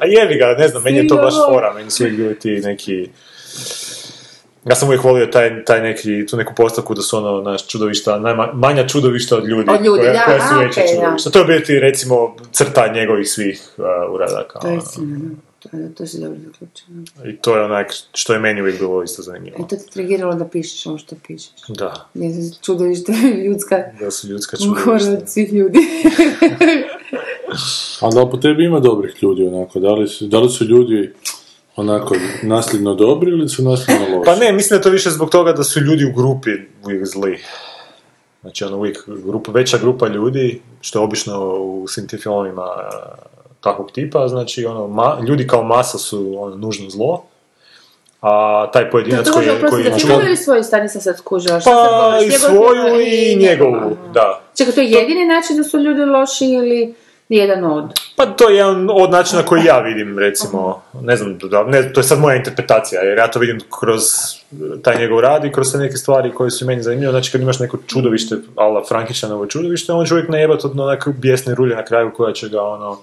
[SPEAKER 4] A jevi ga, ne znam, meni je to
[SPEAKER 5] Svi
[SPEAKER 4] baš
[SPEAKER 5] ovo.
[SPEAKER 4] fora, meni su uvijek bili ti neki... Ja sam uvijek volio taj, taj neki, tu neku postavku da su ono naš čudovišta, najma, manja čudovišta od ljudi,
[SPEAKER 5] Od ljudi,
[SPEAKER 4] koja,
[SPEAKER 5] da,
[SPEAKER 4] koja su
[SPEAKER 5] a,
[SPEAKER 4] veća
[SPEAKER 5] okej, da.
[SPEAKER 4] čudovišta. To je biti recimo crta njegovih svih uh, uradaka.
[SPEAKER 5] to je
[SPEAKER 4] ono.
[SPEAKER 5] istina, da. To- to si dobro zaključeno.
[SPEAKER 4] I to je onak što je meni uvijek bilo isto
[SPEAKER 5] I
[SPEAKER 4] zanimljivo.
[SPEAKER 5] E, to te trigiralo da pišeš ovo što pišeš.
[SPEAKER 4] Da,
[SPEAKER 5] Je čudovište ljudska
[SPEAKER 4] da su ljudska
[SPEAKER 5] gora
[SPEAKER 4] čudovišta.
[SPEAKER 5] od svih ljudi.
[SPEAKER 4] Znači,
[SPEAKER 3] A da po tebi ima dobrih ljudi, onako. Da li su, da li su ljudi onako nasljedno dobri ili su nasljedno loši?
[SPEAKER 4] Pa ne, mislim da je to više zbog toga da su ljudi u grupi uvijek zli. Znači, ono, uvijek grupa, veća grupa ljudi, što je obično u svim tim filmovima e, takvog tipa, znači, ono, ma- ljudi kao masa su ono, nužno zlo, a taj pojedinac
[SPEAKER 5] to
[SPEAKER 4] koji,
[SPEAKER 5] može
[SPEAKER 4] je- koji
[SPEAKER 5] oprostiti znači,
[SPEAKER 4] je
[SPEAKER 5] za
[SPEAKER 4] čudan-
[SPEAKER 5] filmu ili svoju stan, nisam sad skužila. šta sad
[SPEAKER 4] pa i
[SPEAKER 5] govoriš, njegov
[SPEAKER 4] svoju
[SPEAKER 5] film
[SPEAKER 4] i njegovu,
[SPEAKER 5] aha.
[SPEAKER 4] da.
[SPEAKER 5] Čekaj, to je jedini način da su ljudi loši ili jedan od?
[SPEAKER 4] Pa to je jedan od načina koji ja vidim, recimo, ne znam, da- ne, to je sad moja interpretacija, jer ja to vidim kroz eh, taj njegov rad i kroz te neke stvari koje su meni zanimljive, znači kad imaš neko čudovište, ala Frankišanovo čudovište, on će uvijek najebat od onak bijesne rulje na kraju koja će ga ono...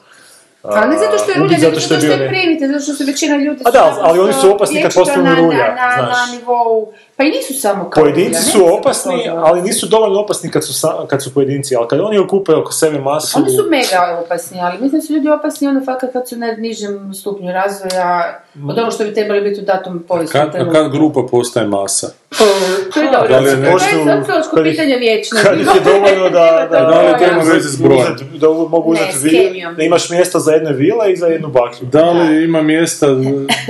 [SPEAKER 5] Ali Pa ne zato što je
[SPEAKER 4] a, ubit
[SPEAKER 5] rulja, nego zato što
[SPEAKER 4] bio
[SPEAKER 5] je
[SPEAKER 4] ne-
[SPEAKER 5] primite, zato što su većina ljudi...
[SPEAKER 4] A da,
[SPEAKER 5] su
[SPEAKER 4] ali oni su
[SPEAKER 5] naprosto
[SPEAKER 4] opasni kad
[SPEAKER 5] vječito
[SPEAKER 4] postanu
[SPEAKER 5] na- na-
[SPEAKER 4] rulja,
[SPEAKER 5] na-
[SPEAKER 4] znaš.
[SPEAKER 5] Na nivou... Pa i nisu samo kao rulja,
[SPEAKER 4] Pojedinci su
[SPEAKER 5] ne samo
[SPEAKER 4] opasni,
[SPEAKER 5] kao rulja.
[SPEAKER 4] ali nisu dovoljno opasni kad su, sa- kad su pojedinci, ali kad oni okupe oko sebe masu...
[SPEAKER 5] Oni su mega opasni, ali mislim da su ljudi opasni onda fakat kad su na nižem stupnju razvoja, od ono što bi trebali biti u datom povijestu.
[SPEAKER 3] Kad, a kad grupa postaje masa?
[SPEAKER 5] To je dobro.
[SPEAKER 4] Da li je
[SPEAKER 5] To je
[SPEAKER 4] nešto-
[SPEAKER 5] sociološko
[SPEAKER 4] kad ih-
[SPEAKER 5] pitanje vječno.
[SPEAKER 4] Kad ih je dovoljno da...
[SPEAKER 5] Da, da li to ima
[SPEAKER 3] veze s brojem?
[SPEAKER 4] uzeti- Da mogu
[SPEAKER 5] Ne,
[SPEAKER 4] uzeti
[SPEAKER 5] s
[SPEAKER 4] vi,
[SPEAKER 5] kemijom.
[SPEAKER 4] da imaš mjesta za jedne vile i za jednu baklju.
[SPEAKER 3] Da li ima mjesta,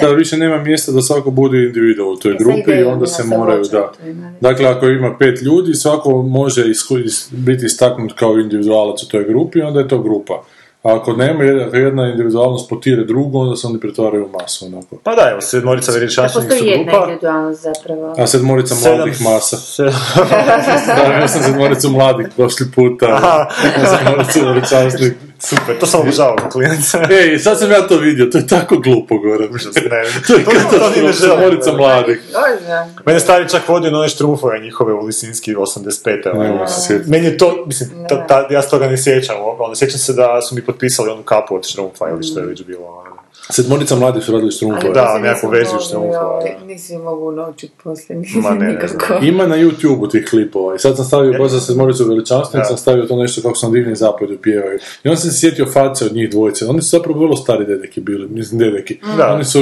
[SPEAKER 3] da više nema mjesta da svako bude individual u toj grupi i
[SPEAKER 5] idejom
[SPEAKER 3] onda
[SPEAKER 5] ima
[SPEAKER 3] se
[SPEAKER 5] sa
[SPEAKER 3] moraju,
[SPEAKER 5] vođom,
[SPEAKER 3] da.
[SPEAKER 5] to ima veze.
[SPEAKER 3] Dakle, ako ima pet ljudi, svako može isku- is- biti istaknut kao individualac u toj grupi, onda je to grupa. A ako nema, jed- ako jedna individualnost potire drugu, onda se oni pretvaraju u masu, onako.
[SPEAKER 4] Pa da, evo, sedmorica veličanstvenih
[SPEAKER 5] Postoji
[SPEAKER 4] su
[SPEAKER 5] jedna
[SPEAKER 4] grupa.
[SPEAKER 5] individualnost zapravo.
[SPEAKER 3] A sedmorica
[SPEAKER 4] Sedam-
[SPEAKER 3] mladih masa.
[SPEAKER 4] sedam-
[SPEAKER 3] Da, ja sam sedmoricu mladih prošli puta. Sedmoricu veličanstvenih.
[SPEAKER 4] Super, to sam obožavao kod klijenca.
[SPEAKER 3] Ej, sad sam ja to vidio, to je tako glupo, Goran.
[SPEAKER 4] Ne,
[SPEAKER 3] To je
[SPEAKER 4] to- to ni ne
[SPEAKER 3] katastrofa,
[SPEAKER 4] želim.
[SPEAKER 3] sedmorica mladih.
[SPEAKER 5] Bože.
[SPEAKER 4] Mene stari čak vodio na one štrumfove njihove u Lisinski 85.
[SPEAKER 3] Ne
[SPEAKER 4] ono.
[SPEAKER 3] mogu se sjetiti.
[SPEAKER 4] Meni je to, mislim, ta, ta, ja se toga ne sjećam. Ono, sjećam se da su mi potpisali onu kapu od štrumfa ili što je već bilo. Ono.
[SPEAKER 3] Sedmorica mladih su radili štrumfove.
[SPEAKER 4] Da, nekakvu verziju štrumfova. da.
[SPEAKER 5] Nisi mogu naučiti poslije
[SPEAKER 4] Ma ne, ne znam.
[SPEAKER 3] Ima na youtube tih klipova i sad sam stavio baš za sedmoricu veličanstvenih,
[SPEAKER 4] Da.
[SPEAKER 3] sam stavio to nešto kako sam divni zapad pjevaju. I onda sam se sjetio face od njih dvojice, oni su zapravo vrlo stari dedeki bili, mislim dedeki.
[SPEAKER 4] Da.
[SPEAKER 3] Oni su,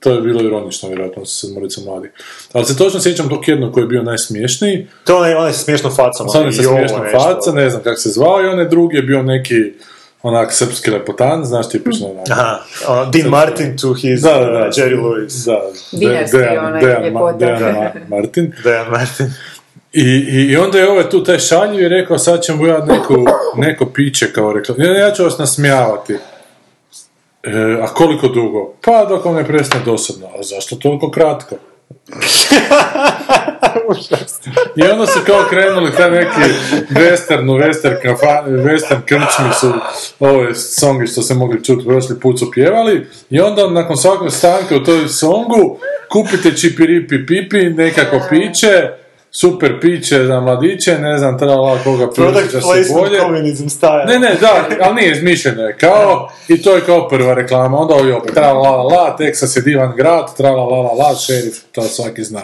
[SPEAKER 3] to je bilo ironično vjerojatno, oni su sedmorica mladih. Ali se točno sjećam tog jednog koji je bio najsmiješniji,
[SPEAKER 4] To je onaj, onaj sa smiješnom facom.
[SPEAKER 3] sa onim
[SPEAKER 4] onaj,
[SPEAKER 3] sa
[SPEAKER 4] i ovo
[SPEAKER 3] smiješnom
[SPEAKER 4] nešto.
[SPEAKER 3] faca, ne znam kako se zvao, i onaj drugi je bio neki onak srpski lepotan, znaš tipično onak.
[SPEAKER 4] Aha, ono, Dean Martin to his
[SPEAKER 3] Da, da, da.
[SPEAKER 4] uh, Jerry Lewis.
[SPEAKER 3] Da,
[SPEAKER 5] Dinasti onaj ljepota.
[SPEAKER 3] Dejan Ma- Martin.
[SPEAKER 4] Dejan Martin.
[SPEAKER 3] I, i, i onda je ovaj tu taj šaljiv i rekao sad ćemo ja neko, neko piće kao rekla. Ja, ja ću vas nasmijavati. E, a koliko dugo? Pa dok vam ne prestane dosadno. A zašto toliko kratko? I onda su kao krenuli taj neki western, u western, kafa, western krčmi su ove songe što se mogli čuti prošli put su pjevali i onda nakon svakog stanke u toj songu kupite čipiripi pipi, nekako piće, super piće za mladiće, ne znam, trebala koga
[SPEAKER 4] Product
[SPEAKER 3] priučiti se
[SPEAKER 4] placement
[SPEAKER 3] bolje.
[SPEAKER 4] communism style.
[SPEAKER 3] Ne, ne, da, ali nije izmišljeno je kao, i to je kao prva reklama, onda ovi opet, tra la la la, Texas je divan grad, tra la la la la, šerif, to svaki zna.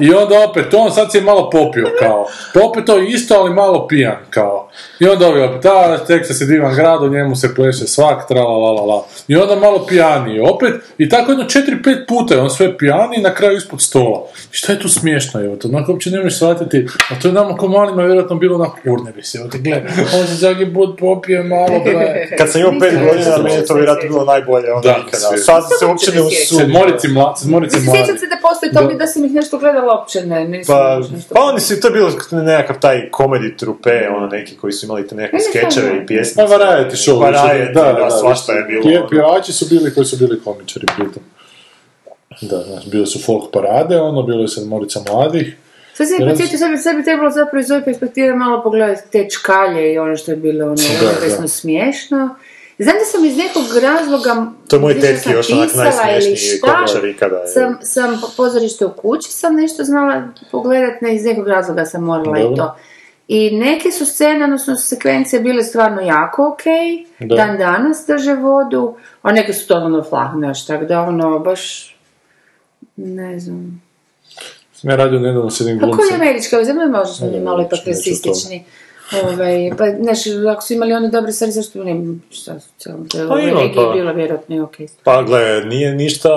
[SPEAKER 3] I onda opet, on sad se je malo popio kao, popio to isto, ali malo pijan kao. I onda ovi opet, da, Texas je divan grad, u njemu se pleše svak, tra la la la la. I onda malo pijaniji opet, i tako jedno četiri, pet puta je on sve pijani i na kraju ispod stola. I šta je tu smiješno, evo to, onako uopće ne možeš shvatiti, a to je nama ko malima vjerojatno bilo onako urne bi se, evo te gledaj, on se svaki put popije malo, bre.
[SPEAKER 4] Kad sam imao pet godina, meni je to vjerojatno bilo najbolje onda
[SPEAKER 3] Da,
[SPEAKER 4] nikada.
[SPEAKER 3] sve.
[SPEAKER 4] Sad se
[SPEAKER 5] Kako
[SPEAKER 4] uopće
[SPEAKER 5] se
[SPEAKER 4] ne
[SPEAKER 5] ne sjećaš?
[SPEAKER 4] usudi.
[SPEAKER 3] Sedmorici mla- sedmorici
[SPEAKER 5] Mislim,
[SPEAKER 3] mladi.
[SPEAKER 5] sjećam se da postoji to,
[SPEAKER 3] Da.
[SPEAKER 5] mi da sam ih nešto gledala uopće, ne, ne
[SPEAKER 4] Pa, pa oni su, to je bilo nekakav taj comedy trupe, ono neki koji su imali te nekakve
[SPEAKER 5] Ne, ne,
[SPEAKER 4] skečeve
[SPEAKER 5] ne.
[SPEAKER 4] i pjesme.
[SPEAKER 3] Pa variety show.
[SPEAKER 4] Variety,
[SPEAKER 3] da,
[SPEAKER 4] da,
[SPEAKER 3] da, da,
[SPEAKER 4] svašta je bilo.
[SPEAKER 3] Pje-
[SPEAKER 4] ono.
[SPEAKER 3] Pjevači su bili koji su bili komičari pritom. Da, znaš, bile su folk parade, ono, bilo je sedmorica mladih.
[SPEAKER 5] Sad se mi podsjetio, sad bi, sad bi trebalo zapravo iz ove perspektive malo pogledati te čkalje i ono što je bilo ono,
[SPEAKER 3] Da,
[SPEAKER 5] užasno
[SPEAKER 3] da.
[SPEAKER 5] smiješno. Znam da sam iz nekog razloga...
[SPEAKER 4] To je moj
[SPEAKER 5] mislim da
[SPEAKER 4] tetki
[SPEAKER 5] sam
[SPEAKER 4] još onak
[SPEAKER 5] pisala ili
[SPEAKER 4] najsmiješniji
[SPEAKER 5] šta,
[SPEAKER 4] komičar ikada. je.
[SPEAKER 5] Sam, sam po- pozorište u kući sam nešto znala pogledat, ne iz nekog razloga sam morala i
[SPEAKER 3] Dobro.
[SPEAKER 5] to. I neke su scene, odnosno sekvencije bile stvarno jako ok,
[SPEAKER 3] Da.
[SPEAKER 5] dan danas drže vodu, a neke su totalno flahne, još tako da ono, baš, ne znam,
[SPEAKER 3] Sam ja radio nedavno s jednim
[SPEAKER 5] pa
[SPEAKER 3] glumcem.
[SPEAKER 5] koji američka, ovo zemlja možda su
[SPEAKER 3] Ne,
[SPEAKER 5] oni
[SPEAKER 3] ne,
[SPEAKER 5] malo
[SPEAKER 3] neću,
[SPEAKER 5] ipak
[SPEAKER 3] neću o
[SPEAKER 5] rasistični. Ovaj, pa, znaš, ako su imali one dobre stvari, zašto bi ne, šta, cijelom to je
[SPEAKER 4] Pa
[SPEAKER 5] u
[SPEAKER 4] ima,
[SPEAKER 5] regiji
[SPEAKER 4] pa.
[SPEAKER 5] bilo vjerojatno i okej.
[SPEAKER 4] Pa gle, nije ništa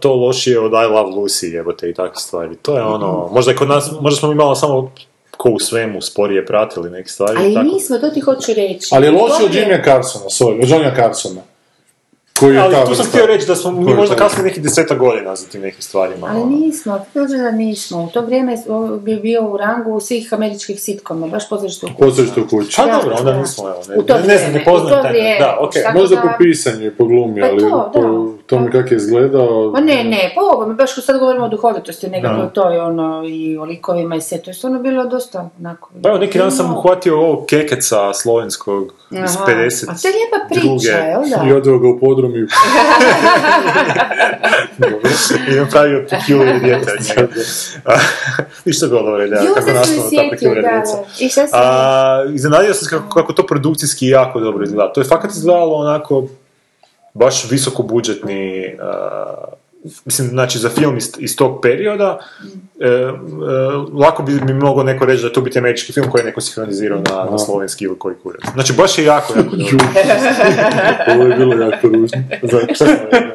[SPEAKER 4] to lošije od I Love Lucy, jebote i takve stvari. To je ono,
[SPEAKER 5] Mhm.
[SPEAKER 4] možda je kod nas, možda smo mi malo samo ko u svemu sporije pratili neke stvari.
[SPEAKER 5] Ali
[SPEAKER 4] tako.
[SPEAKER 5] nismo, to ti hoću reći.
[SPEAKER 3] Ali je loši od
[SPEAKER 5] To je-
[SPEAKER 3] Jimmya Carsona, sorry, od Johnnya Carsona. Koji je ta
[SPEAKER 4] Ali tu sam
[SPEAKER 3] vrsta.
[SPEAKER 4] htio reći da smo mi
[SPEAKER 3] Koji je
[SPEAKER 4] možda
[SPEAKER 3] to?
[SPEAKER 4] kasnije nekih deseta godina za tim nekim stvarima.
[SPEAKER 5] Ali nismo, kaže da nismo. U to vrijeme o, bi bio u rangu svih američkih sitkoma, baš pozorište u kući.
[SPEAKER 3] Pozorište u kući.
[SPEAKER 4] A Pa dobro, onda
[SPEAKER 5] Da.
[SPEAKER 4] nismo, evo,
[SPEAKER 5] U to
[SPEAKER 4] ne, ne znam,
[SPEAKER 5] vrijeme,
[SPEAKER 4] ne
[SPEAKER 5] u to
[SPEAKER 4] poznam taj,
[SPEAKER 5] vrijeme.
[SPEAKER 4] da, ok.
[SPEAKER 5] Šta-
[SPEAKER 3] Možda
[SPEAKER 5] da-
[SPEAKER 3] po pisanju i po glumi,
[SPEAKER 5] Pa
[SPEAKER 3] ali
[SPEAKER 5] to,
[SPEAKER 3] po
[SPEAKER 5] da.
[SPEAKER 4] tome kako je izgledao...
[SPEAKER 5] Ma ne, ne, pa ovo, mi baš sad govorimo o duhovitosti, nekako
[SPEAKER 4] Da.
[SPEAKER 5] to je ono, i o likovima i sve, to je stvarno bilo dosta, onako...
[SPEAKER 6] Pa evo, neki dan sam
[SPEAKER 5] No.
[SPEAKER 6] uhvatio ovog kekeca slovenskog iz
[SPEAKER 5] Aha,
[SPEAKER 6] 50.
[SPEAKER 5] A to je lijepa priča, jel
[SPEAKER 4] I
[SPEAKER 5] da?
[SPEAKER 4] odveo ga u podrum i...
[SPEAKER 6] I napravio peculiar dijete od njega. A, Ništa govore, da,
[SPEAKER 5] Ju,
[SPEAKER 6] kako
[SPEAKER 5] sad sam
[SPEAKER 6] nastala ta
[SPEAKER 5] sjetio,
[SPEAKER 6] peculiar
[SPEAKER 5] da,
[SPEAKER 6] djeca.
[SPEAKER 5] da. I šta sam...
[SPEAKER 6] A, iznenadio sam se kako, kako to produkcijski jako dobro izgleda. To je fakat izgledalo onako baš visoko budžetni, mislim, znači za film iz, iz tog perioda, e, e, lako bi mi mogao neko reći da to biti američki film koji je neko sinhronizirao na, na slovenski ili koji kurac. Znači baš je jako, jako dobro.
[SPEAKER 4] Ovo je bilo jako ružno.
[SPEAKER 6] Znači, šta sam rekao?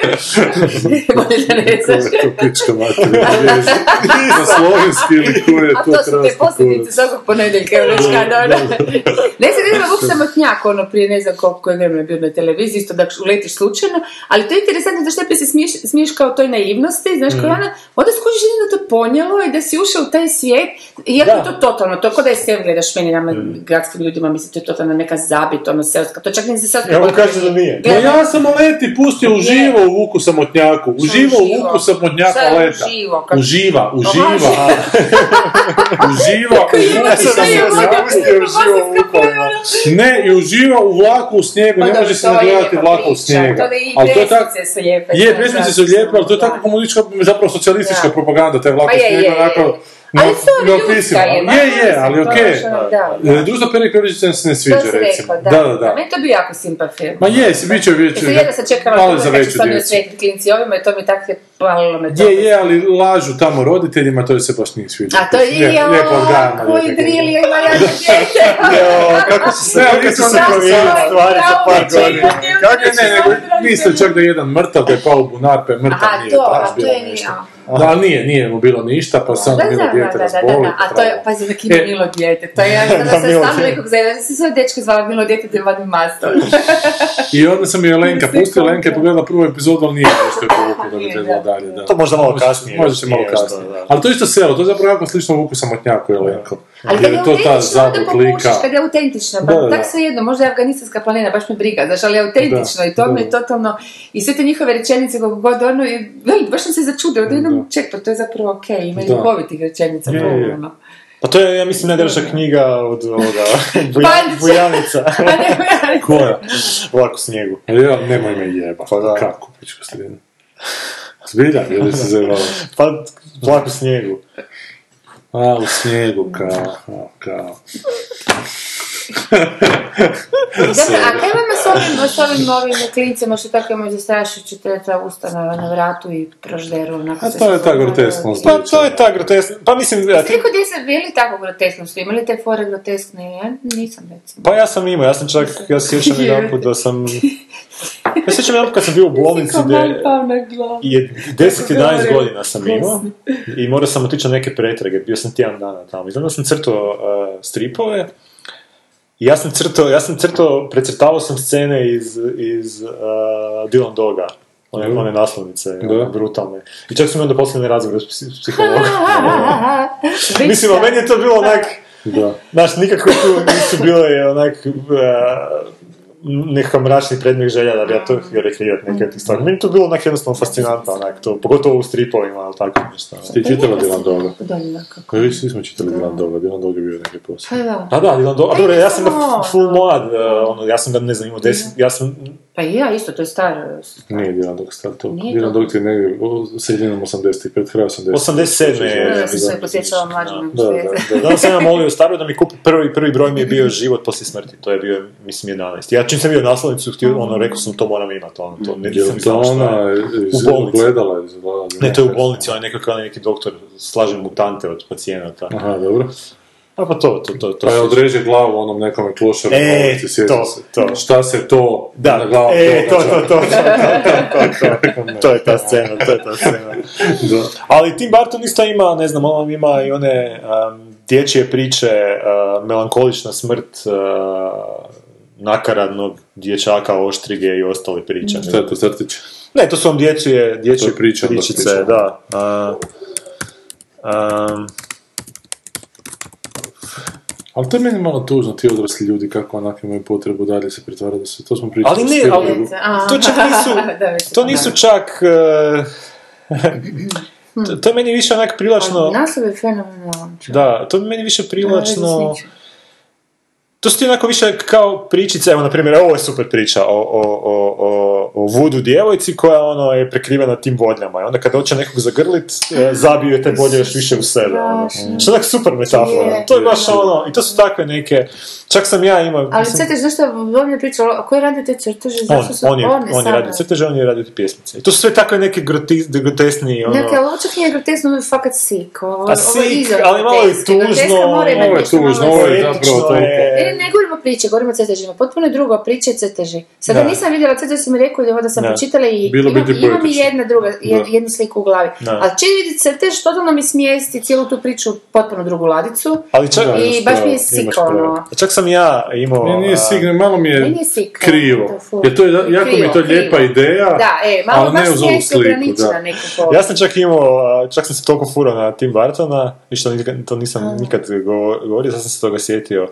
[SPEAKER 5] Bolje da ne
[SPEAKER 4] Ko
[SPEAKER 5] znaš.
[SPEAKER 4] je to pička mater? Na slovenski ili ko je
[SPEAKER 5] A
[SPEAKER 4] to
[SPEAKER 5] to su te
[SPEAKER 4] krasno
[SPEAKER 5] posljedice svakog ponedjeljka, evo već kada, ono. Ne se vidimo Vuk Samotnjak, ono, prije ne znam koliko je vremena bio na televiziji, isto da uletiš slučajno, ali to je interesantno, zašto bi se smiješ, smiješ kao toj naivnosti, znaš,
[SPEAKER 6] Mm.
[SPEAKER 5] kao ona, onda skužiš jedino da to ponijelo i da si ušao u taj svijet, iako je to totalno, to kod da je sve gledaš meni, nama,
[SPEAKER 6] Mm.
[SPEAKER 5] gradskim ljudima, mislim, to je totalno neka zabit, ono, seoska, pa to čak ne se sad...
[SPEAKER 6] Evo kaže da nije.
[SPEAKER 4] Ma ja sam leti pustio uživo u Vuku Samotnjaku. Uživo u
[SPEAKER 5] uživo?
[SPEAKER 4] Vuku Samotnjaka
[SPEAKER 5] Šta je
[SPEAKER 4] leta.
[SPEAKER 5] uživo? Kako-
[SPEAKER 4] Uživa, uživa.
[SPEAKER 5] Aha,
[SPEAKER 4] uživa u
[SPEAKER 5] Ja
[SPEAKER 4] Vuku
[SPEAKER 5] sam
[SPEAKER 4] Samotnjaku.
[SPEAKER 5] ono
[SPEAKER 4] Ne, i uživa u vlaku u snijegu. Ne može se nagledati vlaku u snijegu.
[SPEAKER 5] Ali
[SPEAKER 4] Ali to je tako...
[SPEAKER 5] su lijepe.
[SPEAKER 4] Je,
[SPEAKER 5] to znači
[SPEAKER 4] pesmice su
[SPEAKER 5] strašno.
[SPEAKER 4] lijepe, ali to je tako komunistička, zapravo socijalistička
[SPEAKER 5] Da.
[SPEAKER 4] propaganda, taj vlak
[SPEAKER 5] Pa
[SPEAKER 4] u
[SPEAKER 5] je,
[SPEAKER 4] snijegu
[SPEAKER 5] je, je.
[SPEAKER 4] onako...
[SPEAKER 5] Ali su
[SPEAKER 4] ne-
[SPEAKER 5] ljudska
[SPEAKER 4] neopisiva.
[SPEAKER 5] je, ma,
[SPEAKER 4] Je, je,
[SPEAKER 5] mislim,
[SPEAKER 4] ali
[SPEAKER 5] to
[SPEAKER 4] okej.
[SPEAKER 5] je ono, da, da.
[SPEAKER 4] E, Dužna Periković se ne sviđa,
[SPEAKER 5] To si
[SPEAKER 4] recimo.
[SPEAKER 5] rekao, da.
[SPEAKER 4] Da, da, da.
[SPEAKER 5] Meni to bio jako simpa film.
[SPEAKER 4] Ma jesi, bit će već...
[SPEAKER 5] Mislim, jedno sam čekala
[SPEAKER 4] malo
[SPEAKER 5] to
[SPEAKER 4] za
[SPEAKER 5] kad
[SPEAKER 4] veću
[SPEAKER 5] će sad
[SPEAKER 4] djecu.
[SPEAKER 5] osvetiti klinci ovima i to mi tako je palilo me to.
[SPEAKER 4] Je, je, ali lažu tamo roditeljima, to joj se baš nije sviđa.
[SPEAKER 5] A to je,
[SPEAKER 4] Lijepo-
[SPEAKER 5] joj,
[SPEAKER 4] lijepo odgajamo
[SPEAKER 5] koji
[SPEAKER 4] dijete.
[SPEAKER 5] dril je ima jadno djete.
[SPEAKER 6] Kako su se,
[SPEAKER 4] Ne, ali
[SPEAKER 6] kako su
[SPEAKER 4] to
[SPEAKER 6] se
[SPEAKER 4] sam
[SPEAKER 6] promijenile
[SPEAKER 5] sam-
[SPEAKER 6] stvari za par
[SPEAKER 5] Bravo,
[SPEAKER 6] godina.
[SPEAKER 5] čekaj,
[SPEAKER 6] Kako
[SPEAKER 4] Ne,
[SPEAKER 6] su
[SPEAKER 4] ne, nego mislim čak da je jedan mrtav, da je pao u bunar, pa je mrtav,
[SPEAKER 5] Aha,
[SPEAKER 4] nije
[SPEAKER 5] to,
[SPEAKER 4] baš
[SPEAKER 5] a to
[SPEAKER 4] bilo
[SPEAKER 5] je nije.
[SPEAKER 4] ništa. Da, ali nije, nije mu bilo ništa, pa se
[SPEAKER 5] Da,
[SPEAKER 4] onda
[SPEAKER 5] da,
[SPEAKER 4] bilo
[SPEAKER 5] da,
[SPEAKER 4] dijete
[SPEAKER 5] da, da,
[SPEAKER 4] razboli.
[SPEAKER 5] da, a to je, pazi, neki
[SPEAKER 4] E.
[SPEAKER 5] Milo djete, to je, ja sam se
[SPEAKER 6] Milo
[SPEAKER 5] sam
[SPEAKER 6] dijete.
[SPEAKER 5] nekog zajedno, da se svoje dečko zvala Milo djete, da je vadim masno.
[SPEAKER 4] I onda sam je Lenka
[SPEAKER 5] Mislim,
[SPEAKER 4] pustila, Lenka je
[SPEAKER 5] kontra.
[SPEAKER 4] pogledala prvu epizodu, ali nije nešto je povukla da bi
[SPEAKER 5] Nije,
[SPEAKER 4] trebalo
[SPEAKER 5] da.
[SPEAKER 4] dalje. Da.
[SPEAKER 6] To možda malo kasnije.
[SPEAKER 4] Može se malo
[SPEAKER 6] još,
[SPEAKER 4] kasnije.
[SPEAKER 6] da, da.
[SPEAKER 4] Ali to je isto selo, to je zapravo jako slično vuku samotnjaku je Lenko.
[SPEAKER 5] Ali kad
[SPEAKER 4] Jer
[SPEAKER 5] je
[SPEAKER 4] je to ta
[SPEAKER 5] autentično, onda
[SPEAKER 4] zabud lika.
[SPEAKER 5] pokušaš, kad je autentično,
[SPEAKER 4] Da, da,
[SPEAKER 5] pa
[SPEAKER 4] da.
[SPEAKER 5] tak svejedno, možda je afganistanska planina, baš me briga, znaš, ali je autentično
[SPEAKER 4] Da,
[SPEAKER 5] i to
[SPEAKER 4] da,
[SPEAKER 5] mi je
[SPEAKER 4] da.
[SPEAKER 5] totalno, i sve te njihove rečenice koliko god ono, i, veli, baš sam se začudio, da jednom ček, pa to je zapravo okej, ima
[SPEAKER 4] Da.
[SPEAKER 5] ljubovitih rečenica,
[SPEAKER 4] Je, je.
[SPEAKER 5] povoljno.
[SPEAKER 6] Pa to je, ja mislim, najdraža knjiga od ovoga,
[SPEAKER 5] Bandića.
[SPEAKER 6] Buja- Bujanica.
[SPEAKER 5] Pa ne, ne,
[SPEAKER 4] Koja?
[SPEAKER 6] Vlak u snijegu.
[SPEAKER 4] Ali ja, nemoj me jeba.
[SPEAKER 6] Pa da.
[SPEAKER 4] Kako, pičku sredinu. Zbilja, ili se zajebala?
[SPEAKER 6] Pa, Vlak u snijegu.
[SPEAKER 4] A, u snijegu, kao, kao.
[SPEAKER 5] Dobro, a kaj vama s ovim, s ovim, ovim klincima što tako imaju zastrašujući te ta ustanova na vratu i prožderu, onako
[SPEAKER 4] A
[SPEAKER 5] se
[SPEAKER 4] to je ta
[SPEAKER 5] sve-
[SPEAKER 4] grotesknost.
[SPEAKER 6] Pa to je ta grotesna, pa mislim, da,
[SPEAKER 5] Svi kod djece bili tako groteskno, su imali te fore groteskne, ja nisam recimo.
[SPEAKER 6] pa ja sam imao, ja sam čak, ja se sjećam jedan put da sam, ja se sjećam jedan put kad sam bio u bolnici
[SPEAKER 5] Kao
[SPEAKER 6] gdje
[SPEAKER 5] mal pao na glavu.
[SPEAKER 6] je 10-11 godina sam imao i morao sam otići na neke pretrage, bio sam tjedan dana tamo i onda sam crtao eh, stripove i ja sam crtao, ja sam crtao, precrtavao sam scene iz, iz eh, Dylan Doga. One, one naslovnice, ono, brutalne. I čak sam onda poslije ne razgovor s psi- s psihologom.
[SPEAKER 5] Pa,
[SPEAKER 6] Mislim, a meni je to bilo onak...
[SPEAKER 4] Da.
[SPEAKER 6] Znaš, nikako tu nisu bile onak... e, nekakav mračni predmet želja da bi ja to htio rekreirati neke od tih stvari. Meni je to bilo onak jednostavno fascinantno, onak to, pogotovo u stripovima, ali tako nešto. ono.
[SPEAKER 4] Ti čitala Dylan Doga?
[SPEAKER 5] Donjela kako.
[SPEAKER 4] Pa vi svi smo čitali Dylan Doga, Dylan Dog je bio neki
[SPEAKER 5] Pa
[SPEAKER 4] posao.
[SPEAKER 5] da.
[SPEAKER 6] A da, Dylan Dog, a dobro, ja sam ga
[SPEAKER 5] samo-
[SPEAKER 6] full mlad, e, ono, ja sam ga, ne znam, imao deset, ja sam,
[SPEAKER 5] Pa i ja isto, to je
[SPEAKER 4] E,
[SPEAKER 5] staro.
[SPEAKER 4] Nije Dylan Dog star to.
[SPEAKER 5] Pa Nije
[SPEAKER 4] Dylan
[SPEAKER 5] to.
[SPEAKER 4] Dog ti je negdje u sredinom 80-ih, pred kraja 80-ih.
[SPEAKER 6] 87.
[SPEAKER 5] Da,
[SPEAKER 6] je.
[SPEAKER 5] da sam se posjećala mlađe
[SPEAKER 4] Da, da,
[SPEAKER 5] nego
[SPEAKER 4] da.
[SPEAKER 6] Onda sam ja molio staru da mi kupi prvi, prvi broj mi je bio život poslije smrti, to je bio, mislim, 11. Ja čim sam bio naslovnicu, htio, ono, rekao sam, to moram imati, ono, to ne, nisam
[SPEAKER 4] Jel to ono-
[SPEAKER 6] znao šta je.
[SPEAKER 4] ona iz
[SPEAKER 6] U bolnici.
[SPEAKER 4] gledala iz vlade?
[SPEAKER 6] Ne, to je u bolnici, on je nekakav onaj neki doktor, slaže mutante od pacijenata.
[SPEAKER 4] Aha, dobro.
[SPEAKER 6] A pa to, to, to, to.
[SPEAKER 4] Pa je
[SPEAKER 6] su-
[SPEAKER 4] odreže glavu onom nekome klošaru.
[SPEAKER 6] E,
[SPEAKER 4] u bolnici, sjećam
[SPEAKER 6] to,
[SPEAKER 4] se.
[SPEAKER 6] to.
[SPEAKER 4] Šta se to na
[SPEAKER 6] Da,
[SPEAKER 4] glavu
[SPEAKER 6] e, to,
[SPEAKER 4] događa?
[SPEAKER 6] to, to, to, to, to, to, to je ta scena, to je ta scena.
[SPEAKER 4] Da.
[SPEAKER 6] Ali Tim Burton isto ima, ne znam, on ima i one um, dječje priče, uh, melankolična smrt uh, nakaradnog dječaka, oštrige i ostale priče.
[SPEAKER 3] Mm.
[SPEAKER 4] Šta je to, Srtić?
[SPEAKER 6] Ne, to su vam dječje, dječje
[SPEAKER 4] To je priča, onda
[SPEAKER 6] pričice,
[SPEAKER 4] priča.
[SPEAKER 6] da. um, A, am,
[SPEAKER 3] Ali to je meni malo tužno, ti odrasli ljudi, kako onak imaju potrebu dalje se pretvarati da su, to smo pričali.
[SPEAKER 4] Ali
[SPEAKER 3] s
[SPEAKER 4] ne,
[SPEAKER 3] Spielbergom.
[SPEAKER 4] ali-
[SPEAKER 5] A,
[SPEAKER 4] To čak nisu-
[SPEAKER 5] da, mislim,
[SPEAKER 4] To nisu čak... eh, to, to je meni više onak privlačno...
[SPEAKER 5] Ali Naslov je fenomenalan. čovječe.
[SPEAKER 4] Da, to je meni više
[SPEAKER 5] Nema
[SPEAKER 4] privlačno...
[SPEAKER 5] veze s ničim.
[SPEAKER 4] To su ti onako više kao pričice, evo na primjer, ovo je super priča o, o, o, o, o vudu djevojci koja ono je prekrivena tim vodljama i onda kada hoće nekog zagrlit, e, zabiju je te bolje još više u sebe. Ono.
[SPEAKER 5] Strašno.
[SPEAKER 4] Što je onak super metafora.
[SPEAKER 5] Je.
[SPEAKER 4] To je baš ono, i to su takve neke, čak sam ja imao...
[SPEAKER 5] Ali
[SPEAKER 4] mislim-
[SPEAKER 5] sad zašto je Bobne pričala, a ko je radio te crteže,
[SPEAKER 4] on,
[SPEAKER 5] zašto su
[SPEAKER 4] on je, on je
[SPEAKER 5] same?
[SPEAKER 4] radio crteže, on je radio te pjesmice. I to su sve takve neke groti- grotesni, ono...
[SPEAKER 5] Dakle, ali ovo čak nije grotesno, ovo je fakat sik. Ovo,
[SPEAKER 4] A
[SPEAKER 5] ovo je
[SPEAKER 4] sik,
[SPEAKER 5] iza
[SPEAKER 4] ali malo je
[SPEAKER 5] groteske. Groteska
[SPEAKER 4] tužno,
[SPEAKER 5] mora imati
[SPEAKER 3] ovo je
[SPEAKER 5] nešto
[SPEAKER 3] tužno,
[SPEAKER 5] malo e.
[SPEAKER 3] ovo je
[SPEAKER 5] sika.
[SPEAKER 4] Poetično
[SPEAKER 3] zapravo toliko.
[SPEAKER 4] je.
[SPEAKER 5] Ne, ne, ne govorimo priče, govorimo o crtežima. Potpuno je drugo, priče crteži. Sad da
[SPEAKER 4] Da.
[SPEAKER 5] nisam vidjela crtež, sam mi rekao ili da sam
[SPEAKER 4] Da.
[SPEAKER 5] pročitala i
[SPEAKER 3] Bilo bi
[SPEAKER 5] imam,
[SPEAKER 3] ti
[SPEAKER 5] imam i
[SPEAKER 3] poetično.
[SPEAKER 5] jedna druga, jed-
[SPEAKER 3] Da.
[SPEAKER 5] jednu sliku u glavi.
[SPEAKER 4] Da.
[SPEAKER 5] Ali čim vidi crtež, totalno mi smijesti cijelu tu priču u potpuno drugu ladicu.
[SPEAKER 4] Ali čak,
[SPEAKER 5] I baš mi je sik, ono.
[SPEAKER 4] čak sam ja imao...
[SPEAKER 3] Ne, nije
[SPEAKER 4] a,
[SPEAKER 3] signe, malo mi je
[SPEAKER 5] Meni je sik.
[SPEAKER 3] E, krivo.
[SPEAKER 5] to ful.
[SPEAKER 3] Jer to je, jako mi je to
[SPEAKER 5] Krivo,
[SPEAKER 3] lijepa
[SPEAKER 5] krivo.
[SPEAKER 3] ideja,
[SPEAKER 5] Da, e, malo
[SPEAKER 3] ali ne
[SPEAKER 5] baš
[SPEAKER 3] uz ovu
[SPEAKER 5] smiješno
[SPEAKER 3] sliku,
[SPEAKER 5] ograničena
[SPEAKER 3] da.
[SPEAKER 5] neko pogled.
[SPEAKER 4] Ja sam čak imao, a, čak sam se toliko furao na Tim Bartona, i što nikad, to nisam nikad govo- govorio, sad sam se toga sjetio.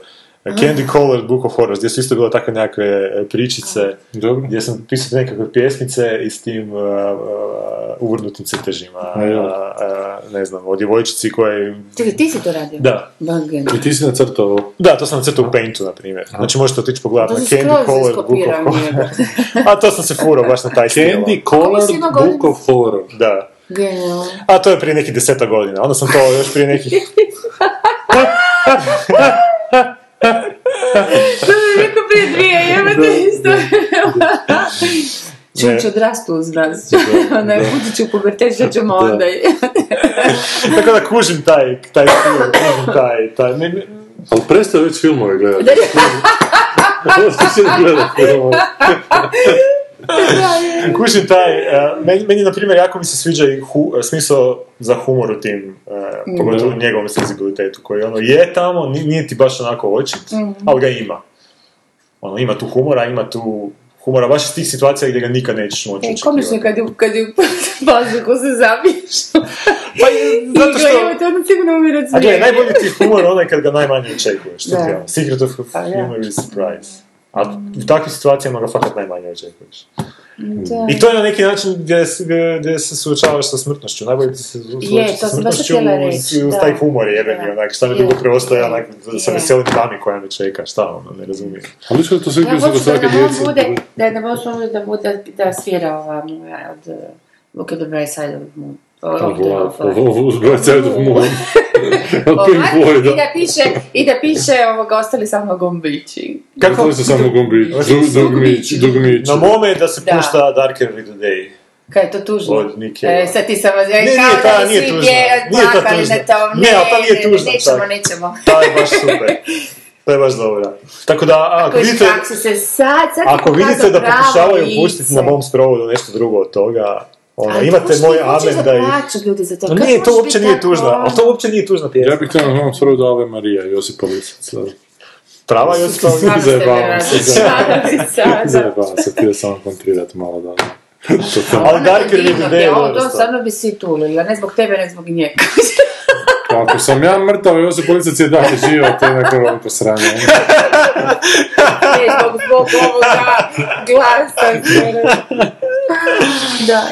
[SPEAKER 4] Candy Colored Book of Horrors, gdje su isto bile takve nekakve e, pričice,
[SPEAKER 3] Dobro.
[SPEAKER 4] gdje sam pisao nekakve pjesmice i s tim uh, uh, uvrnutim crtežima,
[SPEAKER 3] A jel?
[SPEAKER 4] uh, uh, ne znam, o djevojčici koje...
[SPEAKER 5] Čekaj, ti si to radio?
[SPEAKER 4] Da,
[SPEAKER 5] Bogen.
[SPEAKER 3] I ti si nacrtao ovo.
[SPEAKER 4] da, to sam crtao u Paintu, na primjer. Znači možete otići pogledati
[SPEAKER 5] To
[SPEAKER 4] na
[SPEAKER 5] si
[SPEAKER 4] Candy
[SPEAKER 5] skroz
[SPEAKER 4] Colored Book of
[SPEAKER 5] iskopiran.
[SPEAKER 4] Horrors. A to sam se furao baš na taj stil.
[SPEAKER 3] Candy
[SPEAKER 5] Kako si
[SPEAKER 3] Colored
[SPEAKER 5] imao
[SPEAKER 3] Book
[SPEAKER 5] godinu?
[SPEAKER 3] of Horror.
[SPEAKER 4] Da.
[SPEAKER 5] Genijalno.
[SPEAKER 4] A to je prije nekih deseta godina, onda sam to još prije nekih...
[SPEAKER 5] To mi je rekao prije dvije, jebate isto. Čovječ
[SPEAKER 4] Ne.
[SPEAKER 5] odrastu uz nas. Ona je budući u pubertet, što ćemo
[SPEAKER 3] Da.
[SPEAKER 5] onda.
[SPEAKER 4] Tako da kužim taj, taj stil, kužim taj, taj... Ne, ne,
[SPEAKER 3] Ali prestao već filmove gledati.
[SPEAKER 5] Da,
[SPEAKER 3] Ovo što si gledao filmove.
[SPEAKER 4] kužim taj... e, meni, meni, na primjer, jako mi se sviđa i hu, e, smisao za humor u tim, e,
[SPEAKER 5] Mm.
[SPEAKER 4] pogotovo u njegovom senzibilitetu, koji ono je tamo, ni- nije ti baš onako očit,
[SPEAKER 5] Mm.
[SPEAKER 4] ali ga ima. Ono, ima tu humora, ima tu humora baš iz tih situacija gdje ga nikad nećeš moći
[SPEAKER 5] E,
[SPEAKER 4] očekivati.
[SPEAKER 5] komično je kad je, kad je bazuku se zabiješ.
[SPEAKER 4] Pa je, zato
[SPEAKER 5] I
[SPEAKER 4] što...
[SPEAKER 5] gledaj, to onda sigurno umire od
[SPEAKER 4] A gle,
[SPEAKER 5] smijeha.
[SPEAKER 4] najbolji ti je humor onaj kad ga najmanje očekuješ. To
[SPEAKER 5] Da.
[SPEAKER 4] ti je ono, Secret of
[SPEAKER 5] Pa, da.
[SPEAKER 4] humor is surprise. A u takvim situacijama ga fakat najmanje očekuješ.
[SPEAKER 5] Da.
[SPEAKER 4] I to je na neki način gdje, se- gdje- gdje se suočavaš sa smrtnošću. Najbolje ti se
[SPEAKER 5] Je,
[SPEAKER 4] suočavaš
[SPEAKER 5] to
[SPEAKER 4] sa
[SPEAKER 5] sam baš
[SPEAKER 4] smrtnošću
[SPEAKER 5] htjela
[SPEAKER 4] uz,
[SPEAKER 5] reći,
[SPEAKER 4] uz
[SPEAKER 5] da.
[SPEAKER 4] taj humor jebeni,
[SPEAKER 5] Da.
[SPEAKER 4] onak, šta mi
[SPEAKER 5] Je.
[SPEAKER 4] dugo preostaje, onak, da se
[SPEAKER 5] Je.
[SPEAKER 4] veselim dami koja me čeka, šta ono, ne razumijem.
[SPEAKER 3] Ali što je to sve
[SPEAKER 5] Ja
[SPEAKER 3] pisao kod
[SPEAKER 5] hoću da
[SPEAKER 3] svake
[SPEAKER 5] nam on
[SPEAKER 3] djece?
[SPEAKER 5] bude, da nam on bude, da bude, da svira ova moja od eh, Look at the bright side of the moon. Of the-
[SPEAKER 3] Ovo,
[SPEAKER 5] of the-
[SPEAKER 3] ovo, ovo, uz Bright Side of Moon. Od Pink
[SPEAKER 5] Ovaj, I
[SPEAKER 3] Floyda.
[SPEAKER 5] da piše, i da piše ovoga, ostali samo gombići.
[SPEAKER 4] Kako?
[SPEAKER 3] Kako se samo gumbić, dug- dugmić, dugmić.
[SPEAKER 4] Na mome je da se
[SPEAKER 5] Da.
[SPEAKER 4] pušta Darker with the Day.
[SPEAKER 5] Kaj je to tužno?
[SPEAKER 4] Od Nike.
[SPEAKER 5] E, sad ti sam vas,
[SPEAKER 4] Ne,
[SPEAKER 5] e,
[SPEAKER 4] nije
[SPEAKER 5] kao
[SPEAKER 4] ta-
[SPEAKER 5] da bi
[SPEAKER 4] nije
[SPEAKER 5] svi
[SPEAKER 4] tužna.
[SPEAKER 5] gdje
[SPEAKER 4] Nije ta
[SPEAKER 5] plakali
[SPEAKER 4] tužna.
[SPEAKER 5] na tom.
[SPEAKER 4] Ne, ali ta nije
[SPEAKER 5] ne,
[SPEAKER 4] tužna,
[SPEAKER 5] Nećemo,
[SPEAKER 4] tak.
[SPEAKER 5] nećemo.
[SPEAKER 4] Ta je baš super. To je baš dobra. Tako da, a, ako
[SPEAKER 5] Koji
[SPEAKER 4] vidite,
[SPEAKER 5] kako su se sad, sad
[SPEAKER 4] Ako
[SPEAKER 5] ti pokazao
[SPEAKER 4] vidite da
[SPEAKER 5] pravo
[SPEAKER 4] pokušavaju
[SPEAKER 5] lice.
[SPEAKER 4] pustiti na mom sprovodu nešto drugo od toga, ono,
[SPEAKER 5] Ali
[SPEAKER 4] imate
[SPEAKER 5] tužno,
[SPEAKER 4] moj
[SPEAKER 5] hoćeš
[SPEAKER 4] amen da i...
[SPEAKER 5] plaću ljudi za to.
[SPEAKER 6] Pa
[SPEAKER 4] No
[SPEAKER 5] Kako
[SPEAKER 4] nije, to
[SPEAKER 5] možeš
[SPEAKER 4] uopće
[SPEAKER 5] biti
[SPEAKER 4] nije
[SPEAKER 5] tako,
[SPEAKER 4] tužno, ali
[SPEAKER 5] ono?
[SPEAKER 4] to uopće nije tužna pjesma.
[SPEAKER 3] Ja bih htio na novom srodu da Ave Marija, Josipa Lisac. da. Pa,
[SPEAKER 4] Prava je
[SPEAKER 5] Stvarno ste me
[SPEAKER 3] Zajebavam se,
[SPEAKER 5] razočarali sada.
[SPEAKER 3] Zajebavam se, htio sam kontrirati malo da... To tamo,
[SPEAKER 4] Ali Darker
[SPEAKER 5] Divno
[SPEAKER 4] with the
[SPEAKER 5] bi,
[SPEAKER 4] Day je
[SPEAKER 5] ovo,
[SPEAKER 4] dobra
[SPEAKER 5] To
[SPEAKER 4] stvar.
[SPEAKER 5] stvarno bi svi tulila, ne zbog tebe, ne zbog nje.
[SPEAKER 3] ako sam ja mrtav, Josip Lisac je dalje živio, to je neko veliko sranje.
[SPEAKER 5] Ne, zbog, zbog ovoga glasa. Da,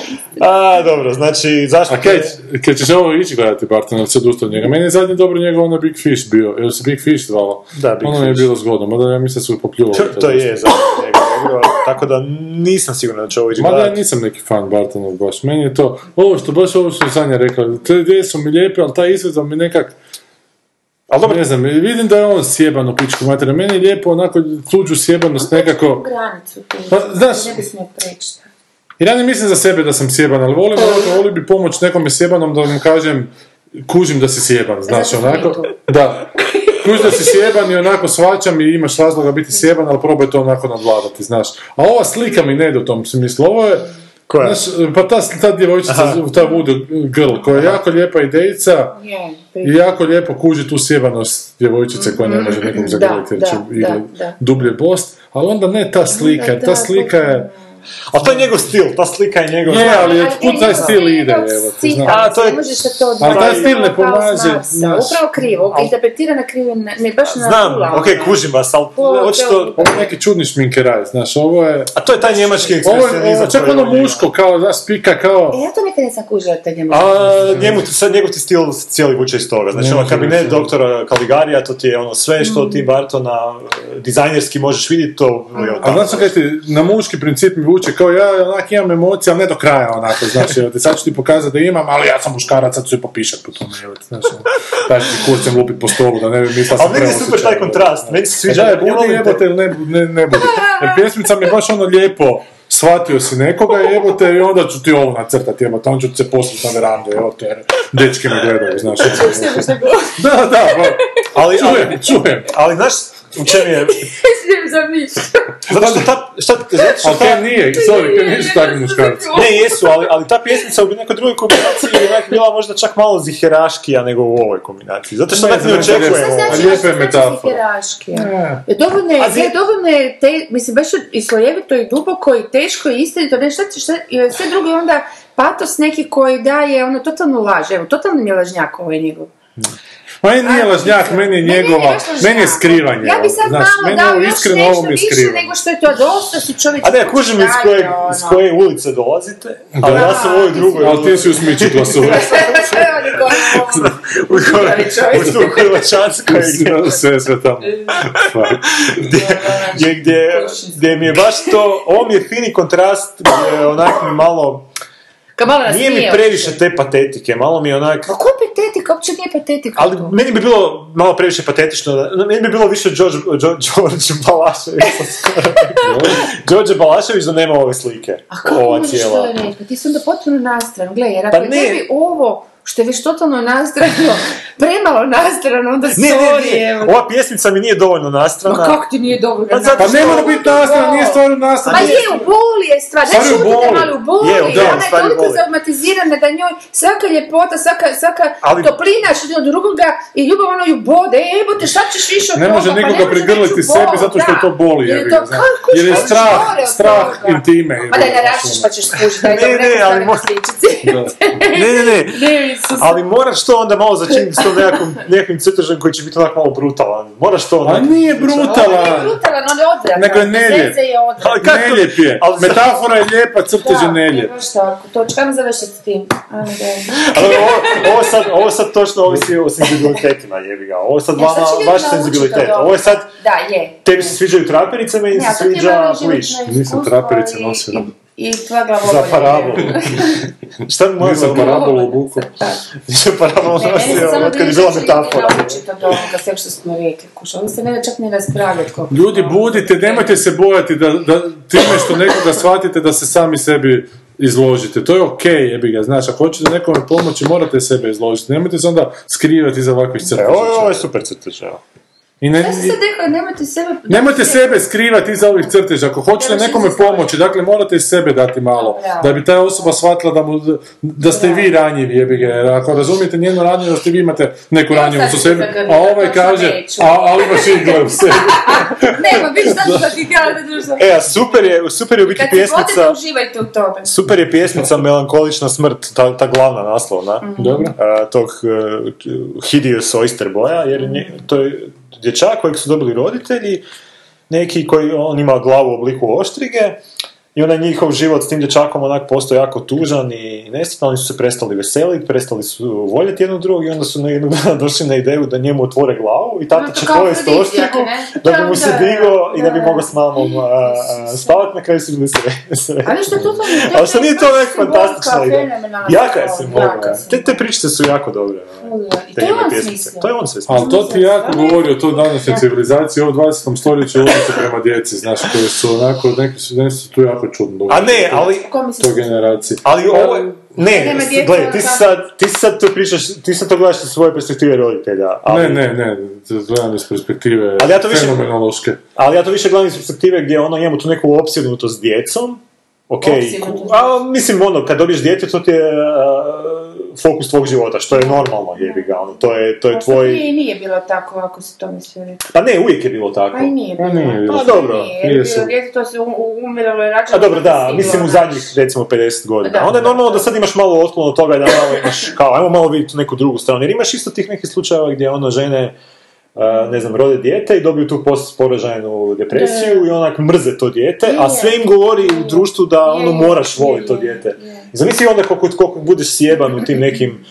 [SPEAKER 4] A, dobro, znači, zašto...
[SPEAKER 3] A kaj, kad ćeš ovo ići gledati, Barton, ili se odustao od njega? Meni je zadnji dobro njegov ono Big Fish bio, jer se Big Fish zvalo.
[SPEAKER 4] Da, Big
[SPEAKER 3] ono mi je
[SPEAKER 4] Fish.
[SPEAKER 3] bilo zgodno, mada ja mislim da su popljuvali.
[SPEAKER 4] To- To je za njega dobro, tako da nisam siguran da će ovo ići
[SPEAKER 3] Mada ja
[SPEAKER 4] gledati.
[SPEAKER 3] nisam neki fan Bartonov baš, meni je to, ovo što baš ovo što je Sanja rekla, te ideje su mi lijepe, ali taj izvedba mi nekak,
[SPEAKER 4] Ali dobro,
[SPEAKER 3] ne znam, vidim da je on sjeban u pičku mater, meni je lijepo onako tuđu sjebanost nekako,
[SPEAKER 5] granicu tu.
[SPEAKER 3] Pa, znaš-
[SPEAKER 5] Ne bi smio preći.
[SPEAKER 3] jer ja ne mislim za sebe da sam sjeban, ali volim,
[SPEAKER 4] E.
[SPEAKER 3] onako, volim bi pomoć nekome sjebanom da mu kažem, kužim da si sjeban, znaš,
[SPEAKER 5] Zato smo mi
[SPEAKER 3] onako, da, kužim da si sjeban i onako shvaćam i imaš razloga
[SPEAKER 5] Mm.
[SPEAKER 3] biti sjeban, ali probaj to onako nadvladati, znaš, a ova slika mi ne ide u tom smislu, ovo je,
[SPEAKER 4] koja?
[SPEAKER 3] Znaš, pa ta, ta djevojčica, ta voodoo girl, koja je jako lijepa idejica
[SPEAKER 5] Je,
[SPEAKER 3] i jako lijepo kuži tu sjebanost djevojčice koja ne može nekom
[SPEAKER 5] Mm-hmm. Da,
[SPEAKER 3] zagrliti jer će
[SPEAKER 5] da,
[SPEAKER 3] igra
[SPEAKER 5] da, da.
[SPEAKER 3] dublje bost, ali onda ne ta slika,
[SPEAKER 5] Da,
[SPEAKER 3] ta
[SPEAKER 5] da,
[SPEAKER 3] slika je,
[SPEAKER 5] potpuno.
[SPEAKER 6] Ali to je njegov stil, ta slika je njegov.
[SPEAKER 3] Je, ali
[SPEAKER 5] Ali
[SPEAKER 3] otkud taj
[SPEAKER 5] njegov
[SPEAKER 3] stil ide,
[SPEAKER 5] od
[SPEAKER 3] evo, ti
[SPEAKER 5] stila,
[SPEAKER 3] znaš.
[SPEAKER 6] A, to je-
[SPEAKER 5] Ne možeš se to
[SPEAKER 3] taj
[SPEAKER 5] odvojiti ono,
[SPEAKER 3] stil ne
[SPEAKER 5] kao Klaus
[SPEAKER 3] pomaže,
[SPEAKER 5] Marksa.
[SPEAKER 3] znaš.
[SPEAKER 5] Upravo krivo, interpretira na krivi, na- ne baš na
[SPEAKER 6] Znam,
[SPEAKER 5] nula,
[SPEAKER 6] ok,
[SPEAKER 5] ono.
[SPEAKER 6] kužim vas, ali
[SPEAKER 5] Ovo,
[SPEAKER 6] očito...
[SPEAKER 3] Ovo je neki čudni šminkeraj, znaš, ovo je...
[SPEAKER 6] A to je taj njemački
[SPEAKER 3] Ovo je,
[SPEAKER 6] ekspresionizam.
[SPEAKER 3] ovo, čak
[SPEAKER 6] koji je
[SPEAKER 3] ono
[SPEAKER 6] on imao.
[SPEAKER 3] muško, kao, znaš, pika,
[SPEAKER 5] E,
[SPEAKER 3] kao...
[SPEAKER 5] ja to nikad nisam kužila, te njemu.
[SPEAKER 6] A njemu, sad njegov ti stil cijeli vuče iz toga. Znači,
[SPEAKER 3] Ne
[SPEAKER 6] ovaj
[SPEAKER 3] može
[SPEAKER 6] kabinet
[SPEAKER 3] biti.
[SPEAKER 6] doktora Kaligarija, to ti je ono sve što ti Bartona e, dizajnerski možeš vidjeti, to je od
[SPEAKER 3] A
[SPEAKER 6] tamo.
[SPEAKER 3] znaš što kaj ti, na muški princip mi vuče, kao ja onak imam emocije, ali ne do kraja onako, znaš, evo ti sad ću ti pokazati da imam, ali ja sam muškarac, sad ću je popišat po tome, evo ti, znaš, ono, taj ti kurcem lupi po stolu, da ne bi mislila sam
[SPEAKER 6] Ali meni je super taj kontrast, meni se sviđa.
[SPEAKER 3] E, Da je,
[SPEAKER 6] Ja volim
[SPEAKER 3] budi
[SPEAKER 6] te-
[SPEAKER 3] jebote ili ne, ne, ne budi. Jer pjesmica mi je baš ono lijepo, shvatio si nekoga jebote i onda ću ti ovo nacrtati jebote, onda ću ti se poslati na verandu, evo te, dečki me gledaju, znaš. da, da, ba,
[SPEAKER 6] Ali, ali,
[SPEAKER 3] čujem, čujem.
[SPEAKER 6] ali znaš, u čemu je...
[SPEAKER 2] Idem za miš.
[SPEAKER 6] Zato što ta, šta, zato što
[SPEAKER 3] Ali
[SPEAKER 6] ta,
[SPEAKER 3] te nije, sorry, te nisu takvi muškarci.
[SPEAKER 6] Ne, jesu, ali, ali ta pjesmica u nekoj drugoj kombinaciji je onak bila možda čak malo ziheraškija nego u ovoj kombinaciji. Zato što
[SPEAKER 3] Ne
[SPEAKER 6] onak ne
[SPEAKER 3] znam,
[SPEAKER 6] očekujemo.
[SPEAKER 3] ne znam.
[SPEAKER 5] Znači,
[SPEAKER 3] e, lijepe
[SPEAKER 5] znači, znači
[SPEAKER 3] metafore.
[SPEAKER 5] hiraški.
[SPEAKER 3] Ne.
[SPEAKER 5] E, Dovoljno je,
[SPEAKER 6] A zi-
[SPEAKER 5] ne, dovoljno je te, mislim, baš i slojevito i duboko i teško i istinito, ne, šta će, šta, i sve drugo je onda patos neki koji daje, ono, totalno laž, evo, totalno mi je lažnjak ovaj njegov.
[SPEAKER 6] Pa
[SPEAKER 3] Meni nije lažnjak, meni je
[SPEAKER 5] Ne, meni
[SPEAKER 3] njegova,
[SPEAKER 5] baš lažnjak.
[SPEAKER 3] meni je skrivanje.
[SPEAKER 5] Ja bi sad
[SPEAKER 3] znaš,
[SPEAKER 5] malo
[SPEAKER 3] meni je
[SPEAKER 5] dao
[SPEAKER 3] ovo
[SPEAKER 5] još
[SPEAKER 3] iskreno,
[SPEAKER 5] nešto
[SPEAKER 3] ovo mi je
[SPEAKER 5] više
[SPEAKER 3] skrivanje.
[SPEAKER 5] nego što je to, dosta su čovjek... ono.
[SPEAKER 6] A ne, kužim iz koje, iz koje ulice dolazite, ali ja sam u ovoj drugoj
[SPEAKER 3] Ali ti si u
[SPEAKER 6] ulici.
[SPEAKER 3] smiću glasovac.
[SPEAKER 6] U kojoj- u toj Hrvaćanskoj gdje-
[SPEAKER 3] Sve sve tamo.
[SPEAKER 6] gdje, gdje, gdje mi je baš to, ovo mi je fini kontrast gdje onak mi malo, nije mi previše te patetike, malo mi je onak,
[SPEAKER 5] Kako je patetika? Uopće nije patetika.
[SPEAKER 6] Ali
[SPEAKER 5] to.
[SPEAKER 6] meni bi bilo malo previše patetično, da- meni bi bilo više George, George, George Balašević. George Balašević da nema ove slike.
[SPEAKER 5] E, A kako
[SPEAKER 6] ova
[SPEAKER 5] možeš
[SPEAKER 6] cijela.
[SPEAKER 5] to reći? Pa ti si onda potpuno nastran. Gle, jer
[SPEAKER 6] Pa
[SPEAKER 5] ako je
[SPEAKER 6] ne.
[SPEAKER 5] tebi ovo, što je već totalno nastrano, premalo nastrano, onda
[SPEAKER 6] Ne,
[SPEAKER 5] sorry,
[SPEAKER 6] ne, ne,
[SPEAKER 5] evo.
[SPEAKER 6] ova pjesmica mi nije dovoljno
[SPEAKER 5] Ma
[SPEAKER 6] nastrana.
[SPEAKER 5] kako ti nije dobro?
[SPEAKER 6] Pa zato
[SPEAKER 3] Pa
[SPEAKER 6] što-
[SPEAKER 3] ne mora biti nastavno, nije stvar u nastavno.
[SPEAKER 5] Ma je, u boli je stvar,
[SPEAKER 3] Stvar
[SPEAKER 5] znači
[SPEAKER 3] je u
[SPEAKER 5] budite
[SPEAKER 3] boli.
[SPEAKER 5] malo u boli,
[SPEAKER 6] Je, u da,
[SPEAKER 5] ona je
[SPEAKER 6] stvar je u
[SPEAKER 5] toliko
[SPEAKER 6] boli.
[SPEAKER 5] zaumatizirana da njoj svaka ljepota, svaka, svaka
[SPEAKER 6] Ali-
[SPEAKER 5] toplina što je od drugoga i ljubav ono ju bode, e, jebote, šta ćeš više od
[SPEAKER 3] Ne može
[SPEAKER 5] toga, pa
[SPEAKER 3] nikoga
[SPEAKER 5] ne može
[SPEAKER 3] prigrliti
[SPEAKER 5] veću
[SPEAKER 3] sebi
[SPEAKER 5] bol,
[SPEAKER 3] zato što
[SPEAKER 5] da.
[SPEAKER 3] to boli.
[SPEAKER 5] Jer
[SPEAKER 3] jebi
[SPEAKER 5] je
[SPEAKER 3] ga,
[SPEAKER 5] to
[SPEAKER 3] znaš.
[SPEAKER 5] kako
[SPEAKER 3] Jer je
[SPEAKER 5] što
[SPEAKER 3] strah,
[SPEAKER 5] gore od
[SPEAKER 3] strah
[SPEAKER 5] toga.
[SPEAKER 3] intime. ono.
[SPEAKER 5] Pa da narašiš pa ćeš skužiti, da je
[SPEAKER 6] ono. Ne,
[SPEAKER 5] dobro,
[SPEAKER 6] ne, ali
[SPEAKER 5] stavljamo
[SPEAKER 6] mo-
[SPEAKER 5] sličice.
[SPEAKER 6] Ne, ne, ne. Ali moraš to onda malo začiniti s tom nekakvom, nekim crtežem koji će biti onak malo brutalan. Moraš to
[SPEAKER 3] A
[SPEAKER 6] onak...
[SPEAKER 3] Pa nije
[SPEAKER 5] pa- Ovo je
[SPEAKER 3] brutalan.
[SPEAKER 5] brutalan, on je odvratan.
[SPEAKER 3] Nego je neljep.
[SPEAKER 5] Zeze je odvratan.
[SPEAKER 6] Ali kako-
[SPEAKER 3] Neljep je.
[SPEAKER 6] Ali-
[SPEAKER 3] Metafora je lijepa, crtež je
[SPEAKER 5] Da,
[SPEAKER 3] neljep.
[SPEAKER 5] baš tako, to ću kamo završiti s tim. Ajme, da.
[SPEAKER 6] Ali ovo, ovo, sad, ovo sad točno ovisi o senzibilitetima, jebi ga. Ovo sad
[SPEAKER 5] Ja, E, sad
[SPEAKER 6] vama,
[SPEAKER 5] će ljudi
[SPEAKER 6] vaš
[SPEAKER 5] naučiti
[SPEAKER 6] senzibilitet.
[SPEAKER 5] od ovoga.
[SPEAKER 6] Ovo je sad,
[SPEAKER 5] Da, je.
[SPEAKER 6] tebi se sviđaju traperice, meni
[SPEAKER 5] Ne, a
[SPEAKER 6] se
[SPEAKER 5] to ti je
[SPEAKER 6] sviđa
[SPEAKER 5] malo
[SPEAKER 6] pliš.
[SPEAKER 5] životno
[SPEAKER 3] Nisam
[SPEAKER 5] iskustvo
[SPEAKER 3] traperice
[SPEAKER 5] i-
[SPEAKER 3] nosila.
[SPEAKER 5] I, i tvoja glava
[SPEAKER 6] Za
[SPEAKER 5] obolje.
[SPEAKER 6] parabolu. Šta bi moja
[SPEAKER 3] Nisam
[SPEAKER 6] glava-
[SPEAKER 3] parabolu obuku.
[SPEAKER 6] Nisam parabolu
[SPEAKER 5] Ne, meni
[SPEAKER 6] nosio,
[SPEAKER 5] se samo
[SPEAKER 6] od kad
[SPEAKER 5] dvije
[SPEAKER 6] je bila
[SPEAKER 5] žene
[SPEAKER 6] metafora.
[SPEAKER 5] naučiti od ovoga sve što smo rekli, kuš. Onda se ne da čak ni raspravljati koliko.
[SPEAKER 3] Ljudi, budite, nemojte se bojati da, da time što nekoga shvatite da se sami sebi izložite. To je okej, jebi ga, znaš, ako hoćete nekome pomoći, morate sebe izložiti. Nemojte se onda skrivati iza ovakvih crteža.
[SPEAKER 6] Evo, E, ovo je super crtež, evo.
[SPEAKER 3] I ne,
[SPEAKER 5] Ja sam sad rekao, nemojte sebe...
[SPEAKER 3] Nemojte sebe skrivati iza ovih crteža. Ako hoćete
[SPEAKER 5] Trebaš
[SPEAKER 3] nekome
[SPEAKER 5] izaći.
[SPEAKER 3] pomoći, dakle morate i sebe dati malo.
[SPEAKER 5] Bravo.
[SPEAKER 3] Da bi ta osoba shvatila da, mu, da ste vi ranjivi, jebi ga. Jer Ako razumijete njenu ranjivost, i vi imate neku ranjivost u
[SPEAKER 5] ću
[SPEAKER 3] sebi.
[SPEAKER 5] zagrliti,
[SPEAKER 3] A
[SPEAKER 5] to
[SPEAKER 3] ovaj
[SPEAKER 5] sad
[SPEAKER 3] kaže,
[SPEAKER 5] neću.
[SPEAKER 3] a, ali imaš igle u sebi.
[SPEAKER 5] Ne, ma vidiš šta ću da ti kažem. društvo.
[SPEAKER 6] E, a super je, super je u biti
[SPEAKER 5] Kad se potete,
[SPEAKER 6] pjesmica,
[SPEAKER 5] uživajte u tome.
[SPEAKER 6] super je pjesmica Melankolična smrt, ta, ta glavna naslovna,
[SPEAKER 5] Mhm.
[SPEAKER 3] Dobro.
[SPEAKER 6] a, tog uh, Hideous Oyster Boya, jer nje- to je dječak kojeg su dobili roditelji, neki koji, on ima glavu u obliku oštrige, i onaj njihov život s tim dječakom onak postao jako tužan i nesretan, oni su se prestali veseliti, prestali su voljeti jednog drugog i onda su na jednog dana došli na ideju da njemu otvore glavu i
[SPEAKER 5] No,
[SPEAKER 6] tata
[SPEAKER 5] to
[SPEAKER 6] će
[SPEAKER 5] Ono kao
[SPEAKER 6] pojesti
[SPEAKER 5] afrodizijak,
[SPEAKER 6] oštriku
[SPEAKER 5] ne?
[SPEAKER 6] da bi mu se
[SPEAKER 5] Da, da,
[SPEAKER 6] digao i da bi
[SPEAKER 5] da.
[SPEAKER 6] mogao s mamom e, a, a, spavati, na kraju su bili sve. sve.
[SPEAKER 5] Ali što je to to
[SPEAKER 6] Ali što nije to
[SPEAKER 5] baš
[SPEAKER 6] nek
[SPEAKER 5] simbolika,
[SPEAKER 6] fantastična ideja.
[SPEAKER 5] fenomenalna
[SPEAKER 6] Jaka je
[SPEAKER 5] stvar,
[SPEAKER 6] simbolika.
[SPEAKER 5] jaka je simbolika.
[SPEAKER 6] Te, te pričice su jako dobre. ono,
[SPEAKER 5] I to
[SPEAKER 6] te
[SPEAKER 5] je
[SPEAKER 6] njegove
[SPEAKER 5] on
[SPEAKER 6] pjesmice.
[SPEAKER 5] smislio.
[SPEAKER 6] To je on sve
[SPEAKER 3] Ali to ti jako
[SPEAKER 5] Ali-
[SPEAKER 3] govori o toj današnjoj civilizaciji, o 20. stoljeću odnosu prema djeci, znaš, koji su onako, neki su, neki su tu jako čudno.
[SPEAKER 6] A ne, ali
[SPEAKER 5] U kome se
[SPEAKER 3] To generaciji.
[SPEAKER 6] Ali ovo je... Ne,
[SPEAKER 5] Nema djece,
[SPEAKER 6] gledaj, ti
[SPEAKER 5] ono
[SPEAKER 6] sad, ti sad to pričaš, ti sad to gledaš iz svoje perspektive roditelja. Ali,
[SPEAKER 3] Ne, ne, ne, gledam iz perspektive
[SPEAKER 6] Ali ja to više-
[SPEAKER 3] fenomenološke.
[SPEAKER 6] ali ja to više gledam iz perspektive gdje ono, imamo tu neku opsjednutost s djecom. Ok,
[SPEAKER 5] Opsjednutost.
[SPEAKER 6] a mislim ono, kad dobiješ djete, to ti je a, fokus tvog života, što je normalno, jebi ga, ono, to je, to je
[SPEAKER 5] Pa
[SPEAKER 6] tvoj...
[SPEAKER 5] prije i nije bilo tako, ako se to misli reći.
[SPEAKER 6] Pa ne, uvijek je bilo tako.
[SPEAKER 5] Pa i nije bilo.
[SPEAKER 6] Pa nije bilo.
[SPEAKER 5] Pa
[SPEAKER 6] Pa dobro,
[SPEAKER 5] nije, jer
[SPEAKER 6] nije
[SPEAKER 5] bilo
[SPEAKER 6] se-
[SPEAKER 5] djece, to se u- u- umiralo i rađalo.
[SPEAKER 6] A dobro, da,
[SPEAKER 5] sigurno.
[SPEAKER 6] mislim u zadnjih recimo 50 godina.
[SPEAKER 5] Da.
[SPEAKER 6] Onda je normalno da sad imaš malo otklon od toga i da malo imaš kao, ajmo malo vidjeti tu neku drugu stranu. Jer imaš isto tih nekih slučajeva gdje ono žene Uh, ne znam, rode dijete i dobiju tu post poražajnu depresiju i onak mrze to dijete, a sve im govori u društvu da ono moraš voliti to dijete. I Zamisli onda koliko, koliko budeš sjeban u tim nekim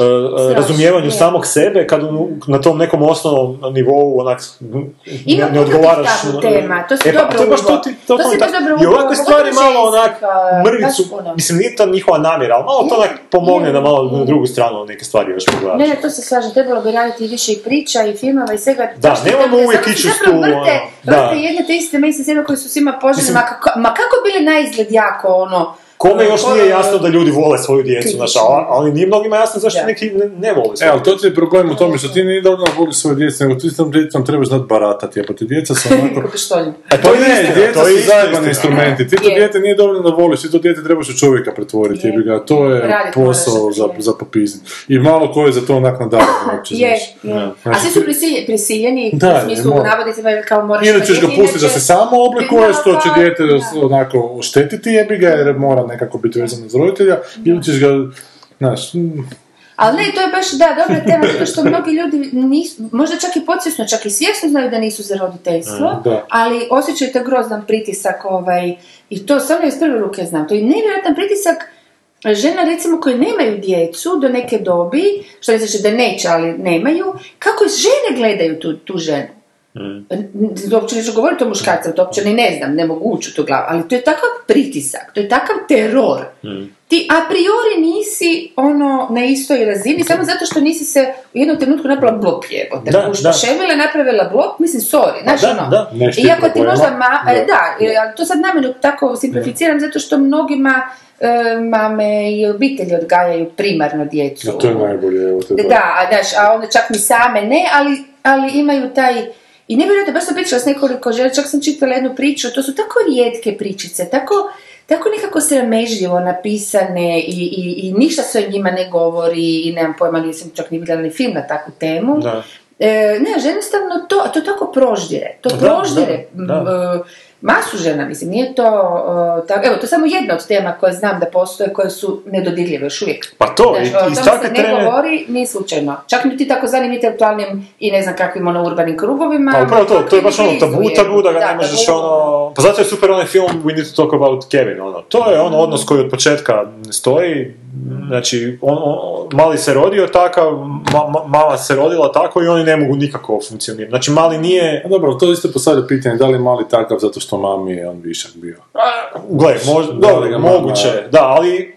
[SPEAKER 6] uh, uh, razumijevanju samog sebe kad u- na tom nekom osnovnom nivou onak n-
[SPEAKER 5] Ima
[SPEAKER 6] ne, ne odgovaraš.
[SPEAKER 5] puno takvih tema, to se
[SPEAKER 6] E, pa,
[SPEAKER 5] dobro
[SPEAKER 6] to je baš
[SPEAKER 5] uvelo.
[SPEAKER 6] to ti- to
[SPEAKER 5] To
[SPEAKER 6] to
[SPEAKER 5] se
[SPEAKER 6] mi
[SPEAKER 5] baš
[SPEAKER 6] tako-
[SPEAKER 5] dobro
[SPEAKER 6] I
[SPEAKER 5] uvelo,
[SPEAKER 6] ovakve stvari
[SPEAKER 5] pogotovo
[SPEAKER 6] malo onak
[SPEAKER 5] ženska,
[SPEAKER 6] mrvicu,
[SPEAKER 5] e, baš puno.
[SPEAKER 6] mislim nije to njihova namjera, ali malo to onak pomogne
[SPEAKER 5] je,
[SPEAKER 6] da malo
[SPEAKER 5] je.
[SPEAKER 6] na drugu stranu neke stvari još
[SPEAKER 5] Ne,
[SPEAKER 6] pogledaš.
[SPEAKER 5] ne, to se slažem, trebalo bi raditi i više i priča i filmova i svega.
[SPEAKER 6] Da,
[SPEAKER 5] Zašto
[SPEAKER 6] nemojmo
[SPEAKER 5] tako-
[SPEAKER 6] uvijek
[SPEAKER 5] samo
[SPEAKER 6] ići
[SPEAKER 5] se
[SPEAKER 6] u
[SPEAKER 5] zapravo
[SPEAKER 6] tu,
[SPEAKER 5] Vrte,
[SPEAKER 6] ono, da.
[SPEAKER 5] vrte jedne te iste meni se koji su svima poželjni,
[SPEAKER 6] Mislim-
[SPEAKER 5] ma, kako- ma kako bili na izgled jako ono...
[SPEAKER 6] Kome još
[SPEAKER 5] ono-
[SPEAKER 6] nije jasno da ljudi vole svoju djecu, znaš,
[SPEAKER 5] Kritično.
[SPEAKER 6] a- ali nije mnogima jasno zašto
[SPEAKER 5] Da.
[SPEAKER 6] neki ne, ne vole
[SPEAKER 4] E,
[SPEAKER 6] svoju
[SPEAKER 4] ali to ti je problem u tome što ti nije dobro voliš svoje djece, nego ti s tom djecom trebaš znati baratati, a pa ti djeca su onako...
[SPEAKER 5] Kako pištoljem.
[SPEAKER 6] E,
[SPEAKER 4] To ne,
[SPEAKER 6] istina,
[SPEAKER 4] djeca
[SPEAKER 6] to je
[SPEAKER 4] su
[SPEAKER 6] isto
[SPEAKER 4] zajebani
[SPEAKER 6] istina.
[SPEAKER 4] instrumenti. Ti to
[SPEAKER 5] Je.
[SPEAKER 4] djete nije dovoljno da voliš, ti to djete trebaš u čovjeka pretvoriti, jebi ga. To je
[SPEAKER 5] Radit
[SPEAKER 4] posao
[SPEAKER 5] moraš,
[SPEAKER 4] za,
[SPEAKER 5] je.
[SPEAKER 4] za popizdit. I malo ko je za to onak nadavan uopće,
[SPEAKER 5] Je,
[SPEAKER 4] znaš.
[SPEAKER 5] je. A
[SPEAKER 4] Znači,
[SPEAKER 5] svi su prisilje- prisiljeni,
[SPEAKER 4] Da,
[SPEAKER 5] u smislu
[SPEAKER 4] je, mora.
[SPEAKER 5] navodnicima, jer kao moraš...
[SPEAKER 4] Ili ćeš
[SPEAKER 5] raditi,
[SPEAKER 4] ga pustiti da
[SPEAKER 5] inače-
[SPEAKER 4] se samo oblikuje,
[SPEAKER 5] Ti-
[SPEAKER 4] što će
[SPEAKER 5] da,
[SPEAKER 4] dijete
[SPEAKER 5] da.
[SPEAKER 4] onako oštetiti jebi ga, jer mora nekako biti vezano uz roditelja, ili ćeš ga, znaš, mm,
[SPEAKER 5] Ali ne, to je baš, da, dobra tema, zato što mnogi ljudi nisu, možda čak i podsvjesno, čak i svjesno znaju da nisu za roditeljstvo,
[SPEAKER 4] da.
[SPEAKER 5] ali osjećaju taj grozan pritisak, ovaj, i to samo iz prve ruke znam, to je nevjerojatan pritisak žena recimo koje nemaju djecu do neke dobi, što ne znači da neće, ali nemaju, kako žene gledaju tu, tu ženu. N-
[SPEAKER 6] Mm.
[SPEAKER 5] n- Uopće neću govoriti o muškarcima, to uopće ni ne znam, ne mogu ući u tu glavu, ali to je takav pritisak, to je takav teror.
[SPEAKER 6] Mm.
[SPEAKER 5] Ti a priori nisi ono na istoj razini, samo zato što nisi se u jednom trenutku napravila blok jebote.
[SPEAKER 6] Da,
[SPEAKER 5] Pušta
[SPEAKER 6] da. Pa
[SPEAKER 5] šemile, napravila blok, mislim, sorry, znaš
[SPEAKER 6] da,
[SPEAKER 5] ono.
[SPEAKER 6] da,
[SPEAKER 4] nešto je
[SPEAKER 5] Iako ti
[SPEAKER 4] problema.
[SPEAKER 5] možda,
[SPEAKER 4] Da.
[SPEAKER 5] ma, e, da, e, ali to sad namjerno tako simplificiram, zato što mnogima e, mame i obitelji odgajaju primarno djecu.
[SPEAKER 4] da, to je najbolje, evo te
[SPEAKER 5] Da, a, znaš, a onda čak ni same ne, ali, ali imaju taj... I nevjerojatno, baš sam pričala s nekoliko žena, čak sam čitala jednu priču, to su tako rijetke pričice, tako, tako nekako sramežljivo napisane i, i, i ništa se o njima ne govori i nemam pojma, nisam čak ni vidjela ni film na takvu temu.
[SPEAKER 6] Da.
[SPEAKER 5] E, ne, že jednostavno to, a to tako proždire, to
[SPEAKER 6] Da,
[SPEAKER 5] proždire
[SPEAKER 6] da, da.
[SPEAKER 5] m, e, masu žena, mislim, nije to, e, ta- evo, to je samo jedna od tema koje znam da postoje, koje su nedodirljive još uvijek.
[SPEAKER 6] Pa to, i,
[SPEAKER 5] Znaš,
[SPEAKER 6] i
[SPEAKER 5] o tome se
[SPEAKER 6] takve
[SPEAKER 5] ne
[SPEAKER 6] treme-
[SPEAKER 5] govori ni slučajno. Čak ni ti takozvanim intelektualnim i ne znam kakvim ono urbanim krugovima.
[SPEAKER 6] Pa upravo to,
[SPEAKER 5] ali
[SPEAKER 6] to je baš ono tabu,
[SPEAKER 5] kriminalizuje.
[SPEAKER 6] tabu da ga ne možeš
[SPEAKER 5] tabu.
[SPEAKER 6] ono... Pa zato je super onaj film We Need to Talk About Kevin, ono. To je ono odnos koji od početka stoji, znači on, on- mali se rodio takav, ma- ma- mala se rodila tako i oni ne mogu nikako funkcionirati. Znači mali nije,
[SPEAKER 4] A dobro, to isto postavlja pitanje, da li je mali takav zato što mami je on višak bio?
[SPEAKER 6] gle, možda,
[SPEAKER 4] Da,
[SPEAKER 6] dobro,
[SPEAKER 4] da ga mama-
[SPEAKER 6] moguće, da, ali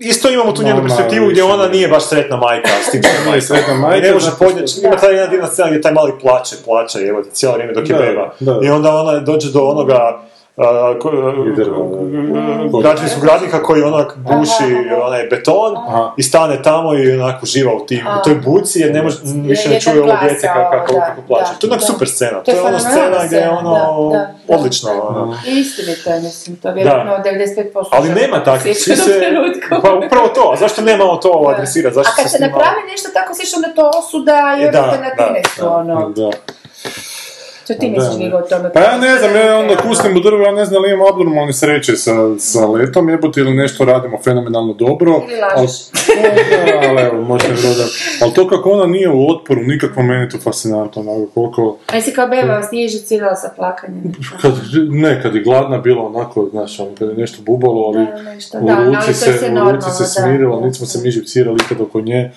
[SPEAKER 6] isto imamo tu njenu
[SPEAKER 4] Mama
[SPEAKER 6] perspektivu gdje
[SPEAKER 4] više
[SPEAKER 6] ona
[SPEAKER 4] ne-
[SPEAKER 6] nije baš sretna majka s tim svojim
[SPEAKER 4] Nije sretna
[SPEAKER 6] I
[SPEAKER 4] majka,
[SPEAKER 6] ne može
[SPEAKER 4] zato što-
[SPEAKER 6] podnijeti, ima taj jedna divna scena gdje taj mali plače, plače, evo cijelo vrijeme dok je
[SPEAKER 4] Da,
[SPEAKER 6] beba.
[SPEAKER 4] da.
[SPEAKER 6] I onda ona dođe do onoga a, ko-
[SPEAKER 4] I drva,
[SPEAKER 6] Mm-hmm.
[SPEAKER 4] da.
[SPEAKER 6] građevinskog radnika koji onak buši onaj beton
[SPEAKER 4] Aha.
[SPEAKER 6] i stane tamo i onak uživa u tim, u toj buci jer ne može, više ne
[SPEAKER 5] jedan
[SPEAKER 6] čuje ovo
[SPEAKER 5] glas,
[SPEAKER 6] djece
[SPEAKER 5] a,
[SPEAKER 6] kako, kako,
[SPEAKER 5] da,
[SPEAKER 6] kako plače.
[SPEAKER 5] da,
[SPEAKER 6] To je onak
[SPEAKER 5] da.
[SPEAKER 6] super scena,
[SPEAKER 5] To
[SPEAKER 6] to
[SPEAKER 5] je
[SPEAKER 6] je ona
[SPEAKER 5] fenomenalna
[SPEAKER 6] scena gdje je
[SPEAKER 5] scena,
[SPEAKER 6] ono
[SPEAKER 5] da, da, da.
[SPEAKER 6] odlično. ono.
[SPEAKER 5] I Istinito je, mislim, to je vjerojatno 95%
[SPEAKER 6] Ali
[SPEAKER 5] žena
[SPEAKER 6] nema takvih, svi
[SPEAKER 5] osjeća u
[SPEAKER 6] se,
[SPEAKER 5] trenutku.
[SPEAKER 6] pa upravo to, a zašto nemamo to
[SPEAKER 5] Da.
[SPEAKER 6] adresirati, zašto
[SPEAKER 5] A kad se
[SPEAKER 6] s njima-
[SPEAKER 5] napravi nešto tako slično, onda to osuda i
[SPEAKER 6] E, da,
[SPEAKER 5] odete na
[SPEAKER 6] da,
[SPEAKER 5] tinestu,
[SPEAKER 6] da.
[SPEAKER 5] ono.
[SPEAKER 4] Da.
[SPEAKER 5] Što ti
[SPEAKER 4] Da,
[SPEAKER 5] misliš,
[SPEAKER 4] da.
[SPEAKER 5] Vigo, o tome?
[SPEAKER 4] Pa ja ne znam, ja onda kustim u drvo, ja ne znam li imam abnormalne sreće sa, sa letom, jebote, ili nešto radimo fenomenalno dobro.
[SPEAKER 5] Ili lažeš.
[SPEAKER 4] Ali, da, ali evo, možda je rodan. Ali to kako ona nije u otporu, nikakvo meni je to fascinantno, onako, koliko...
[SPEAKER 5] A jesi kao beba, vas nije žicirala sa plakanjem?
[SPEAKER 4] Kad, ne, kad je gladna bila onako, znaš, ono, kad je nešto bubalo, ali
[SPEAKER 5] Da, nešto,
[SPEAKER 4] u
[SPEAKER 5] da, ali to
[SPEAKER 4] ruci
[SPEAKER 5] je
[SPEAKER 4] se,
[SPEAKER 5] sve
[SPEAKER 4] u
[SPEAKER 5] normalno,
[SPEAKER 4] ruci se
[SPEAKER 5] da. Mm.
[SPEAKER 4] smirila, niti smo se mi živcirali ikad oko nje,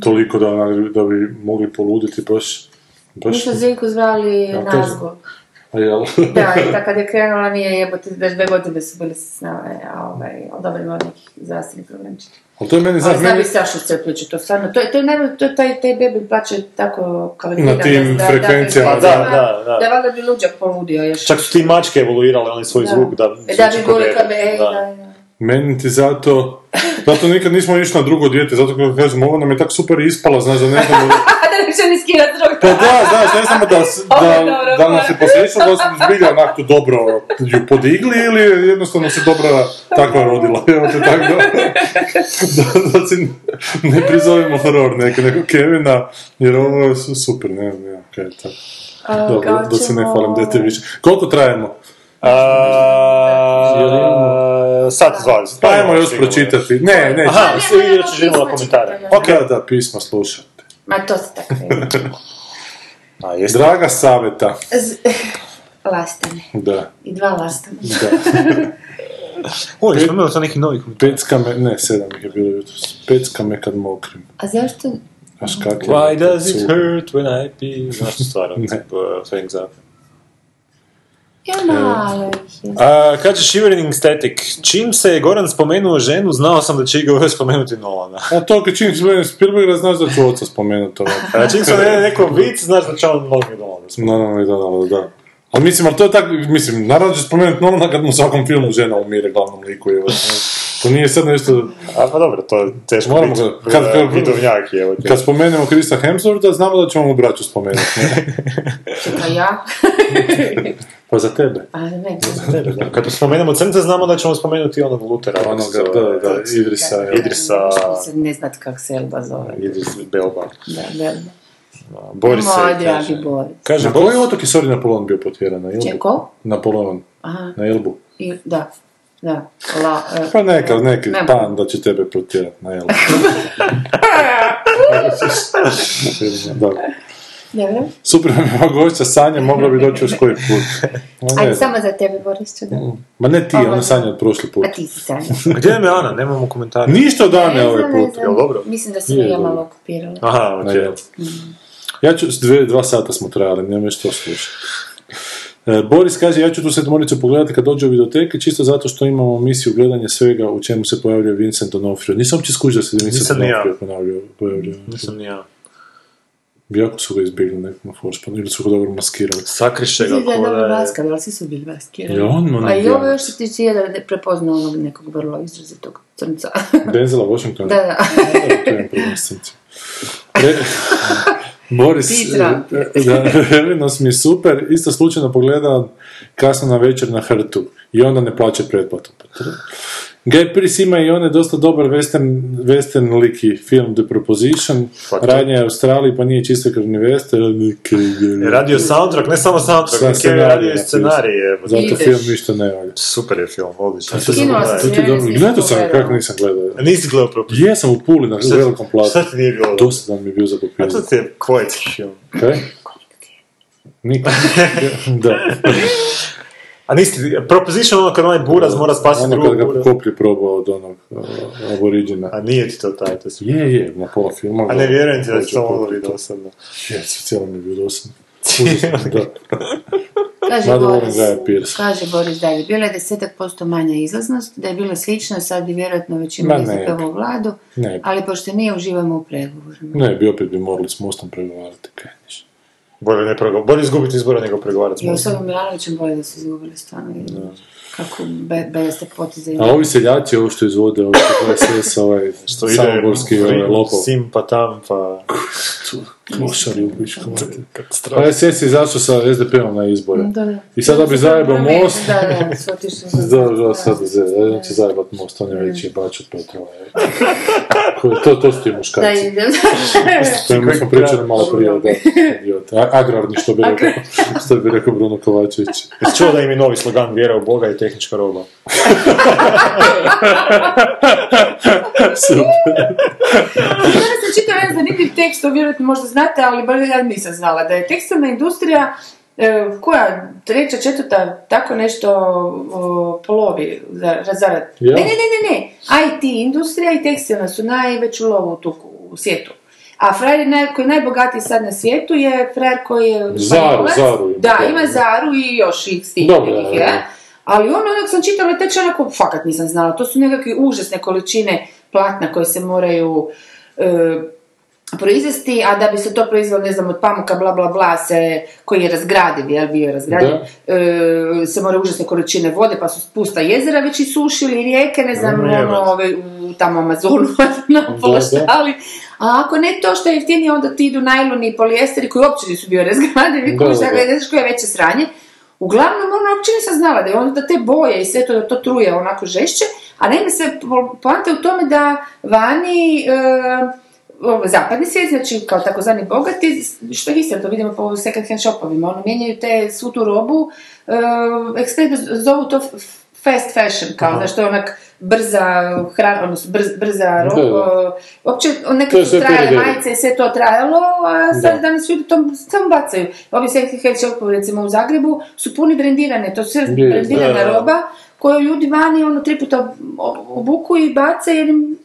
[SPEAKER 4] toliko da, ona- da bi mogli poluditi baš...
[SPEAKER 5] Mi
[SPEAKER 4] baš
[SPEAKER 5] smo Zinku zvali
[SPEAKER 4] Ja, to-
[SPEAKER 5] Nazgo.
[SPEAKER 4] a jel?
[SPEAKER 5] Da, i tako kad je krenula nije jebote, već dve godine su bili s nama, a ovaj, ali dobro imao nekih zdravstvenih problemčića.
[SPEAKER 4] Ali to je meni,
[SPEAKER 5] Ali
[SPEAKER 4] znaš,
[SPEAKER 5] znam
[SPEAKER 4] meni,
[SPEAKER 5] i Sašu se uključi, to stvarno, to je, to je, najbolje, to je taj, taj bebi plaće tako kalibrirano.
[SPEAKER 4] Na tim
[SPEAKER 5] da- da-
[SPEAKER 4] frekvencijama,
[SPEAKER 6] Pa da, da, da.
[SPEAKER 5] Da, valjda bi luđak poludio još.
[SPEAKER 6] Čak su ti mačke evoluirale onaj svoj
[SPEAKER 5] Da.
[SPEAKER 6] zvuk da... znači,
[SPEAKER 5] E, da
[SPEAKER 6] zvuči
[SPEAKER 5] bi
[SPEAKER 6] ko
[SPEAKER 5] guli
[SPEAKER 6] bebe.
[SPEAKER 5] kao be, da, da.
[SPEAKER 4] meni ti zato... Zato nikad nismo išli na drugo dijete, zato kako kažem, ovo nam je tako super ispala, znaš, da ne znamo...
[SPEAKER 5] sada neće ni skidati drug
[SPEAKER 3] Pa da, znaš, ne samo da, s-
[SPEAKER 5] Ovo je
[SPEAKER 3] da,
[SPEAKER 5] dobro,
[SPEAKER 3] da nas je posjećalo, da smo zbilja onak tu dobro ju podigli ili jednostavno se dobra takva rodila. Evo te tako da, da, da si ne prizovemo horor neke, nego Kevina, jer ovo je su- super, ne znam, ja, kaj je to. Dobro, da se ne hvalim dete više. Koliko trajemo?
[SPEAKER 6] A, Sat dvadeset.
[SPEAKER 3] Pa ajmo još pročitati. Ne, ne,
[SPEAKER 6] Aha,
[SPEAKER 3] čekaj.
[SPEAKER 6] su igrači želimo komentare.
[SPEAKER 3] Ok, da, da, pismo slušati.
[SPEAKER 5] Ma to se tako ne.
[SPEAKER 6] A, jeste.
[SPEAKER 3] Draga saveta,
[SPEAKER 5] Z- Lastane.
[SPEAKER 3] da,
[SPEAKER 5] I dva lastana.
[SPEAKER 3] da.
[SPEAKER 6] O, jesmo imali sad neki novi komentar.
[SPEAKER 3] Pecka me, ne, sedam ih je bilo jutros. Pecka me kad mokrim.
[SPEAKER 5] A zašto?
[SPEAKER 3] Znaš kak je?
[SPEAKER 6] Why does it
[SPEAKER 3] Cuga.
[SPEAKER 6] hurt when I pee? Znaš tu stvar,
[SPEAKER 3] Ne.
[SPEAKER 6] tip, uh, Frank Zappa.
[SPEAKER 5] Ja
[SPEAKER 4] E.
[SPEAKER 5] malo ih je.
[SPEAKER 6] A, kaže Shivering Static, čim se je Goran spomenuo ženu, znao sam da će Igor spomenuti Nolana.
[SPEAKER 3] A to kad čim spomenem Spielberga, znaš da ću oca spomenuti ovo.
[SPEAKER 6] A čim se ne neko vic, znaš da će on mnogi Nolana.
[SPEAKER 3] Naravno i da, naravno, da. Ali mislim, ali to je tako, mislim, naravno ću spomenuti normalno kad mu u svakom filmu žena umire glavnom liku, evo. To nije sad nešto,
[SPEAKER 6] A pa dobro, to je teško
[SPEAKER 3] Moramo
[SPEAKER 6] biti,
[SPEAKER 3] ga- kad-
[SPEAKER 6] eh,
[SPEAKER 3] kad-
[SPEAKER 6] vidovnjak je. evo te.
[SPEAKER 3] kad spomenemo Krista Hemswortha, znamo da ćemo mu braću spomenuti, ne?
[SPEAKER 5] Pa ja?
[SPEAKER 3] Pa za tebe.
[SPEAKER 5] Pa ne.
[SPEAKER 6] Ne znam, Kad spomenemo crnce, znamo da ćemo spomenuti onog Lutera. kako se
[SPEAKER 3] Onoga, da,
[SPEAKER 6] zove,
[SPEAKER 3] da, da, Idrisa, evo.
[SPEAKER 6] Idrisa,
[SPEAKER 3] Pa.
[SPEAKER 5] Se ne znat kak se Elba zove.
[SPEAKER 6] Idris Belba.
[SPEAKER 5] Da, da.
[SPEAKER 3] Pa,
[SPEAKER 6] Boris se
[SPEAKER 5] Moj
[SPEAKER 6] kaže.
[SPEAKER 5] dragi Boris.
[SPEAKER 6] Kaže,
[SPEAKER 3] Na koji otok je Sori Napoleon bio potjeran? Na Ilbu?
[SPEAKER 5] Čeko?
[SPEAKER 3] Napoleon,
[SPEAKER 5] Aha.
[SPEAKER 3] na Ilbu.
[SPEAKER 5] I, da. Da. La, e,
[SPEAKER 3] Pa neka, neki
[SPEAKER 5] Ne.
[SPEAKER 3] pan da će tebe protjerati na Ilbu. da.
[SPEAKER 5] Dobro.
[SPEAKER 3] Super vam je ova gošća Sanja, mogla bi doći još koji put. Ma, ne,
[SPEAKER 5] Ajde, samo za tebe, Boris, ću da.
[SPEAKER 3] ma ne ti, ona Sanja od prošli put.
[SPEAKER 5] A ti si Sanja.
[SPEAKER 6] Gdje nam je Ana? Nemamo komentara.
[SPEAKER 3] Ništa od Ane
[SPEAKER 5] E, Ne
[SPEAKER 3] ovaj
[SPEAKER 5] znam,
[SPEAKER 3] put.
[SPEAKER 5] ne
[SPEAKER 6] Jel
[SPEAKER 5] znam.
[SPEAKER 6] dobro?
[SPEAKER 5] Mislim da sam
[SPEAKER 3] Nije
[SPEAKER 5] ja
[SPEAKER 3] dobro.
[SPEAKER 5] malo okupirala.
[SPEAKER 6] Aha, ok.
[SPEAKER 3] Ne. Ja ću, s dve, dva sata smo trajali, nema još što slušati. E, Boris kaže, ja ću tu sedmoricu pogledati kad dođe u videoteke, čisto zato što imamo misiju gledanja svega u čemu se pojavljuje Vincent D'Onofrio. Nisam uopće skužio da se Vincent
[SPEAKER 6] Nisam ni ja.
[SPEAKER 3] D'Onofrio ponavljao, pojavljao.
[SPEAKER 6] Nisam ni ja.
[SPEAKER 3] Jako su ga izbjegli nekom foršpanu, ili su ga dobro maskirali.
[SPEAKER 6] Sakriše ga
[SPEAKER 5] Mislim da je
[SPEAKER 6] ko
[SPEAKER 5] dobro
[SPEAKER 6] da je...
[SPEAKER 5] maskar, ali svi su bili maskirani.
[SPEAKER 3] Je on ono
[SPEAKER 5] A i
[SPEAKER 3] bio?
[SPEAKER 5] ovo još se tiče je da je prepoznao onog nekog vrlo izrazitog crnca.
[SPEAKER 3] Denzela Washingtona.
[SPEAKER 5] da, da.
[SPEAKER 3] Dobro, to je prva instanca. Re- Boris,
[SPEAKER 5] Pitra.
[SPEAKER 3] e, da, Revlinos mi je super, isto slučajno pogledam kasno na večer na hrtu i onda ne plaće pretplatu. Guy Pearce ima i one dosta dobar western, western liki film The Proposition,
[SPEAKER 6] Fuck.
[SPEAKER 3] radnja je u Australiji pa nije čisto krvni western. ok,
[SPEAKER 6] Je E, radio soundtrack, ne samo soundtrack,
[SPEAKER 3] Sve
[SPEAKER 6] nek je
[SPEAKER 3] scenarije
[SPEAKER 6] radio i
[SPEAKER 3] napisao.
[SPEAKER 6] scenarije. evo.
[SPEAKER 3] Zato
[SPEAKER 5] Ideš.
[SPEAKER 3] film ništa ne valja.
[SPEAKER 6] Super je film, odlično.
[SPEAKER 3] To ti je
[SPEAKER 5] Skinula sam se, ja
[SPEAKER 3] dobro.
[SPEAKER 5] nisam
[SPEAKER 3] Gledao sam ga,
[SPEAKER 5] pogledala.
[SPEAKER 3] kako nisam gledao.
[SPEAKER 6] A Nisi gledao propust.
[SPEAKER 3] Jesam u Puli na velikom platu.
[SPEAKER 6] Šta ti nije bilo?
[SPEAKER 3] Dosadan mi je bio za
[SPEAKER 6] A
[SPEAKER 3] popijanje.
[SPEAKER 6] to ti je kvojecki film.
[SPEAKER 3] Kaj? Nikad. da.
[SPEAKER 6] A nisi, Proposition ono kad onaj buraz mora spasiti
[SPEAKER 3] Ono
[SPEAKER 6] drugog
[SPEAKER 3] kad ga
[SPEAKER 6] buraz.
[SPEAKER 3] koplje probao od onog uh, aboriđina.
[SPEAKER 6] A nije ti to taj, to si...
[SPEAKER 3] Je, je, na pola filma.
[SPEAKER 6] A ne vjerujem ti da će
[SPEAKER 3] Dođe
[SPEAKER 6] to ono
[SPEAKER 3] koplje.
[SPEAKER 6] biti dosadno.
[SPEAKER 3] Jesu, cijelo mi je bio dosadno. Užasno, da.
[SPEAKER 5] Kaže
[SPEAKER 3] Mada volim
[SPEAKER 5] Boris,
[SPEAKER 3] Gaja Pearce.
[SPEAKER 5] kaže Boris dalje, bila je desetak posto manja izlaznost, da je bila slična, sad bi vjerojatno
[SPEAKER 3] Ma
[SPEAKER 5] većina
[SPEAKER 3] ne.
[SPEAKER 5] SDP-ovu vladu,
[SPEAKER 3] Ne,
[SPEAKER 5] ali pošto nije, uživamo u pregovorima.
[SPEAKER 3] ne bi opet bi morali s Mostom pregovarati. Kaj niš.
[SPEAKER 6] Bolje, ne prego... Bolje izgubiti izbora nego pregovarati. s
[SPEAKER 5] I s
[SPEAKER 6] mozgom.
[SPEAKER 5] ovim Milanovićem bolje da su izgubili stvarno. i Kako be, bedaste poteze.
[SPEAKER 3] A ovi seljaci, ovo što izvode, ovo što je SS, ovaj
[SPEAKER 6] Što ide
[SPEAKER 3] samoborski ovaj,
[SPEAKER 6] Rim,
[SPEAKER 3] lopov.
[SPEAKER 6] Sim pa tam pa...
[SPEAKER 3] Klošari u pičku. Pa SS je izašao sa SDP-om na izbore.
[SPEAKER 5] Da, da.
[SPEAKER 3] I sada bi zajebao most.
[SPEAKER 5] Da, da, su otišli.
[SPEAKER 3] Da, da, sad se, da će zajebat most, on je već je bačo Petrova. je. Ko- To, to su ti
[SPEAKER 5] Da,
[SPEAKER 3] muškarci.
[SPEAKER 5] i- da,
[SPEAKER 3] To je, mi smo pričali malo prije, da, idiot. A- Agrarni, što bi rekao, što bi rekao Bruno Kovačević.
[SPEAKER 6] Jesi čuo da im je novi slogan vjera u Boga i tehnička roba?
[SPEAKER 3] Super.
[SPEAKER 5] Danas sam čitala jedan zanimljiv tekst, to vjerojatno možda znate, ali bar ja nisam znala, da je tekstilna industrija e, koja treća, četvrta, tako nešto o, polovi za razarad.
[SPEAKER 3] Ja?
[SPEAKER 5] Ne, ne, ne, ne, ne. IT industrija i tekstilna su najveću lovu tuku u svijetu. A frajer je naj, koji je najbogatiji sad na svijetu je frajer koji je...
[SPEAKER 3] Zaru,
[SPEAKER 5] Španjolac.
[SPEAKER 3] Zaru ima.
[SPEAKER 5] Da, ima Zaru i još ih s tim
[SPEAKER 3] Dobro,
[SPEAKER 5] nekih,
[SPEAKER 3] da, da.
[SPEAKER 5] ja. Ali ono, onak sam čitala te članako, fakat nisam znala, to su nekakve užasne količine platna koje se moraju e, proizvesti, a da bi se to proizvelo, ne znam, od pamuka, bla, bla, bla, se, koji je razgradiv, jel, bio je razgradiv, e, se moraju užasne količine vode, pa su spusta jezera već isušili, rijeke, ne znam,
[SPEAKER 6] Ono, jebe.
[SPEAKER 5] ono, ove, u tamo Amazonu, na poštali. A ako ne to što je jeftinije, onda ti idu najloni i polijesteri koji uopće nisu bio razgradivi, koji šta ne znaš koje je veće sranje. Uglavnom, ona uopće nisam znala da je onda te boje i sve to da to truje onako žešće, a naime se poanta u tome da vani e, zapadni svijet, znači kao takozvani bogati, što je to vidimo po second hand shopovima, ono mijenjaju te svu tu robu, e, ekspert zovu to fast fashion, kao, znaš, to je onak brza hrana, odnosno brz,
[SPEAKER 3] E,
[SPEAKER 5] brza roba, uopće neke su trajale majice i sve to trajalo, a sad da. danas ljudi to samo bacaju. Ovi second hand shopovi, recimo u Zagrebu, su puni brendirane, to su sve brendirana roba, koju ljudi vani ono tri puta obuku i bace jer im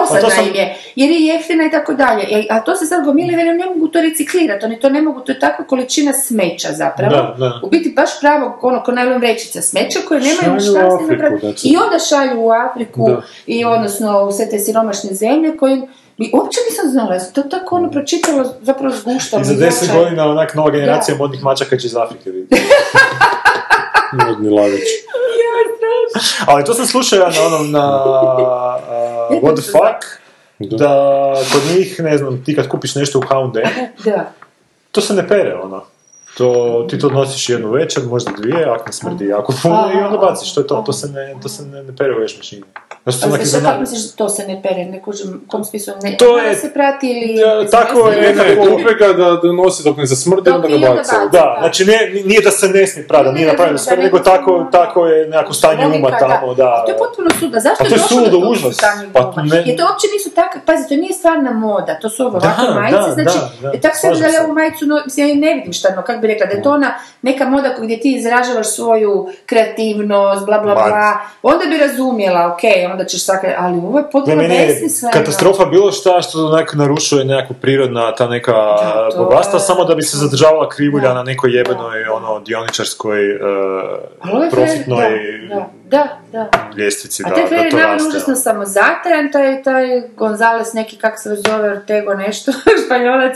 [SPEAKER 5] dosadna sam... im je, jer je jeftina i tako dalje. E, A to se sad gomili, verujem, ne mogu to reciklirati, oni to ne mogu, to je takva količina smeća zapravo. Da, da. U biti baš pravo, ono, ko najlon vrećica smeća koje nemaju šta s
[SPEAKER 3] znači,
[SPEAKER 5] napraviti.
[SPEAKER 4] Znači,
[SPEAKER 5] I onda šalju u Afriku da. i odnosno u sve te siromašne zemlje koje mi uopće nisam znala, ja sam to tako ono pročitala, zapravo zguštala.
[SPEAKER 4] I za deset godina onak nova generacija da. modnih mačaka će iz Afrike vidjeti.
[SPEAKER 3] Modni lavić.
[SPEAKER 4] Ali to sam slušao ja na onom na uh, What the fuck, da kod njih, ne znam, ti kad kupiš nešto u Houndenu, to se ne pere, ono. To, ti to nosiš jednu večer, možda dvije, ako ne smrdi jako puno, i onda baciš, to je to, to se ne, to se ne, ne pere u veš mašini.
[SPEAKER 5] Ja
[SPEAKER 3] Pa
[SPEAKER 5] sam znači, znači, kako misliš da to se ne pere, ne kužim, kom smislu, ne,
[SPEAKER 4] to je,
[SPEAKER 5] se prati ili...
[SPEAKER 4] Ja, tako je,
[SPEAKER 3] Ne, ne,
[SPEAKER 4] nekako,
[SPEAKER 3] kupe ga da, da nosi dok ne zasmrdi,
[SPEAKER 5] Dok
[SPEAKER 3] onda ga
[SPEAKER 5] i onda
[SPEAKER 3] baca.
[SPEAKER 5] baca. pa.
[SPEAKER 4] da, znači ne, nije da se ne smije prada, nije napravljeno sve, nego tako, tako je nekako stanje uma
[SPEAKER 5] Logika,
[SPEAKER 4] tamo,
[SPEAKER 5] A
[SPEAKER 4] da.
[SPEAKER 5] to je potpuno sudno. Zašto
[SPEAKER 4] Pa to je
[SPEAKER 5] došlo
[SPEAKER 4] suludo,
[SPEAKER 5] do tog
[SPEAKER 4] užas.
[SPEAKER 5] stanju
[SPEAKER 4] Pa
[SPEAKER 5] uma?
[SPEAKER 4] ne-
[SPEAKER 5] Jer to uopće nisu tako, pazi, to nije stvarna moda, to su ovo
[SPEAKER 4] Da,
[SPEAKER 5] ovakve
[SPEAKER 4] da,
[SPEAKER 5] majice, znači,
[SPEAKER 4] da, da,
[SPEAKER 5] tako se
[SPEAKER 4] slažem
[SPEAKER 5] da ja
[SPEAKER 4] se.
[SPEAKER 5] ovu majicu, no, mislim, ja ne vidim šta, no, kako bi rekla, da je to ona neka moda koju- gdje ti izražavaš svoju kreativnost, bla, bla, bla, onda bi razumjela, ok, onda ćeš svaka, ali ovo je
[SPEAKER 4] Ne,
[SPEAKER 5] potpuno
[SPEAKER 4] meni je
[SPEAKER 5] besmisleno.
[SPEAKER 4] katastrofa bilo šta što onako narušuje nekakvu prirodna ta neka e,
[SPEAKER 5] Da, to
[SPEAKER 4] bogatstva,
[SPEAKER 5] je-
[SPEAKER 4] samo da bi se zadržavala krivulja
[SPEAKER 5] Da.
[SPEAKER 4] na nekoj jebenoj ono, dioničarskoj eh,
[SPEAKER 5] Ali ovo je fer-
[SPEAKER 4] profitnoj
[SPEAKER 5] da, da, da, da.
[SPEAKER 4] ljestvici.
[SPEAKER 5] A
[SPEAKER 4] da,
[SPEAKER 5] taj
[SPEAKER 4] da
[SPEAKER 5] Ferrer
[SPEAKER 4] to
[SPEAKER 5] Navon
[SPEAKER 4] raste,
[SPEAKER 5] užasno samozatajan, taj, taj Gonzales neki, kak se zove, Ortego nešto, španjolac,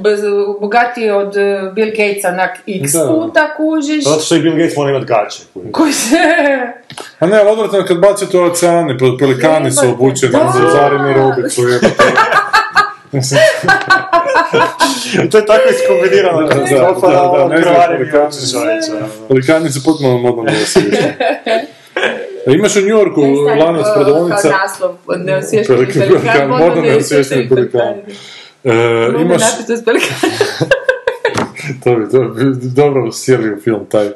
[SPEAKER 5] bez- bogatiji od eh, Bill Gatesa, onak x
[SPEAKER 3] Da.
[SPEAKER 5] puta kužiš,
[SPEAKER 4] Zato što i Bill Gates mora imat gače. kuj.
[SPEAKER 5] koji se...
[SPEAKER 3] A ne, ali odvratno je kad baci to oceane, pel- pelikani su obučeni
[SPEAKER 5] Da.
[SPEAKER 3] u zarinu robicu, jebote.
[SPEAKER 4] I to je tako iskombinirano
[SPEAKER 3] Da, da,
[SPEAKER 4] katastrofa
[SPEAKER 3] da,
[SPEAKER 4] da,
[SPEAKER 3] da,
[SPEAKER 4] ono,
[SPEAKER 3] ne znam
[SPEAKER 4] krvari mi
[SPEAKER 3] koliko-
[SPEAKER 4] oči, čovječe, ono.
[SPEAKER 3] Pelikani su potpuno modno E, Imaš u New Yorku lanac prodavnica,
[SPEAKER 5] Kao naslov, neosvješteni
[SPEAKER 3] Pelikan, pelikan, modno neosviješteni pelikan. e,
[SPEAKER 5] Imaš...
[SPEAKER 3] imaš,
[SPEAKER 5] Napito s pelikan.
[SPEAKER 3] to bi, to bi dobro sjeli u film taj. E,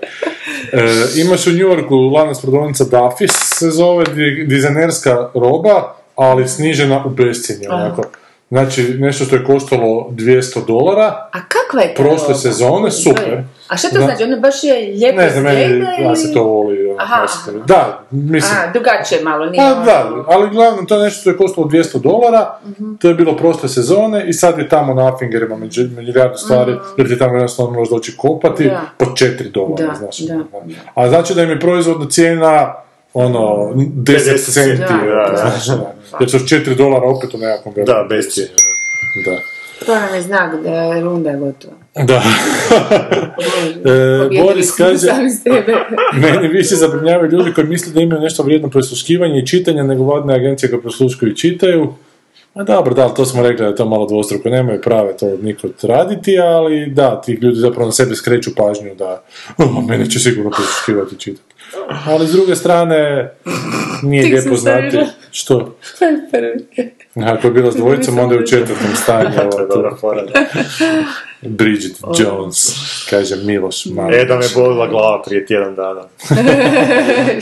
[SPEAKER 3] imaš u New Yorku lanac prodavnica Dafis se zove, di- dizajnerska roba, ali snižena u bescijenje, onako. Znači, nešto što je koštalo 200 dolara,
[SPEAKER 5] A kakva je ta
[SPEAKER 3] prošle
[SPEAKER 5] roba?
[SPEAKER 3] sezone, super.
[SPEAKER 5] A šta to
[SPEAKER 3] Da.
[SPEAKER 5] znači, ono baš je lijepo
[SPEAKER 3] Ne znam, meni,
[SPEAKER 5] izgleda
[SPEAKER 3] ja se
[SPEAKER 5] ili-
[SPEAKER 3] to voli. ono,
[SPEAKER 5] Aha.
[SPEAKER 3] nositi. Da, mislim,
[SPEAKER 5] A, drugačije malo, nije
[SPEAKER 3] Pa
[SPEAKER 5] ono-
[SPEAKER 3] da, ali glavno to je nešto što je koštalo 200 dolara,
[SPEAKER 5] Mhm.
[SPEAKER 3] to je bilo prošle sezone i sad je tamo na Affingerima među, milijardu stvari, jer ti tamo jednostavno možeš doći kopati
[SPEAKER 5] Da.
[SPEAKER 3] po 4 dolara,
[SPEAKER 5] Da,
[SPEAKER 3] znaš.
[SPEAKER 5] da.
[SPEAKER 3] A znači da im je proizvodna cijena ono, 10
[SPEAKER 4] 50
[SPEAKER 3] centi,
[SPEAKER 5] Da,
[SPEAKER 4] da, da.
[SPEAKER 3] znaš, da. jer su 4 dolara opet u nekakvom
[SPEAKER 4] Da,
[SPEAKER 3] velikom
[SPEAKER 4] bescije.
[SPEAKER 3] Da.
[SPEAKER 5] To nam je znak da je runda gotova.
[SPEAKER 3] Da. e, Boris kaže, Mene više zabrinjavaju ljudi koji misle da imaju nešto vrijedno prisluškivanje i čitanja, nego vladne agencije koje prisluškuju i čitaju. A dobro, da, ali to smo rekli da je to malo dvostruko, nemaju prave to niko raditi, ali da, ti ljudi zapravo na sebe skreću pažnju da "O, mene će sigurno prisluškivati i čitati. Ali s druge strane, nije
[SPEAKER 5] Tik
[SPEAKER 3] lijepo
[SPEAKER 5] sam stavila.
[SPEAKER 3] znati što. Ako je bila s dvojicom, onda je u četvrtom stanju.
[SPEAKER 4] To je
[SPEAKER 3] ova
[SPEAKER 4] dobra
[SPEAKER 3] tu.
[SPEAKER 4] fora, da.
[SPEAKER 3] Bridget Jones, kaže Miloš Marić.
[SPEAKER 4] E, da me bolila glava prije tjedan dana.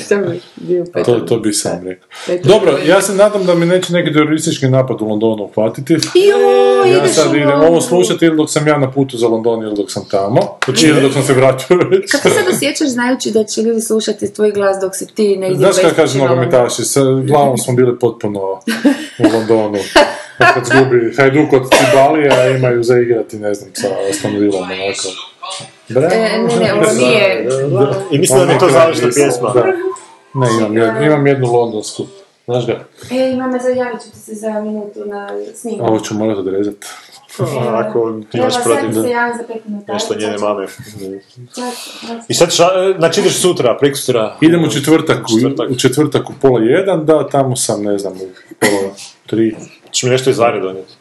[SPEAKER 5] Što bi bio petak?
[SPEAKER 3] To, to bi sam rekao.
[SPEAKER 5] Petak.
[SPEAKER 3] Dobro, ja se nadam da mi neće neki teroristički napad u Londonu uhvatiti.
[SPEAKER 5] Joj,
[SPEAKER 3] Ja
[SPEAKER 5] ideš u
[SPEAKER 3] sad idem
[SPEAKER 5] London.
[SPEAKER 3] ovo slušati ili dok sam ja na putu za London ili dok sam tamo. Znači, Ili dok sam se vraćao već.
[SPEAKER 5] Kako sad osjećaš znajući da će ljudi slušati tvoj glas dok se ti negdje...
[SPEAKER 3] Znaš kada kažu
[SPEAKER 5] bespućivala?
[SPEAKER 3] nogometaši, sa glavom smo bili potpuno u Londonu. A Kad zgubi Hajduk od Cibalija imaju za igrati, ne znam, sa Astonvilom onako. Bravo.
[SPEAKER 5] E, ne, ne, ovo nije...
[SPEAKER 3] Ono
[SPEAKER 4] I mislim da mi je to završna pjesma.
[SPEAKER 3] Da. Ne, imam, jed- imam jednu londonsku. Znaš ga?
[SPEAKER 2] E, mama, zajavit ću ti se za minutu na snimku.
[SPEAKER 3] Ovo ću morat odrezat.
[SPEAKER 4] A, Ako ti
[SPEAKER 2] Treba
[SPEAKER 4] imaš protiv
[SPEAKER 2] sad se javiti za pet minuta.
[SPEAKER 4] nešto
[SPEAKER 2] Sad
[SPEAKER 4] njene
[SPEAKER 2] ću-
[SPEAKER 4] mame.
[SPEAKER 2] sad ću- sad ću-
[SPEAKER 4] I sad, šta, znači ideš sutra, preko sutra.
[SPEAKER 3] Idem u četvrtak, u, u četvrtak u pola jedan, da, tamo sam, ne znam, u pola tri.
[SPEAKER 4] Češ mi nešto iz Zare donijeti.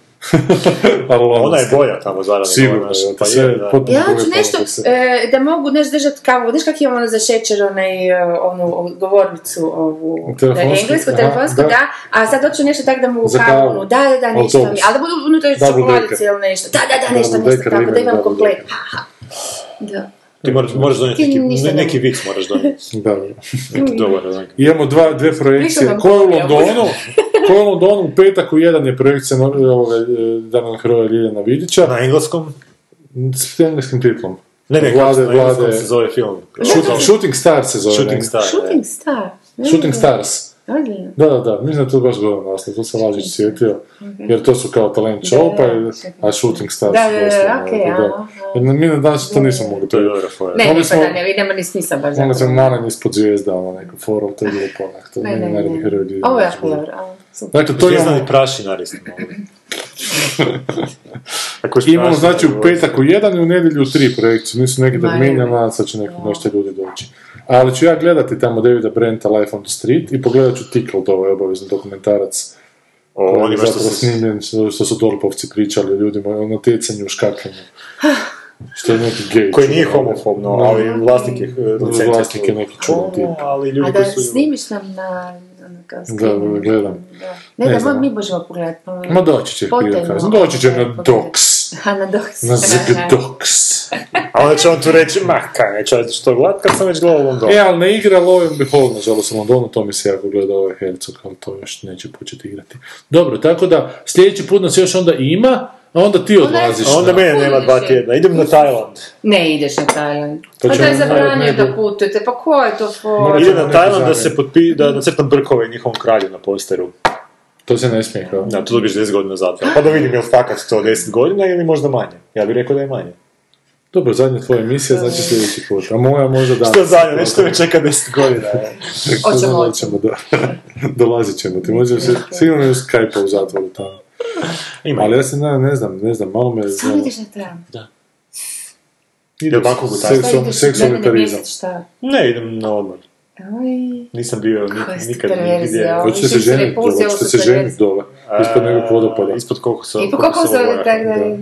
[SPEAKER 3] Ali ono,
[SPEAKER 4] Ona je boja tamo Zara.
[SPEAKER 3] Sigurno je,
[SPEAKER 4] je,
[SPEAKER 3] pa sve potpuno
[SPEAKER 5] Ja hoću
[SPEAKER 3] druge
[SPEAKER 5] nešto,
[SPEAKER 3] kontekste.
[SPEAKER 5] e, da mogu nešto držati kavu, znaš kak imam ono za šećer, onaj, e, onu govornicu, ovu,
[SPEAKER 3] Telefonsku?
[SPEAKER 5] englesku,
[SPEAKER 3] Aha,
[SPEAKER 5] telefonsku,
[SPEAKER 3] da.
[SPEAKER 5] da. a sad hoću nešto tak da mogu
[SPEAKER 3] Za pa-
[SPEAKER 5] kavu,
[SPEAKER 3] kavu.
[SPEAKER 5] onu, da, da, da, nešto
[SPEAKER 3] Autobus.
[SPEAKER 5] mi, ali da budu unutar
[SPEAKER 3] Double
[SPEAKER 5] čokoladice
[SPEAKER 3] decker.
[SPEAKER 5] ili nešto, da, da, da, nešto,
[SPEAKER 3] Double
[SPEAKER 5] nešto
[SPEAKER 3] decker
[SPEAKER 5] tako, da
[SPEAKER 3] imaju
[SPEAKER 5] imam
[SPEAKER 3] double
[SPEAKER 5] komplet,
[SPEAKER 3] decker.
[SPEAKER 5] ha, ha, da.
[SPEAKER 4] Ti moraš, moraš donijeti
[SPEAKER 5] Ti
[SPEAKER 4] neki,
[SPEAKER 5] ništa
[SPEAKER 4] ne-
[SPEAKER 5] ne
[SPEAKER 4] neki vic moraš donijeti.
[SPEAKER 3] Dobro.
[SPEAKER 4] Neki dobar, onak.
[SPEAKER 3] I Imamo dva, dve
[SPEAKER 5] Nisam
[SPEAKER 3] projekcije.
[SPEAKER 5] vam
[SPEAKER 3] Ko je u
[SPEAKER 5] govorila.
[SPEAKER 3] Londonu? Ko je u Londonu? U petak u jedan je projekcija no- ovoga e, Dana Hrvoja Ljiljana Vidića.
[SPEAKER 4] Na engleskom?
[SPEAKER 3] S engleskim titlom.
[SPEAKER 4] Ne, ne, kako
[SPEAKER 3] vlade,
[SPEAKER 4] se na engleskom
[SPEAKER 3] vlade.
[SPEAKER 4] se zove film.
[SPEAKER 3] Shooting, shooting Stars se zove.
[SPEAKER 4] Shooting
[SPEAKER 3] ne?
[SPEAKER 4] Star. ne.
[SPEAKER 5] Shooting star, ne,
[SPEAKER 3] Shooting Stars.
[SPEAKER 5] odlično.
[SPEAKER 3] Da, da, da, mislim da je to baš govorim naslov, to sam Lažić sjetio, jer to su kao talent show, pa je, a Shooting Stars
[SPEAKER 5] Mhm. Da, da, da,
[SPEAKER 3] doslovno,
[SPEAKER 5] ok,
[SPEAKER 3] eto,
[SPEAKER 5] aha.
[SPEAKER 3] Jer na- mi na danas Znači, to nisam mogli
[SPEAKER 4] To je
[SPEAKER 3] to
[SPEAKER 4] dobra fora.
[SPEAKER 5] Ne,
[SPEAKER 3] Mogli
[SPEAKER 5] ne, pa
[SPEAKER 3] smo-
[SPEAKER 5] da, ne, idemo ni smisla baš
[SPEAKER 3] Onda
[SPEAKER 5] zapravo.
[SPEAKER 3] sam naran ispod zvijezda, ono neko forum, to je bilo ponak, to
[SPEAKER 5] Ne,
[SPEAKER 3] meni
[SPEAKER 5] ne,
[SPEAKER 3] je naredni
[SPEAKER 5] ne,
[SPEAKER 3] heroj bio.
[SPEAKER 5] ovo je jako dobro, a, super.
[SPEAKER 3] Dakle, to
[SPEAKER 4] To
[SPEAKER 3] je
[SPEAKER 4] je znani prašinar isto. Ako je
[SPEAKER 3] Imamo
[SPEAKER 4] prašinar,
[SPEAKER 3] znači u
[SPEAKER 4] ovo-
[SPEAKER 3] petak u jedan i u nedjelju u tri projekcije, nisu neki
[SPEAKER 5] Ma,
[SPEAKER 3] termini,
[SPEAKER 5] je.
[SPEAKER 3] nadam se da će neko nešto ljudi doći. Ali ću ja gledati tamo Davida Brenta Life on the Street i pogledat ću Tickled, ovaj obavezni dokumentarac.
[SPEAKER 4] O
[SPEAKER 3] koji je
[SPEAKER 4] onima što
[SPEAKER 3] zapravo
[SPEAKER 4] su-
[SPEAKER 3] snimljen, što što su Dorpovci pričali o ljudima, o natjecanju, škakljanju. Što je neki gej.
[SPEAKER 4] Koji nije
[SPEAKER 3] čudan.
[SPEAKER 4] homofobno,
[SPEAKER 3] Da.
[SPEAKER 4] ali vlasnik je e, licenca.
[SPEAKER 3] Vlasnik je neki čudan
[SPEAKER 4] O,
[SPEAKER 3] tip.
[SPEAKER 4] Ali
[SPEAKER 5] A
[SPEAKER 4] ljudi
[SPEAKER 5] da
[SPEAKER 4] koji su...
[SPEAKER 5] snimiš nam na, ono, kao
[SPEAKER 3] Da, da,
[SPEAKER 5] screen.
[SPEAKER 3] gledam.
[SPEAKER 5] Da. Ne,
[SPEAKER 3] Ne
[SPEAKER 5] da,
[SPEAKER 3] znam.
[SPEAKER 5] mi možemo pogledati. pa-
[SPEAKER 3] Ma doći će
[SPEAKER 5] Potajno.
[SPEAKER 3] prije kasno. Doći će na doks.
[SPEAKER 5] Ha, na doks.
[SPEAKER 3] Na zgdoks.
[SPEAKER 4] A onda će on tu reći, ma kaj, neću raditi što glad, kad sam već gledao London.
[SPEAKER 3] E, ali ne igra Lovin Behold, nažalost, u Londonu, to mi se jako gleda ovaj Hercog, ali to još neće početi igrati. Dobro, tako da, sljedeći put nas još onda ima, a onda ti odlaziš.
[SPEAKER 4] A onda
[SPEAKER 3] na-
[SPEAKER 4] mene nema dva tjedna, idem na Tajland.
[SPEAKER 5] Ne ideš na Tajland.
[SPEAKER 3] To
[SPEAKER 5] Pa
[SPEAKER 3] ćemo
[SPEAKER 5] to je
[SPEAKER 3] morati
[SPEAKER 5] zabranio
[SPEAKER 3] negdje-
[SPEAKER 5] da putujete, pa ko je to for?
[SPEAKER 3] Morat ćemo
[SPEAKER 4] Idem na
[SPEAKER 3] neki
[SPEAKER 4] Tajland da
[SPEAKER 3] zamjer.
[SPEAKER 4] se potpi, da nacrtam brkove njihovom kralju na posteru.
[SPEAKER 3] To se ne smije kao.
[SPEAKER 4] Da, tu dobiješ 10 godina zatvora. Pa da vidim je li fakat to 10 godina ili možda manje. Ja bih rekao da je manje.
[SPEAKER 3] Dobro, zadnja tvoja emisija, znači sljedeći put. A moja možda danas.
[SPEAKER 4] Što zadnje, nećete me čekati 10 godina.
[SPEAKER 3] Tako da
[SPEAKER 5] Hoćemo,
[SPEAKER 3] hoćemo, da. Dolazit ćemo ti. Možemo se, sigurno je u Skype-a u zatvoru tamo.
[SPEAKER 4] Ima.
[SPEAKER 3] Ali ja se nadam, ne znam, ne znam, malo me...
[SPEAKER 5] Samo ideš na Tajland.
[SPEAKER 3] Ide
[SPEAKER 4] Jel banko gutarstvo?
[SPEAKER 5] Pa ideš
[SPEAKER 3] seksualni
[SPEAKER 5] jedan
[SPEAKER 3] turizam.
[SPEAKER 5] mjesec, šta?
[SPEAKER 4] Ne, idem na odmor.
[SPEAKER 5] Oj,
[SPEAKER 4] Nisam bio
[SPEAKER 5] Koja
[SPEAKER 4] ni,
[SPEAKER 5] ste
[SPEAKER 4] nikad nigdje.
[SPEAKER 5] perverzija, ovo.
[SPEAKER 3] Hoćete se
[SPEAKER 5] Više se ne
[SPEAKER 3] ženiti dole,
[SPEAKER 5] pouzdjelo
[SPEAKER 3] hoćete
[SPEAKER 5] su
[SPEAKER 3] se
[SPEAKER 5] se
[SPEAKER 3] ženiti
[SPEAKER 5] vezi.
[SPEAKER 3] dole, ispod nekog vodopada.
[SPEAKER 4] Ispod kokosa.
[SPEAKER 5] I po kako se ovdje tako da...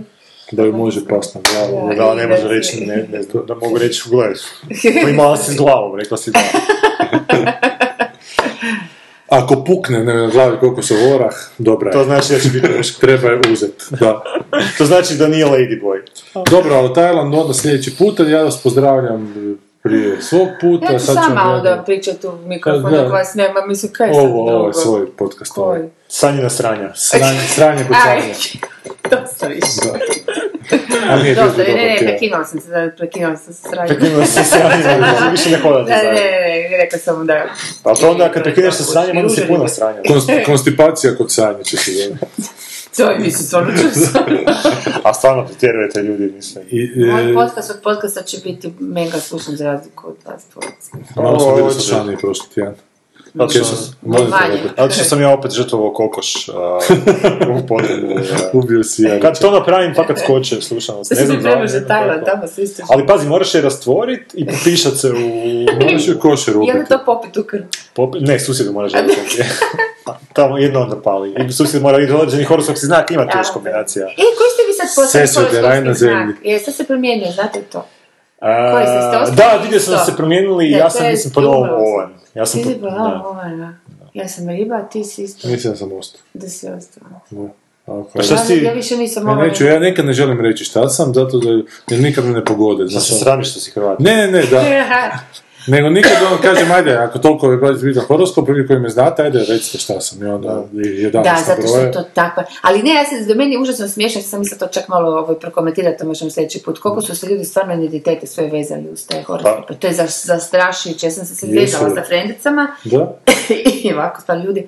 [SPEAKER 3] Da joj može past na glavu.
[SPEAKER 5] Da.
[SPEAKER 4] ovaj- Da, ne može reći, ne, ne znam, da mogu reći, gledaj, pa imala si s glavom, rekla si da.
[SPEAKER 3] Ako pukne ne, na glavi koliko se vorah, dobra
[SPEAKER 4] To
[SPEAKER 3] je.
[SPEAKER 4] znači da će biti muško.
[SPEAKER 3] Treba je uzet, da.
[SPEAKER 4] To znači da nije ladyboy.
[SPEAKER 3] Dobro, ali Tajland onda sljedeći put, ja vas pozdravljam prije svog puta.
[SPEAKER 5] Ja ću
[SPEAKER 3] sad ćemo
[SPEAKER 5] sama onda
[SPEAKER 3] gledati
[SPEAKER 5] pričati u mikrofon
[SPEAKER 3] Da.
[SPEAKER 5] dok vas nema, mislim, kaj sam drugo?
[SPEAKER 3] Ovo, ovo je svoj podcast. ovaj.
[SPEAKER 5] Koji?
[SPEAKER 4] Sanjina sranja.
[SPEAKER 3] Sranje, sranje
[SPEAKER 5] Aj,
[SPEAKER 3] kucanje.
[SPEAKER 5] dosta više.
[SPEAKER 3] Da. A nije
[SPEAKER 5] Dosta,
[SPEAKER 3] drugi
[SPEAKER 5] ne, ne,
[SPEAKER 3] dobar tjedan.
[SPEAKER 5] prekinula sam se, da, prekinula sam se s radnjom.
[SPEAKER 4] Prekinula se sranja, više ne hodate
[SPEAKER 5] Da, ne,
[SPEAKER 4] zajedno.
[SPEAKER 5] ne, ne, rekla sam mu da...
[SPEAKER 4] Ali E, to onda kad prekineš sa sranjem, onda si puno sranja.
[SPEAKER 3] Konst- Konstipacija kod sranje će se zove.
[SPEAKER 5] To je, mislim, stvarno čustvo.
[SPEAKER 4] A stvarno pretjerujete ljudi, mislim.
[SPEAKER 3] I,
[SPEAKER 5] Moj
[SPEAKER 4] Eh.
[SPEAKER 3] e,
[SPEAKER 5] podcast od podcasta će biti mega slušan za razliku od vas dvojice.
[SPEAKER 3] malo smo bili sa
[SPEAKER 4] Hoće.
[SPEAKER 3] Šanji prošli tjedan.
[SPEAKER 4] Zato
[SPEAKER 3] Kaj
[SPEAKER 4] što,
[SPEAKER 3] su- molim te,
[SPEAKER 5] Manje.
[SPEAKER 3] Robert,
[SPEAKER 4] zato što sam ja opet žrtvovao kokoš a, u potrebu. e, a.
[SPEAKER 3] Ubio si ja.
[SPEAKER 4] Kad to napravim, fakat skoče slušanost.
[SPEAKER 5] To
[SPEAKER 4] Ne
[SPEAKER 5] se
[SPEAKER 4] znam
[SPEAKER 5] mi
[SPEAKER 4] da, ne
[SPEAKER 5] prema za
[SPEAKER 4] znam
[SPEAKER 5] Tajland,
[SPEAKER 4] kako.
[SPEAKER 5] tamo se isto
[SPEAKER 4] Ali pazi, moraš je rastvorit i popišat se u...
[SPEAKER 3] Moraš joj košer
[SPEAKER 5] I onda
[SPEAKER 3] ubiti.
[SPEAKER 5] Ja, no, to popit u krv.
[SPEAKER 4] Popi... Ne, susjedu moraš da popije. Tamo jedno onda pali. I susjed mora vidjeti određeni horoskovski znak, ima tu još kombinacija.
[SPEAKER 5] E, koji ste vi sad postali
[SPEAKER 3] Sesvete,
[SPEAKER 5] horoskopski
[SPEAKER 3] raj na
[SPEAKER 5] znak?
[SPEAKER 3] zemlji.
[SPEAKER 5] Je, sad se promijenio, znate to.
[SPEAKER 4] A,
[SPEAKER 5] Koji ste, ste ostali
[SPEAKER 4] da, vidio sam da
[SPEAKER 5] isto?
[SPEAKER 4] se promijenili i
[SPEAKER 5] Da,
[SPEAKER 4] ja
[SPEAKER 5] to
[SPEAKER 4] sam,
[SPEAKER 5] je
[SPEAKER 4] mislim, ponovno
[SPEAKER 5] umrlo sam.
[SPEAKER 4] ovan. Ja sam...
[SPEAKER 5] Ti si
[SPEAKER 4] po- da.
[SPEAKER 5] bila ova, da. Ja sam riba, a ti si isto
[SPEAKER 3] Mislim da sam ostao.
[SPEAKER 5] da si ostala.
[SPEAKER 3] Ako-
[SPEAKER 4] Pa šta si
[SPEAKER 5] Ali ja
[SPEAKER 4] ti...
[SPEAKER 5] više nisam
[SPEAKER 3] Ja
[SPEAKER 5] mogla...
[SPEAKER 3] neću, ja nekad ne želim reći šta sam, zato da, jer nikad me ne pogode.
[SPEAKER 4] Da
[SPEAKER 3] Znaš,
[SPEAKER 4] se
[SPEAKER 3] ono-
[SPEAKER 4] sramiš što si Hrvat.
[SPEAKER 3] ne, ne, ne, da.
[SPEAKER 5] Ja,
[SPEAKER 3] Nego nikad ono kažem, ajde, ako toliko je baš vidio horoskop, prvi koji me znate, ajde, recite šta sam. I onda je
[SPEAKER 5] Da,
[SPEAKER 3] danas
[SPEAKER 5] zato što je to tako. Ali ne, ja se, do meni je užasno smiješno, ja sam mislila to čak malo ovaj, prokomentirati, to možemo sljedeći put. Koliko su se ljudi stvarno identitete sve vezali uz te horoskope. To je za- zastrašujuće. Ja sam se
[SPEAKER 3] Pa- Jesu.
[SPEAKER 5] srezala sa frendicama
[SPEAKER 3] Da?
[SPEAKER 5] i ovako stvarno ljudi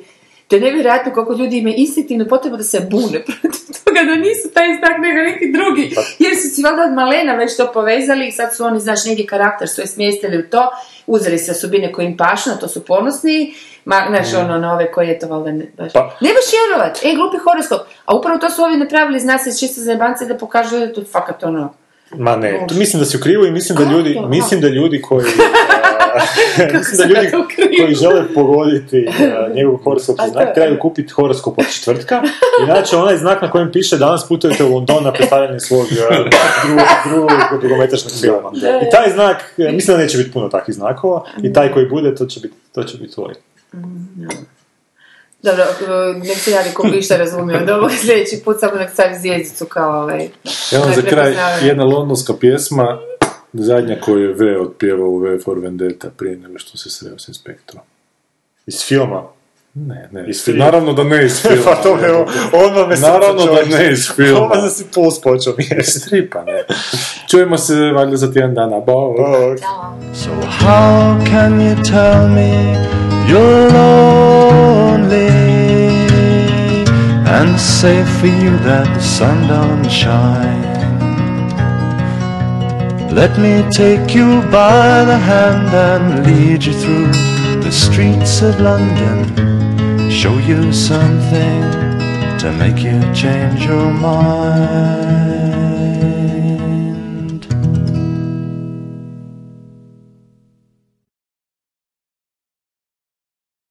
[SPEAKER 5] To je nevjerojatno koliko ljudi ima instinktivnu potrebu da se bune protiv toga, da nisu taj znak nego neki drugi,
[SPEAKER 3] Pa-
[SPEAKER 5] jer su si valjda od malena već to povezali i sad su oni, znaš, negdje karakter svoje smjestili u to, uzeli se osobine koje im pašu, na to su ponosni, ma, znaš, ono, na ove koje je to valjda ne, baš.
[SPEAKER 4] Pa-
[SPEAKER 5] Ne baš vjerovat, e, glupi horoskop, a upravo to su ovi napravili, zna se, čisto za jebance da pokažu da je to fakat ono,
[SPEAKER 4] Ma ne, to mislim da si u krivu i mislim da
[SPEAKER 5] Kako?
[SPEAKER 4] ljudi, mislim da ljudi koji... e, mislim da
[SPEAKER 5] sam
[SPEAKER 4] ljudi
[SPEAKER 5] ja u krivu?
[SPEAKER 4] koji žele pogoditi e, njegov horoskop
[SPEAKER 5] A to je-
[SPEAKER 4] znak, trebaju kupiti horoskop od četvrtka i naći onaj znak na kojem piše danas putujete u London na predstavljanje svog e, drugog, drugog dugometražnog filma. I taj znak, e, mislim da neće biti puno takvih znakova i taj koji bude, to će biti, to će biti ovaj. tvoj.
[SPEAKER 5] Dobro, e, nek se javi ko bi išta razumio od ovog sljedeći put, samo nek stavi zvijezdicu kao ovaj.
[SPEAKER 3] Ja vam
[SPEAKER 5] To je
[SPEAKER 3] za kraj
[SPEAKER 5] prepoznavanje.
[SPEAKER 3] jedna londonska pjesma, zadnja koju je V otpjevao u V for Vendetta prije nego što se sreo s inspektorom.
[SPEAKER 4] Iz filma.
[SPEAKER 3] Ne, ne.
[SPEAKER 4] Iz filma.
[SPEAKER 3] Naravno da ne iz
[SPEAKER 4] Pa
[SPEAKER 3] filma.
[SPEAKER 4] to je, odmah me srce
[SPEAKER 3] Naravno da
[SPEAKER 4] čovječe.
[SPEAKER 3] ne iz filma.
[SPEAKER 4] Odmah sam si puls počeo mjeriti.
[SPEAKER 3] Stripa, ne. Čujemo se valjda za tjedan dana. Bog.
[SPEAKER 4] O,
[SPEAKER 9] So how can you tell me you're lonely and say for you that the sun don't shine? Let me take you by the hand and lead you through the streets of London, show you something to make you change your mind.